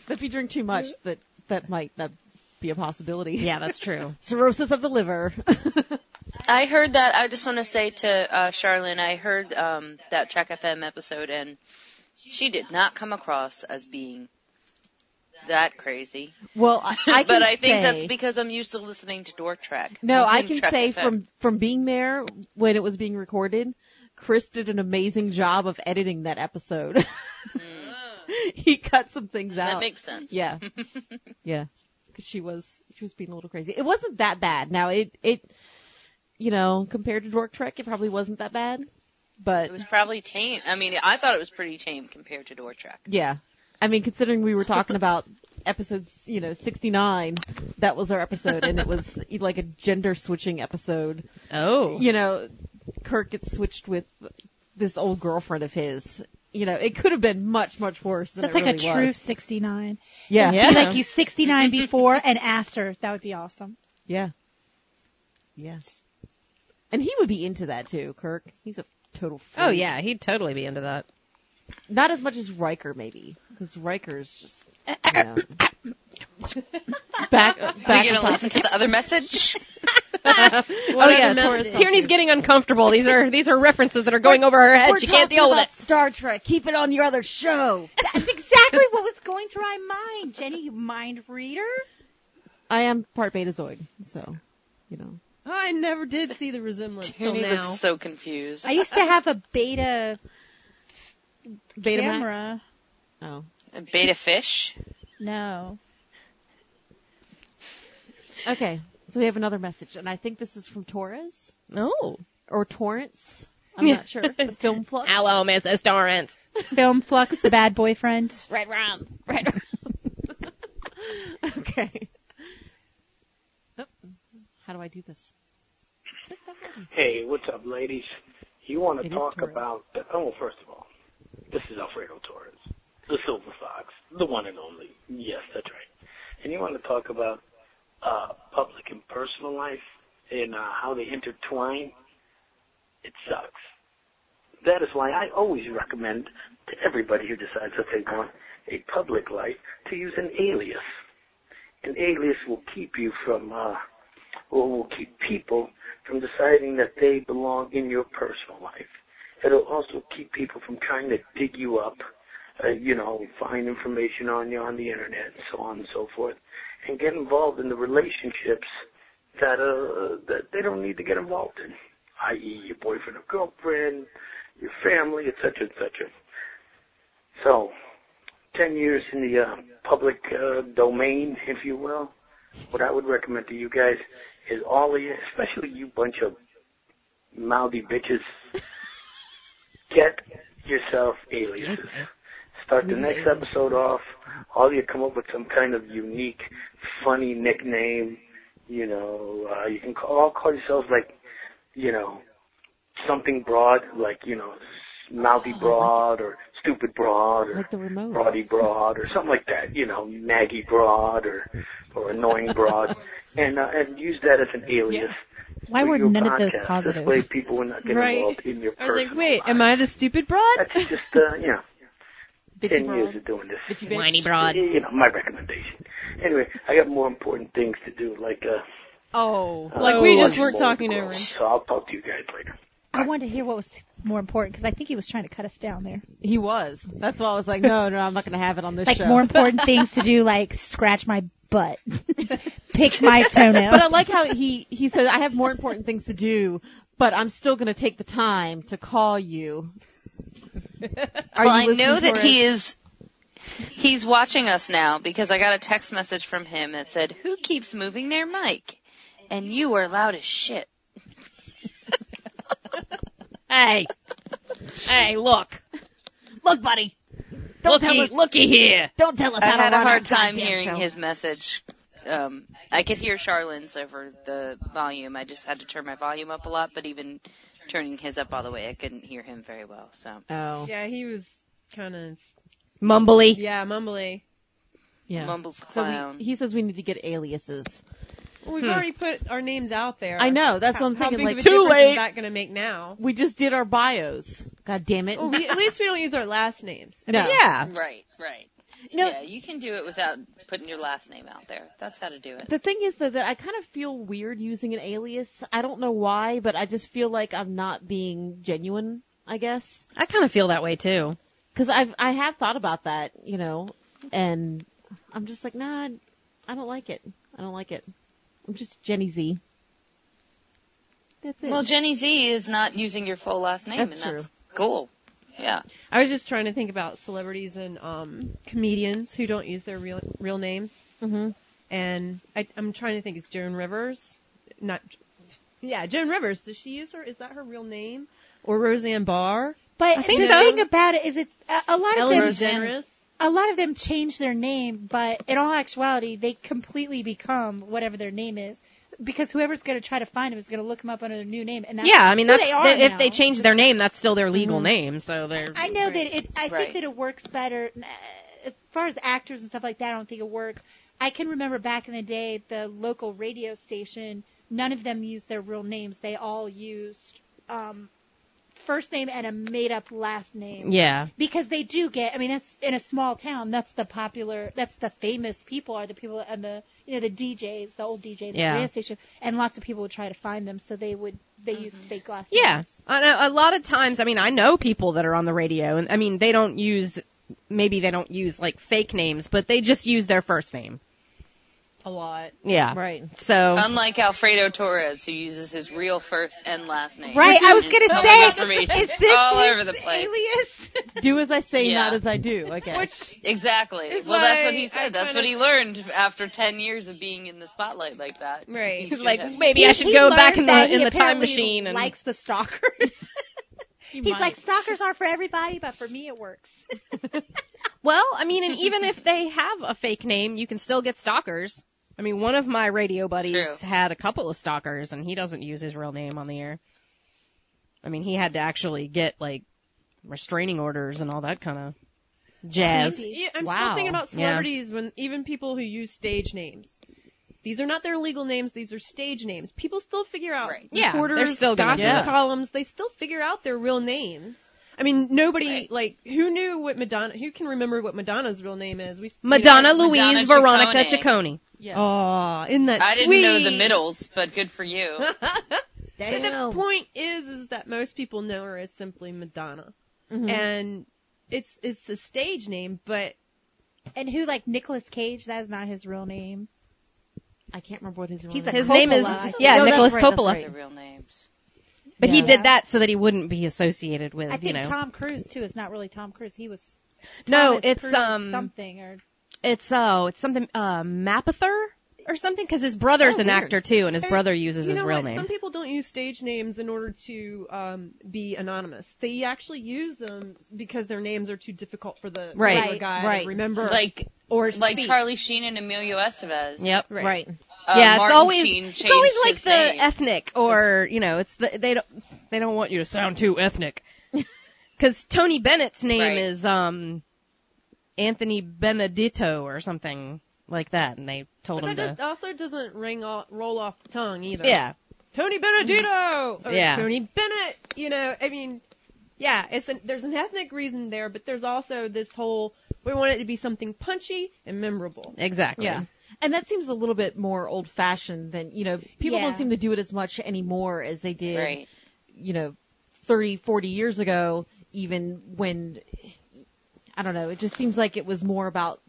B: But if you drink too much, that that might not be a possibility.
A: Yeah, that's true.
B: Cirrhosis of the liver.
C: I heard that. I just want to say to uh, Charlene, I heard um, that Track FM episode, and she did not come across as being that crazy.
B: Well, I, I can
C: but I think that's
B: say-
C: because I'm used to listening to Dork Track.
B: No,
C: not
B: I
C: even
B: can
C: Track
B: say
C: FM.
B: from from being there when it was being recorded, Chris did an amazing job of editing that episode. he cut some things out.
C: Mm. That makes sense.
B: Yeah, yeah, because she was she was being a little crazy. It wasn't that bad. Now it it you know compared to Dork Trek, it probably wasn't that bad. But
C: It was probably tame. I mean, I thought it was pretty tame compared to Dork Track.
B: yeah, I mean considering we were talking about episodes, you know, sixty nine, that was our episode, and it was e, like a gender switching episode.
A: Oh.
B: you know, Kirk gets switched with this old girlfriend of his. You know, it could have been much, much worse than
E: That's
B: it
E: like
B: really
E: a true
B: was.
E: 69.
B: Yeah.
E: It'd be
B: Yeah.
E: Like you 69 before and after. That would be awesome.
B: Yeah. Yes. And he would be into that too, Kirk. He's a total freak.
A: Oh yeah, he'd totally be into that.
B: Not as much as Riker maybe, because Riker's just you know, back. back
C: Are you
B: on
C: going to
B: top.
C: listen to the other message?
A: oh yeah, Taurus. Tierney's getting uncomfortable. These are these are references that are going over her head.
J: We're
A: She can't
J: talking
A: deal with
J: about
A: it.
J: Star Trek. Keep it on your other show.
E: That's exactly what was going through my mind. Jenny, you mind reader?
B: I am part Betazoid, so you know.
D: I never did see the resemblance till
C: Tierney
D: now.
C: looks so confused.
E: I used to have a beta
B: Beta
E: camera.
B: Oh.
C: A beta fish.
E: No.
B: Okay, so we have another message, and I think this is from Torres.
A: Oh.
B: Or Torrance. I'm
A: Yeah.
B: not sure. The film flux.
A: Hello, Mrs. Torrance.
E: Film Flux, the bad boyfriend.
A: Red rum. Red rum.
B: okay. Oh, How do I do this?
G: Hey, what's up, ladies? You want to
B: It is
G: talk
B: Torres.
G: about? Oh, first of all, this is Alfredo Torres, the Silver Fox, the one and only. Yes, that's right. And you want to talk about uh, public and personal life and uh, how they intertwine? It sucks. That is why I always recommend to everybody who decides that they want a public life to use an alias. An alias will keep you from, uh, or will keep people from deciding that they belong in your personal life. It'll also keep people from trying to dig you up, uh, you know, find information on you on the internet and so on and so forth, and get involved in the relationships that uh that they don't need to get involved in, i.e., your boyfriend or girlfriend, your family, etc., etc. So, ten years in the uh, public uh, domain, if you will. What I would recommend to you guys is all of you, especially you bunch of mouthy bitches, get yourself aliases. Start the next episode off. All of you come up with some kind of unique, funny nickname. You know, uh, you can call, all call yourselves like, you know, something broad, like you know, mouthy broad or stupid broad or
B: Like the remote.
G: Brody Broad or something like that, you know, Maggie Broad or or Annoying Broad, and uh, and use that as an alias.
E: Why
G: for
E: were
G: your
E: none of those
G: podcast.
E: positive?
G: This way, people will not get
D: Right.
G: involved in your
D: I was
G: personal.
D: like, wait, am I the stupid broad?
G: That's just uh, you know,
B: Bitchy
G: ten
B: broad.
G: years of doing this.
B: Bitchy bitch. Whiny broad.
G: You know, my recommendation. Anyway, I got more important things to do, like uh.
D: Oh,
G: uh,
D: like we
G: watch
D: just were
G: Bold
D: talking
G: Girl.
D: over. him.
G: So I'll talk to you guys later.
N: I wanted to hear what was more important because I think he was trying to cut us down there.
B: He was. That's why I was like, Oh, no, no, I'm not going to have it on this
N: Like
B: show.
N: more important things to do, like scratch my butt, pick my toenail.
B: But I like how he he said, I have more important things to do, but I'm still going to take the time to call you. Are
C: well,
B: you
C: I know
B: listening
C: that
B: for
C: he
B: us?
C: is. He's watching us now because I got a text message from him that said, "Who keeps moving their mic?" And you are loud as shit.
A: Hey, hey, look,
M: Look, buddy. Don't tell
C: Looky-
M: us.
A: looky here.
M: Don't tell us
C: I
M: how to
C: had a
M: run
C: hard
M: our
C: time
M: goddamn
C: hearing
M: show.
C: his message. Um, I could hear Charlin's over the volume. I just had to turn my volume up a lot, but even turning his up all the way, I couldn't hear him very well. So
B: Oh.
D: Yeah, he was kind of
A: mumbly.
D: yeah mumbly.
B: Yeah.
C: Mumbles
B: So we-
C: clown.
B: he says we need to get aliases.
D: Well, we've
B: Hmm.
D: already put our names out there.
B: I know, that's
D: how,
B: what I'm thinking,
D: How big
B: like,
D: of a
B: too
D: difference
B: late.
D: is that going to make now?
B: We just did our bios. God damn it.
D: Well, Oh, we, at least we don't use our last names.
B: No. Yeah.
C: Right, right. yeah, you can do it without putting your last name out there. That's how to do it.
B: The thing is though that I kind of feel weird using an alias. I don't know why, but I just feel like I'm not being genuine, I guess.
A: I kind of feel that way too.
B: Cause I've, I have thought about that, you know, and I'm just like, nah, I don't like it. I don't like it. I'm just Jenny Z. That's it.
C: Well, Jenny Z is not using your full last name,
D: That's
C: and that's
D: true.
C: cool. Yeah.
D: I was just trying to think about celebrities and um, comedians who don't use their real real names.
B: Mm-hmm.
D: And I, I'm trying to think. Is Joan Rivers? Not. Yeah, Joan Rivers. Does she use her? Is that her real name? Or Roseanne Barr?
E: But
D: I think
E: the
D: so.
E: thing about it is, it's a, a lot of
D: Ellen
E: them.
D: DeGeneres.
E: A lot of them change their name, but in all actuality, they completely become whatever their name is, because whoever's going to try to find them is going to look them up under their new name, and that's
A: yeah, I mean
E: who
A: that's
E: they are
A: if
E: now.
A: they change their name, that's still their legal name. So they're
E: I know that it. I
A: Right.
E: think that it works better uh, as far as actors and stuff like that. I don't think it works. I can remember back in the day, the local radio station. None of them used their real names. They all used um, first name and a made up last name.
A: Yeah.
E: Because they do get. I mean, that's in a small town. That's the popular. That's the famous people are the people and the you know the DJs, the old DJs,
A: Yeah.
E: the radio station, and lots of people would try to find them. So they would they used
A: Mm-hmm.
E: fake last names.
A: Yeah, I know. A lot of times, I mean, I know people that are on the radio, and I mean, they don't use maybe they don't use like fake names, but they just use their first name.
D: A lot.
A: Yeah,
B: right.
A: So
C: Unlike Alfredo Torres, who uses his real first and last name.
B: Right, I was
C: And
B: gonna
C: public
B: say,
C: information
B: is this
C: all
B: his
C: over the place.
B: Do as I say,
C: Yeah.
B: not as I do, I guess.
C: Exactly.
B: is
C: Well, that's what
B: why
C: he
B: I
C: said. That's
B: kind
C: what
B: of-
C: he learned after 10 years of being in the spotlight like that. Right.
A: He's like, maybe I should go back in the in the time machine and
E: likes
N: the stalkers.
E: He's
A: might.
E: like stalkers are for everybody, but for me it works.
A: Well, I mean, and even if they have a fake name, you can still get stalkers. I mean, one of my radio buddies had a couple of stalkers, and he doesn't use his real name on the air. I mean, he had to actually get like restraining orders and all that kind of jazz.
D: Yeah, I'm still thinking about
A: Yeah.
D: celebrities when even people who use stage names. These are not their legal names; these are stage names. People still figure out
A: Yeah, they're
D: reporters,
A: still gonna
D: gossip
A: do it.
D: columns. They still figure out their real names. I mean, nobody like who knew what Madonna. Who can remember what Madonna's real name is? We
A: Madonna
D: you know,
A: Louise Veronica Ciccone.
D: Oh, isn't that
C: I didn't
D: sweet?
C: know the middles, but good for you.
D: But the point is, is that most people know her as simply Madonna,
A: Mm-hmm.
E: Mhm.
D: and it's it's a stage name, but
E: And who like Nicolas Cage? That is not his real name.
B: I can't remember what his real
E: He's
B: name
E: a
B: is.
A: His name is-
E: Coppola.
A: yeah, No, that's Nicolas right, that's Coppola. right.
C: Their real names.
A: But he
E: Yeah.
A: did that so that he wouldn't be associated with,
E: I
A: you
E: think
A: know.
E: Tom Cruise too is not really Tom Cruise. He was
A: no,
E: Thomas
A: it's
E: Cruise
A: um
E: something or
A: it's oh, it's something uh Mapother or something cuz his brother's
D: Oh,
A: an
D: weird.
A: actor too and his
D: And
A: brother uses
D: you
A: his
D: know
A: real
D: what?
A: name.
D: Some people don't use stage names in order to um, be anonymous. They actually use them because their names are too difficult for the
A: Right.
D: regular guy
A: Right.
D: to remember.
C: Like,
D: or
C: like
D: speak.
C: Charlie Sheen and Emilio Estevez.
A: Yep. Right.
C: Uh,
A: yeah, it's
C: Martin
A: always
C: Sheen
A: it's
C: changed
A: always like
C: his
A: the
C: name.
A: ethnic or you know, it's the they don't they don't want you to sound too ethnic. Cuz Tony Bennett's name
C: Right.
A: is um Anthony Benedetto or something like that and they told
D: But that
A: him to
D: just also doesn't ring off, roll off the tongue either.
A: Yeah.
D: Tony Benedetto. Or
A: Yeah.
D: Tony Bennett. You know, I mean, yeah, it's an, there's an ethnic reason there, but there's also this whole we want it to be something punchy and memorable.
A: Exactly.
B: Yeah. And that seems a little bit more old fashioned than, you know, people
D: Yeah.
B: don't seem to do it as much anymore as they did,
D: Right.
B: you know, 30, 40 years ago, even when, I don't know, it just seems like it was more about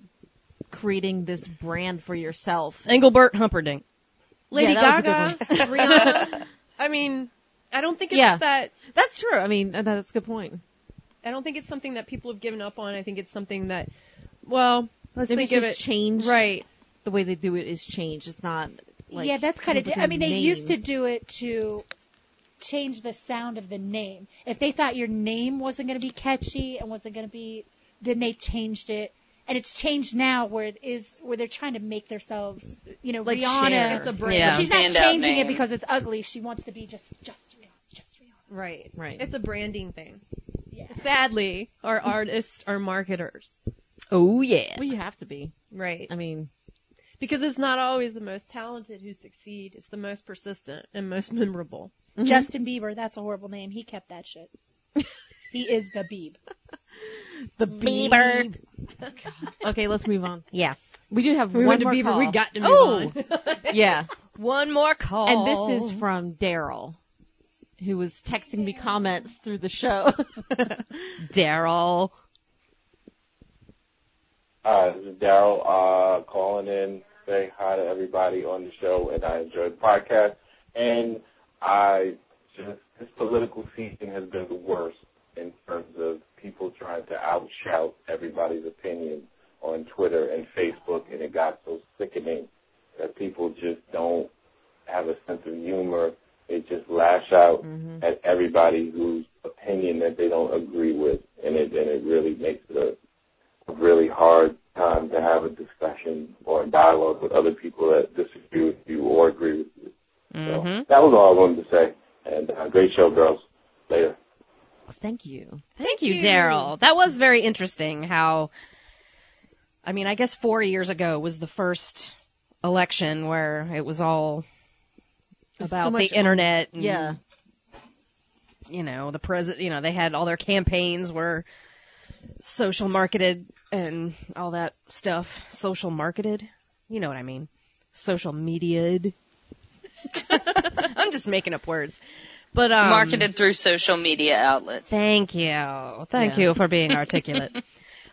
B: creating this brand for yourself.
A: Engelbert Humperdinck.
D: Lady
B: Yeah, that was a
D: Gaga,
B: good one.
D: Rihanna. I mean, I don't think it's
B: Yeah.
D: that.
B: That's true. I mean, uh, that's a good point.
D: I don't think it's something that people have given up on. I think it's something that, well, let's
B: Maybe
D: think
B: it's
D: of
B: just
D: it.
B: changed.
D: Right.
B: The way they do it is changed. It's not like.
O: yeah, that's kind of.
B: with
O: I mean,
B: a
O: they used to
B: name.
O: do it to change the sound of the name. If they thought your name wasn't going to be catchy and wasn't going to be, then they changed it. And it's changed now, where it is where they're trying to make themselves, you know,
B: Like
O: Rihanna.
B: Cher. It's a brand. Yeah.
O: She's not
B: Standout
O: changing
B: name.
O: it because it's ugly. She wants to be just, just
D: Right.
B: Right.
D: It's a branding thing. Sadly, our artists are marketers.
A: Oh yeah.
B: Well, you have to be.
D: Right.
B: I mean,
D: because it's not always the most talented who succeed. It's the most persistent and most memorable.
B: Mm-hmm.
A: Mm-hmm.
E: Justin Bieber, that's a horrible name. He kept that shit. he is the Beeb.
B: The
E: Bieber.
B: okay, let's move on.
A: Yeah.
B: We do have
A: We
B: one
A: went to
B: more
A: Bieber.
B: call.
A: We got to move
B: on. yeah.
A: One more call.
B: And this is from Daryl, who was texting me comments through the show.
A: Daryl.
P: Hi, this is Daryl uh, calling in, saying hi to everybody on the show, and I enjoy the podcast. And I just this political season has been the worst in terms of people trying to outshout everybody's opinion on Twitter and Facebook, and it got so sickening that people just don't have a sense of humor. They just lash out at everybody whose opinion that they don't agree with, and it and it really makes it a a really hard time to have a discussion or a dialogue with other people that disagree with you or agree with you.
A: Mm-hmm.
P: That was all I wanted to say. And uh, great show, girls. Later.
B: Thank you.
A: Thank you, Daryl. That was very interesting how I mean, I guess 4 years ago was the first election where it was all
B: It was
A: about
B: so
A: the
B: much-
A: internet and
B: yeah.
A: you know, the president, you know, they had all their campaigns were social marketed and all that stuff. Social marketed? You know what I mean. Social mediaed. I'm just making up words. But um
C: Marketed through social media outlets.
A: Thank you.
C: Yeah.
A: Thank you for being articulate.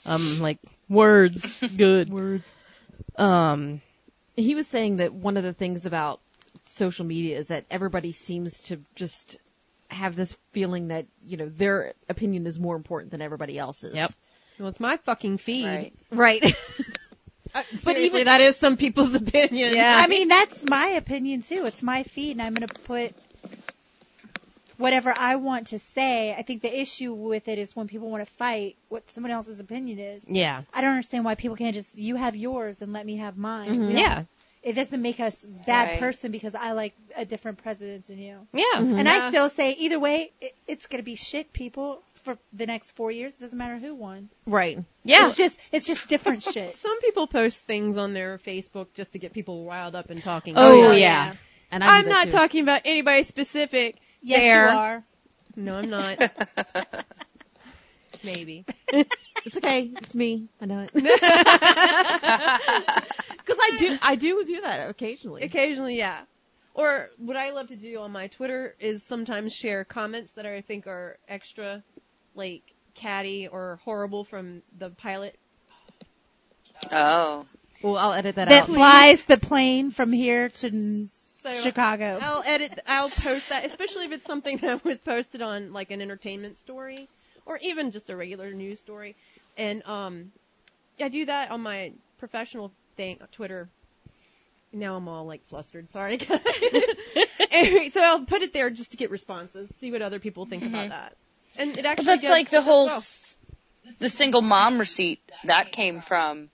A: um, like words, good
B: words.
A: Um,
B: he was saying that one of the things about social media is that everybody seems to just have this feeling that you know their opinion is more important than everybody else's. Yep.
D: Well, it's my fucking feed.
B: Right.
A: Right.
D: but even Uh, that is some people's opinion.
E: I mean, that's my opinion too. It's my feed, and I'm going to put whatever I want to say. I think the issue with it is when people want to fight what someone else's opinion is.
A: Yeah.
E: I don't understand why people can't just you have yours and let me have mine.
A: Mhm.
E: We don't-
A: Yeah.
E: It doesn't make us bad
A: Right.
E: person because I like a different president than you.
A: Yeah. Mhm.
E: And
A: Yeah.
E: I still say either way, it, it's going to be shit, people, for the next four years. It doesn't matter who won.
B: Right.
E: Yeah. It's just it's just different shit.
D: Some people post things on their Facebook just to get people riled up and talking.
A: Oh, Oh, yeah. yeah. And I do
D: I'm
A: that
D: not
A: too.
D: talking about anybody specific.
E: Yes, you
D: there.
E: are.
D: No, I'm not. Maybe.
B: It's okay. It's me. I know it. Because I do, I do do that occasionally.
D: Occasionally, yeah. Or what I love to do on my Twitter is sometimes share comments that I think are extra, like catty or horrible from the pilot.
C: Oh.
B: Well, I'll edit that,
E: that
B: out.
E: flies the plane from here to n-
D: So oh,
E: Chicago.
D: I'll edit. I'll post that, especially if it's something that was posted on like an entertainment story, or even just a regular news story. And um, I do that on my professional thing, Twitter. Now I'm all like flustered. Sorry, guys. anyway, so I'll put it there just to get responses, see what other people think about that. And it
C: Well,
D: actually
C: Mm-hmm. that's
D: does
C: like the whole
D: well.
C: s the single mom receipt that came from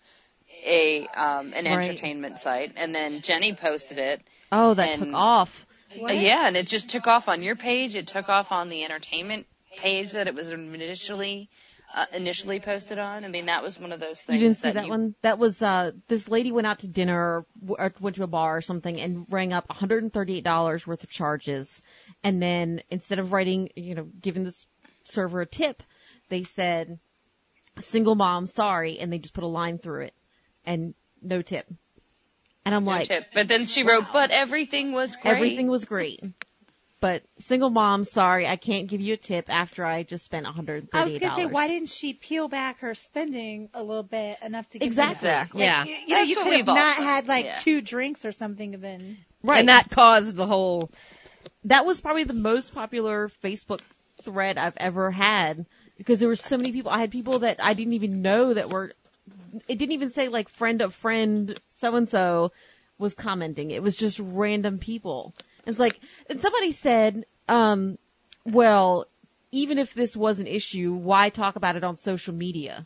C: a um an
B: Right.
C: entertainment site and then Jenny posted it.
B: Oh, that
C: And-
B: took off.
C: Uh, yeah, and it just took off on your page. It took off on the entertainment page that it was initially uh, initially posted on. I mean, that was one of those
B: You
C: things
B: didn't see
C: that,
B: that
C: you
B: one? That was uh this lady went out to dinner or, or went to a bar or something and rang up $138 worth of charges and then instead of writing, you know, giving this serve her a tip, they said, single mom, sorry, and they just put a line through it and no tip. And I'm like,
C: Chip. But then she wrote, but everything was great.
B: everything was great. But single mom, sorry, I can't give you a tip after I just spent $138.
E: I was gonna say, why didn't she peel back her spending a little bit enough to get
B: Exactly. Exactly. Yeah.
E: Like, you, you know,
B: That's
E: you
B: what
E: could have
B: we've
E: not
B: also-
E: had like
B: yeah.
E: two drinks or something, and then
B: Right.
A: And that caused the whole.
B: That was probably the most popular Facebook thread I've ever had because there were so many people. I had people that I didn't even know that were, it didn't even say like friend of friend so and so was commenting. It was just random people. It's like, and somebody said, um, well, even if this was an issue, why talk about it on social media?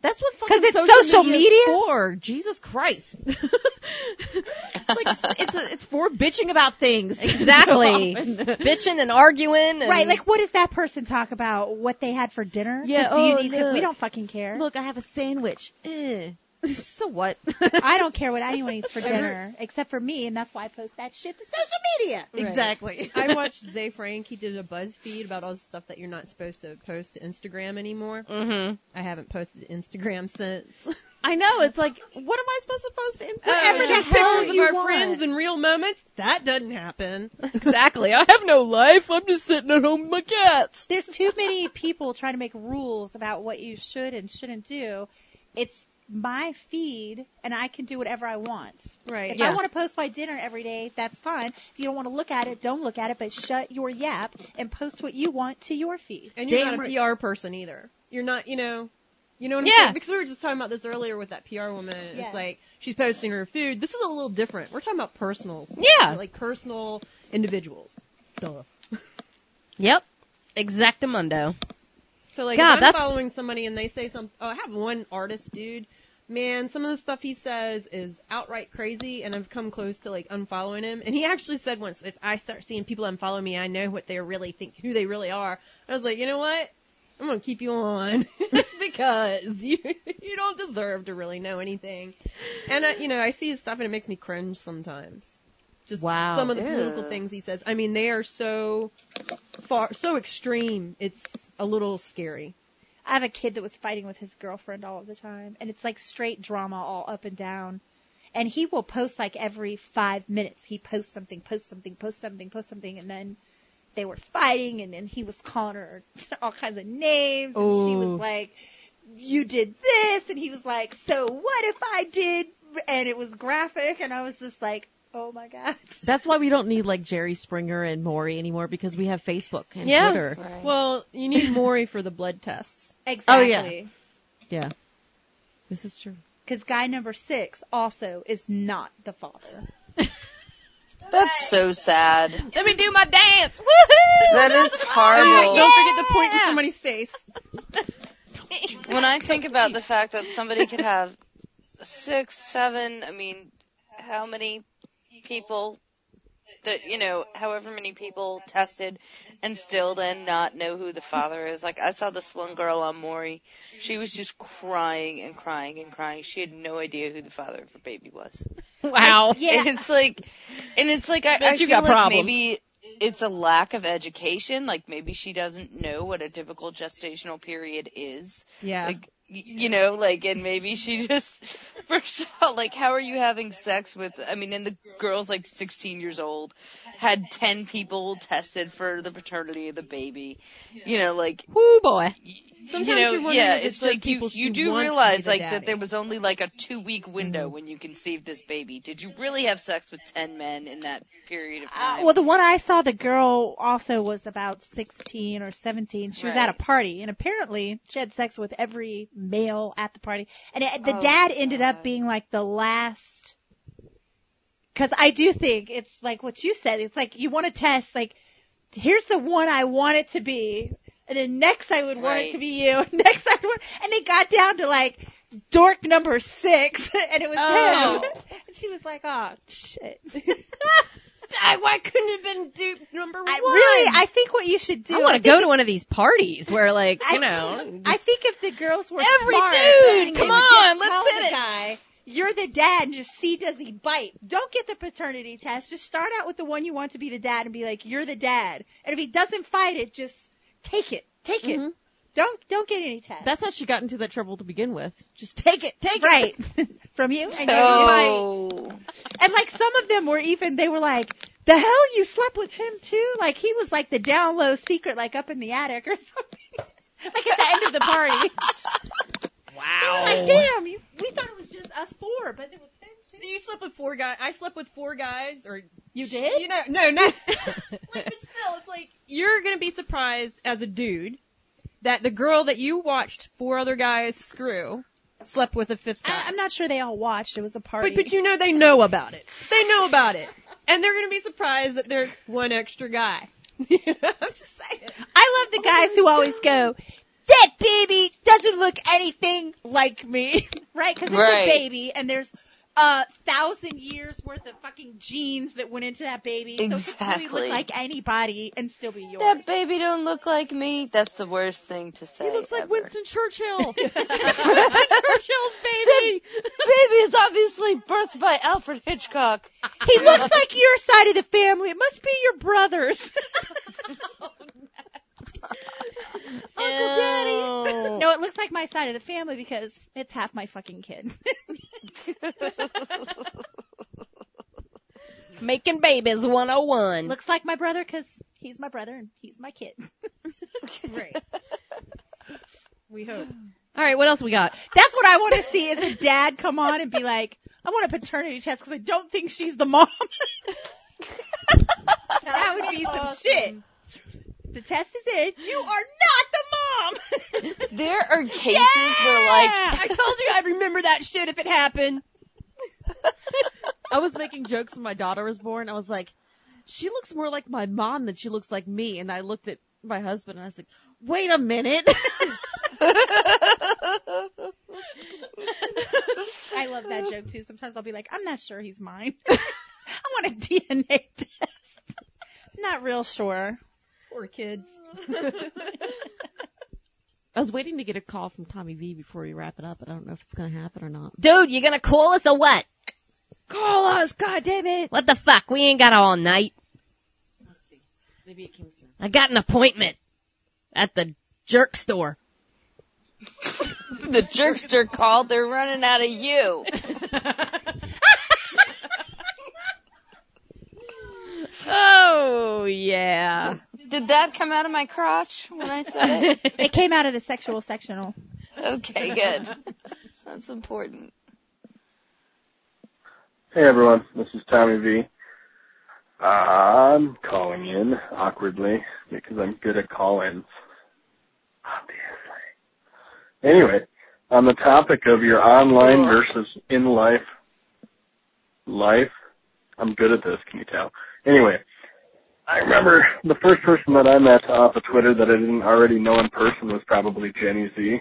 B: That's what fucking
E: 'Cause it's
B: social,
E: social
B: media, is
E: media?
B: for. Jesus Christ. it's like it's a, it's for bitching about things.
A: Exactly.
B: So often.
A: Bitching and arguing. And
E: right, like what does that person talk about? What they had for dinner? 'Cause
B: Yeah,
E: do you
B: oh,
E: need- 'cause we
B: look.
E: don't fucking care.
B: Look, I have a sandwich. Eh. so what?
E: I don't care what anyone eats for dinner except for me, and that's why I post that shit to social media.
B: Exactly.
D: I watched Zay Frank. He did a BuzzFeed about all the stuff that you're not supposed to post to Instagram anymore.
A: Mm-hmm.
D: I haven't posted to Instagram since.
B: I know. It's like, what am I supposed to post to Instagram?
D: Whatever
B: Just
D: the hell
B: pictures
D: you
B: of our
D: want.
B: friends
D: and real moments. That doesn't happen.
A: Exactly. I have no life. I'm just sitting at home with my cats.
E: There's too many people trying to make rules about what you should and shouldn't do. It's my feed, and I can do whatever I want.
D: Right.
E: If I
D: Yeah.
E: want to post my dinner every day, that's fine. If you don't want to look at it, don't look at it, but shut your yap and post what you want to your feed.
D: And you're not a PR person either. You're not, you know, you know what I'm
E: Yeah.
D: saying? Because we were just talking about this earlier with that PR woman. and
E: Yeah.
D: It's like she's posting her food. This is a little different. We're talking about personal.
A: Yeah.
D: Like personal individuals. Duh.
A: Yep. Exactamundo.
D: So like,
A: God,
D: if I'm
A: that's-
D: following somebody and they say something. Oh, I have one artist dude. Man, some of the stuff he says is outright crazy, and I've come close to like unfollowing him. And he actually said once, if I start seeing people unfollow me, I know what they really think, who they really are. I was like, you know what? I'm gonna keep you on just because you you don't deserve to really know anything. And I, you know, I see his stuff and it makes me cringe sometimes. Just
B: Wow.
D: some of the
B: Ew.
D: political things he says. I mean, they are so far, so extreme. It's a little scary.
E: I have a kid that was fighting with his girlfriend all of the time, and it's like straight drama all up and down. And he will post like every five minutes. He posts something, posts something, posts something, posts something, and then they were fighting, and then he was calling her all kinds of names, and she
D: Ooh.
E: was like, "You did this," and he was like, "So what if I did?" And it was graphic, and I was just like, "Oh my god."
B: That's why we don't need like Jerry Springer and Maury anymore because we have Facebook and Twitter.
D: Well, you need Maury for the blood tests.
B: Oh, yeah.
E: Exactly.
B: Yeah. This is true.
E: Because guy number six also is not the father.
C: That's so sad.
A: Let me do my dance.
C: Woohoo! That is horrible.
D: Don't forget to point in somebody's face.
C: when I think about the fact that somebody could have six, seven, I mean, how many people that, you know, however many people tested and still then not know who the father is. Like, I saw this one girl on Maury. She was just crying and crying and crying. She had no idea who the father of her baby was.
A: Wow.
C: Yeah. It's like, and it's like, I,
A: Bet
C: I
A: you
C: feel
A: got
C: like
A: problems.
C: maybe it's a lack of education. Like, maybe she doesn't know what a typical gestational period is
D: Yeah.
C: Like, y- you know, like, and maybe she just, first of all, like, how are you having sex with, I mean, and the girl's like 16 years old, had 10 people tested for the paternity of the baby. You know, like,
A: Woo boy.
C: you
D: Sometimes
C: know,
D: you're wondering
C: yeah,
D: if it's
C: it's
D: just
C: like you,
D: people she
C: you do
D: wants to be
C: realize,
D: the
C: like,
D: daddy. Mm-hmm.
C: that there was only like a two week window when you conceived this baby. Did you really have sex with 10 men in that period of time?
E: Uh, Well, the one I saw, the girl also was about 16 or 17. She was at a
C: Right.
E: party, and apparently she had sex with every male at the party. And it, the
M: Oh,
E: dad ended up being like the last. Because I do think it's like what you said. It's like you want to test, like, here's the one I want it to be. And then next I would want it
M: Right.
E: to be you. Next I would want, and they got down to like dork number six, and it was
D: Oh.
E: him. And she was like, oh, shit.
D: I, why couldn't it have been dude number one?
E: I, really, I think what you should do.
A: I want to
E: think
A: go
E: if-
A: to one of these parties where, like,
E: I-
A: you know,
E: I think if the girls were
A: Every
E: smart,
A: dude,
E: they
A: come
E: would
A: on,
E: just
A: let's
E: tell
A: hit
E: the
A: it.
E: Guy, you're the dad, and just see does he bite. Don't get the paternity test. Just start out with the one you want to be the dad, and be like, you're the dad. And if he doesn't fight it, just take it. Take it. Don't don't get any tests.
B: That's how she got into that trouble to begin with. Just
E: take it, take right. it from you. And,
C: Oh.
E: and like some of them were even they were like, the hell you slept with him too? Like he was like the down low secret, like up in the attic or something. like at the end of the party.
A: Wow.
E: Like damn, you, we thought it was just us four, but it was him too.
D: You slept with four guys. I slept with four guys, or
E: you did?
D: You know, no, no. like, but still, it's like you're gonna be surprised as a dude that the girl that you watched four other guys screw slept with a fifth guy.
E: I'm not sure they all watched. It was a party.
D: But but you know they know about it. They know about it, and they're gonna be surprised that there's one extra guy.
E: I love the guys who always go, that baby doesn't look anything like me. right? Because it's
C: Right.
E: a baby and there's a thousand years worth of fucking genes that went into that baby. So it could really
C: Exactly.
E: look like anybody and still be yours.
C: That baby don't look like me. That's the worst thing to say. He looks like Winston
B: Churchill.
C: Winston
B: Churchill's baby.
C: baby is obviously birthed by Alfred Hitchcock.
E: He looks like your side of the family. It must be your brothers. Uncle Daddy. No, it looks like my side of the family because it's half my fucking kid.
A: Making babies 101.
E: looks like my brother because he's my brother and he's my kid. right.
D: We hope.
A: All right, what else we got?
E: That's what I want to see is a dad come on and be like, I want a paternity test because I don't think she's the mom. that would be some shit. The test is in. You are not the mom.
C: There are cases
E: Yeah!
C: where like
D: I told you I'd remember that shit if it happened.
B: I was making jokes when my daughter was born. I was like, she looks more like my mom than she looks like me. And I looked at my husband and I was like, wait a minute.
E: I love that joke too. Sometimes I'll be like, I'm not sure he's mine. I want a DNA test. Not real sure. Poor kids.
B: I was waiting to get a call from Tommy V before we wrap it up, but I don't know if it's going to happen or not.
A: Dude, you gonna call us or what?
D: Call us, god damn it.
A: What the fuck? We ain't got all night.
B: Maybe it came through.
A: I got an appointment at the jerk store.
C: the jerkster called, they're running out of you.
A: Oh yeah.
C: Did that come out of my crotch when I said it?
E: It came out of the sexual sectional.
C: Okay, good. That's important.
P: Hey everyone, this is Tommy V. I'm calling in awkwardly because I'm good at call-ins. Obviously. Anyway, on the topic of your online versus in life life, I'm good at this. Can you tell? Anyway, I remember the first person that I met off of Twitter that I didn't already know in person was probably Jenny Z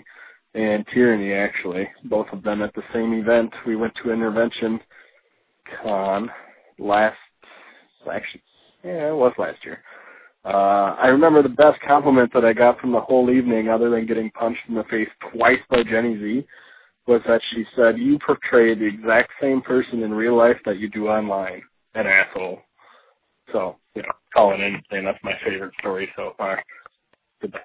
P: and Tyranny actually, both of them at the same event. We went to Intervention Con last, actually, yeah, it was last year. Uh, I remember the best compliment that I got from the whole evening, other than getting punched in the face twice by Jenny Z, was that she said, "You portray the exact same person in real life that you do online, an asshole." So, you know, calling in, saying that's my favorite story so far. Goodbye.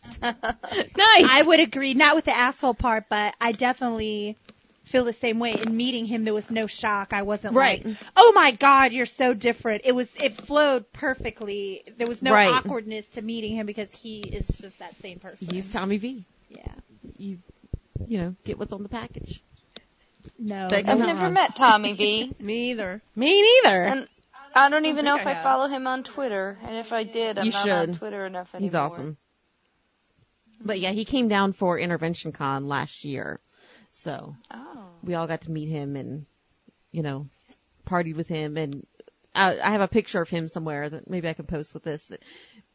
E: Nice. I would agree, not with the asshole part, but I definitely feel the same way. In meeting him, there was no shock. I wasn't
A: Right.
E: like, "Oh my God, you're so different." It was, it flowed perfectly. There was no
A: Right.
E: awkwardness to meeting him because he is just that same person.
B: He's Tommy V.
E: Yeah.
B: You, you know, get what's on the package.
E: No,
B: That
C: I've
B: came out
C: never
B: wrong.
C: met Tommy V.
D: Me either.
A: Me neither.
C: And I don't even know
D: think
C: if
D: I
C: I,
D: have.
C: follow him on Twitter, and if I did, I'm
B: You
C: not on
B: should.
C: Twitter enough anymore.
B: He's awesome. But yeah, he came down for Intervention Con last year. So
C: Oh.
B: we all got to meet him and, you know, partied with him. And I, I have a picture of him somewhere that maybe I can post with this.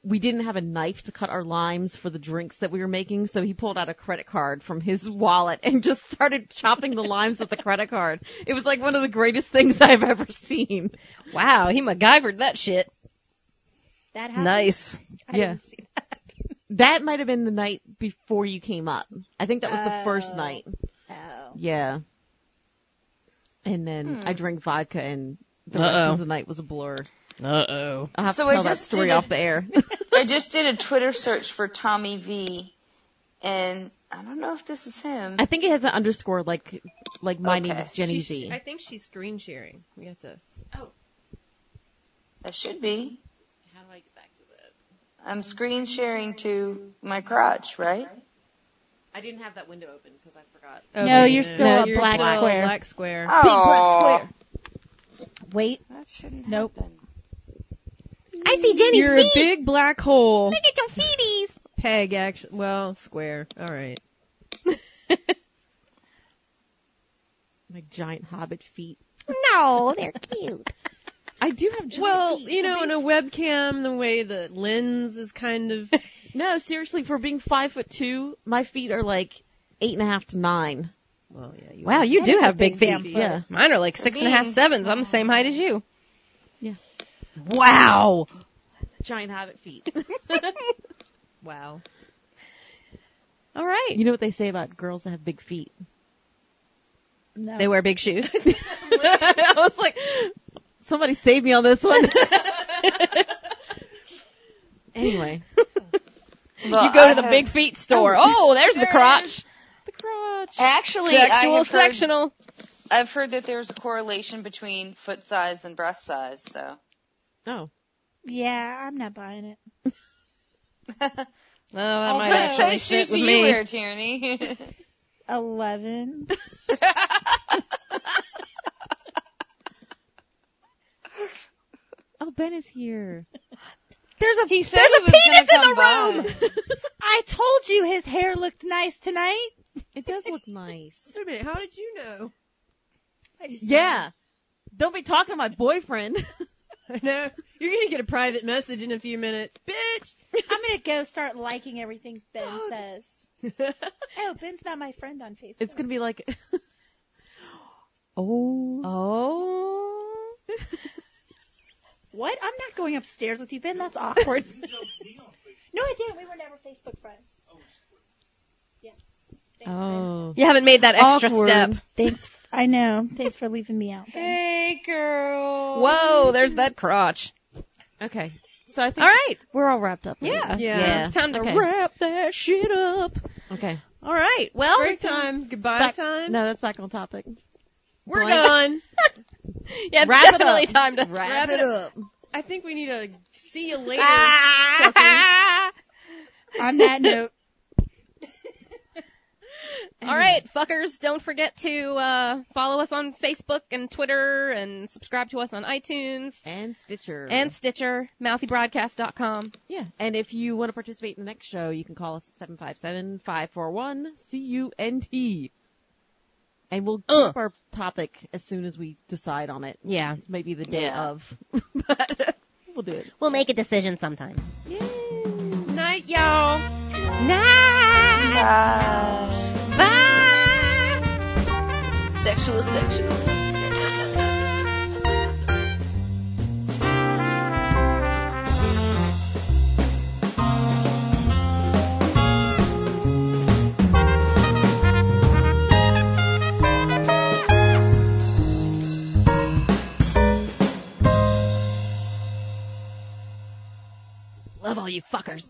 B: We didn't have a knife to cut our limes for the drinks that we were making, so he pulled out a credit card from his wallet and just started chopping the limes with the credit card. It was like one of the greatest things I've ever seen.
A: Wow, he MacGyvered that shit.
E: That happened.
A: Nice.
E: I
B: yeah.
E: didn't see that.
B: That might have been the night before you came up. I think that was the first
E: Oh.
B: night.
E: Oh.
B: Yeah. And then
E: Hmm.
B: I drank vodka and the
A: Uh-oh.
B: rest of the night was a blur.
A: Uh oh.
B: I'll have
C: So
B: to
C: I
B: tell that
C: just
B: story
C: did a-
B: off the air.
C: I just did a Twitter search for Tommy V, and I don't know if this is him.
B: I think it has an underscore like like my name is Jenny
D: She's-
B: Z.
D: I think she's screen sharing. We have to.
C: Oh. That should be.
B: How do I get back to that?
C: I'm screen sharing to my crotch, right?
B: I didn't have that window open because I forgot.
E: Oh, No, you're still
D: No,
E: a
D: you're
E: black
D: still a
E: square.
D: black square.
E: Big black square. Wait.
C: That shouldn't
E: Nope.
A: I see Jenny's
D: You're
A: feet.
D: a big black hole.
A: Look at your feeties.
D: Peg, actually. Well, square. All right.
B: Like giant hobbit feet.
A: No, they're cute.
B: I do have giant
D: Well,
B: feet.
D: you know, in a webcam, the way the lens is kind of
B: No, seriously, for being five foot two, my feet are like eight and a half to nine.
D: Well, yeah.
B: wow, you
A: That
B: do
A: is a
B: have big,
A: big damn
B: feet.
A: foot.
B: Yeah.
A: Mine are like six and a half
B: Means-
A: sevens. I'm the same height as you.
B: Yeah.
A: Wow.
B: Giant hobbit feet.
D: wow.
A: All right.
B: You know what they say about girls that have big feet?
E: No.
A: They wear big shoes.
B: I was like, somebody save me on this one. anyway.
C: Well,
A: you go
C: I
A: to the
C: have-
A: big feet store. Oh, there's the crotch.
C: Actually, I
A: Sexual
C: have heard-
A: sectional.
C: I've heard that there's a correlation between foot size and breast size, so.
B: Oh.
E: Yeah, I'm not buying it.
A: Oh, that might
C: What
A: actually
C: size
A: fit
C: shoes
A: with
C: do
A: me.
C: you wear, Tierney?
E: Eleven.
B: Oh, Ben is here.
E: There's a
C: said there's he a was penis gonna in the come room!
E: I told you his hair looked nice tonight.
B: It does look nice.
D: Wait a minute. How did you know?
E: I just
B: Yeah. Don't be talking to my boyfriend.
D: I know. You're gonna get a private message in a few minutes, bitch.
E: I'm gonna go start liking everything Ben says. oh, Ben's not my friend on Facebook.
B: It's gonna be like,
D: oh,
A: oh,
E: what? I'm not going upstairs with you, Ben. That's awkward. no, I didn't. We were never Facebook friends.
B: oh.
A: You haven't made that extra
E: Awkward.
A: step.
E: Thanks. I know. Thanks for leaving me out. Ben.
D: Hey, girl.
A: Whoa, there's that crotch.
B: Okay. So I think
A: All right.
B: we're all wrapped up. right?
A: Yeah.
D: Yeah.
A: It's time to
B: Okay.
D: Wrap that shit up.
B: Okay.
A: All right. Well,
D: Break time. Goodbye
B: Back-
D: time.
B: No, that's back on topic.
D: We're
B: Blank.
D: done.
A: yeah, it's
B: Wrap it
A: definitely
B: up.
A: time to
D: Wrap it up. I think we need a see you later.
B: Ah.
E: On that note,
A: All right, fuckers, don't forget to uh, follow us on Facebook and Twitter and subscribe to us on iTunes
B: And Stitcher.
A: and Stitcher, mouthdybroadcast.com.
B: yeah. And if you want to participate in the next show, you can call us at 757-541-CUNT. And we'll
A: Uh.
B: keep our topic as soon as we decide on it.
A: Yeah.
B: It's maybe the day
C: Yeah.
B: of. but we'll do it.
A: We'll make a decision sometime.
D: Night, y'all.
A: uh,
C: Sexual, sexual.
A: Love all you fuckers.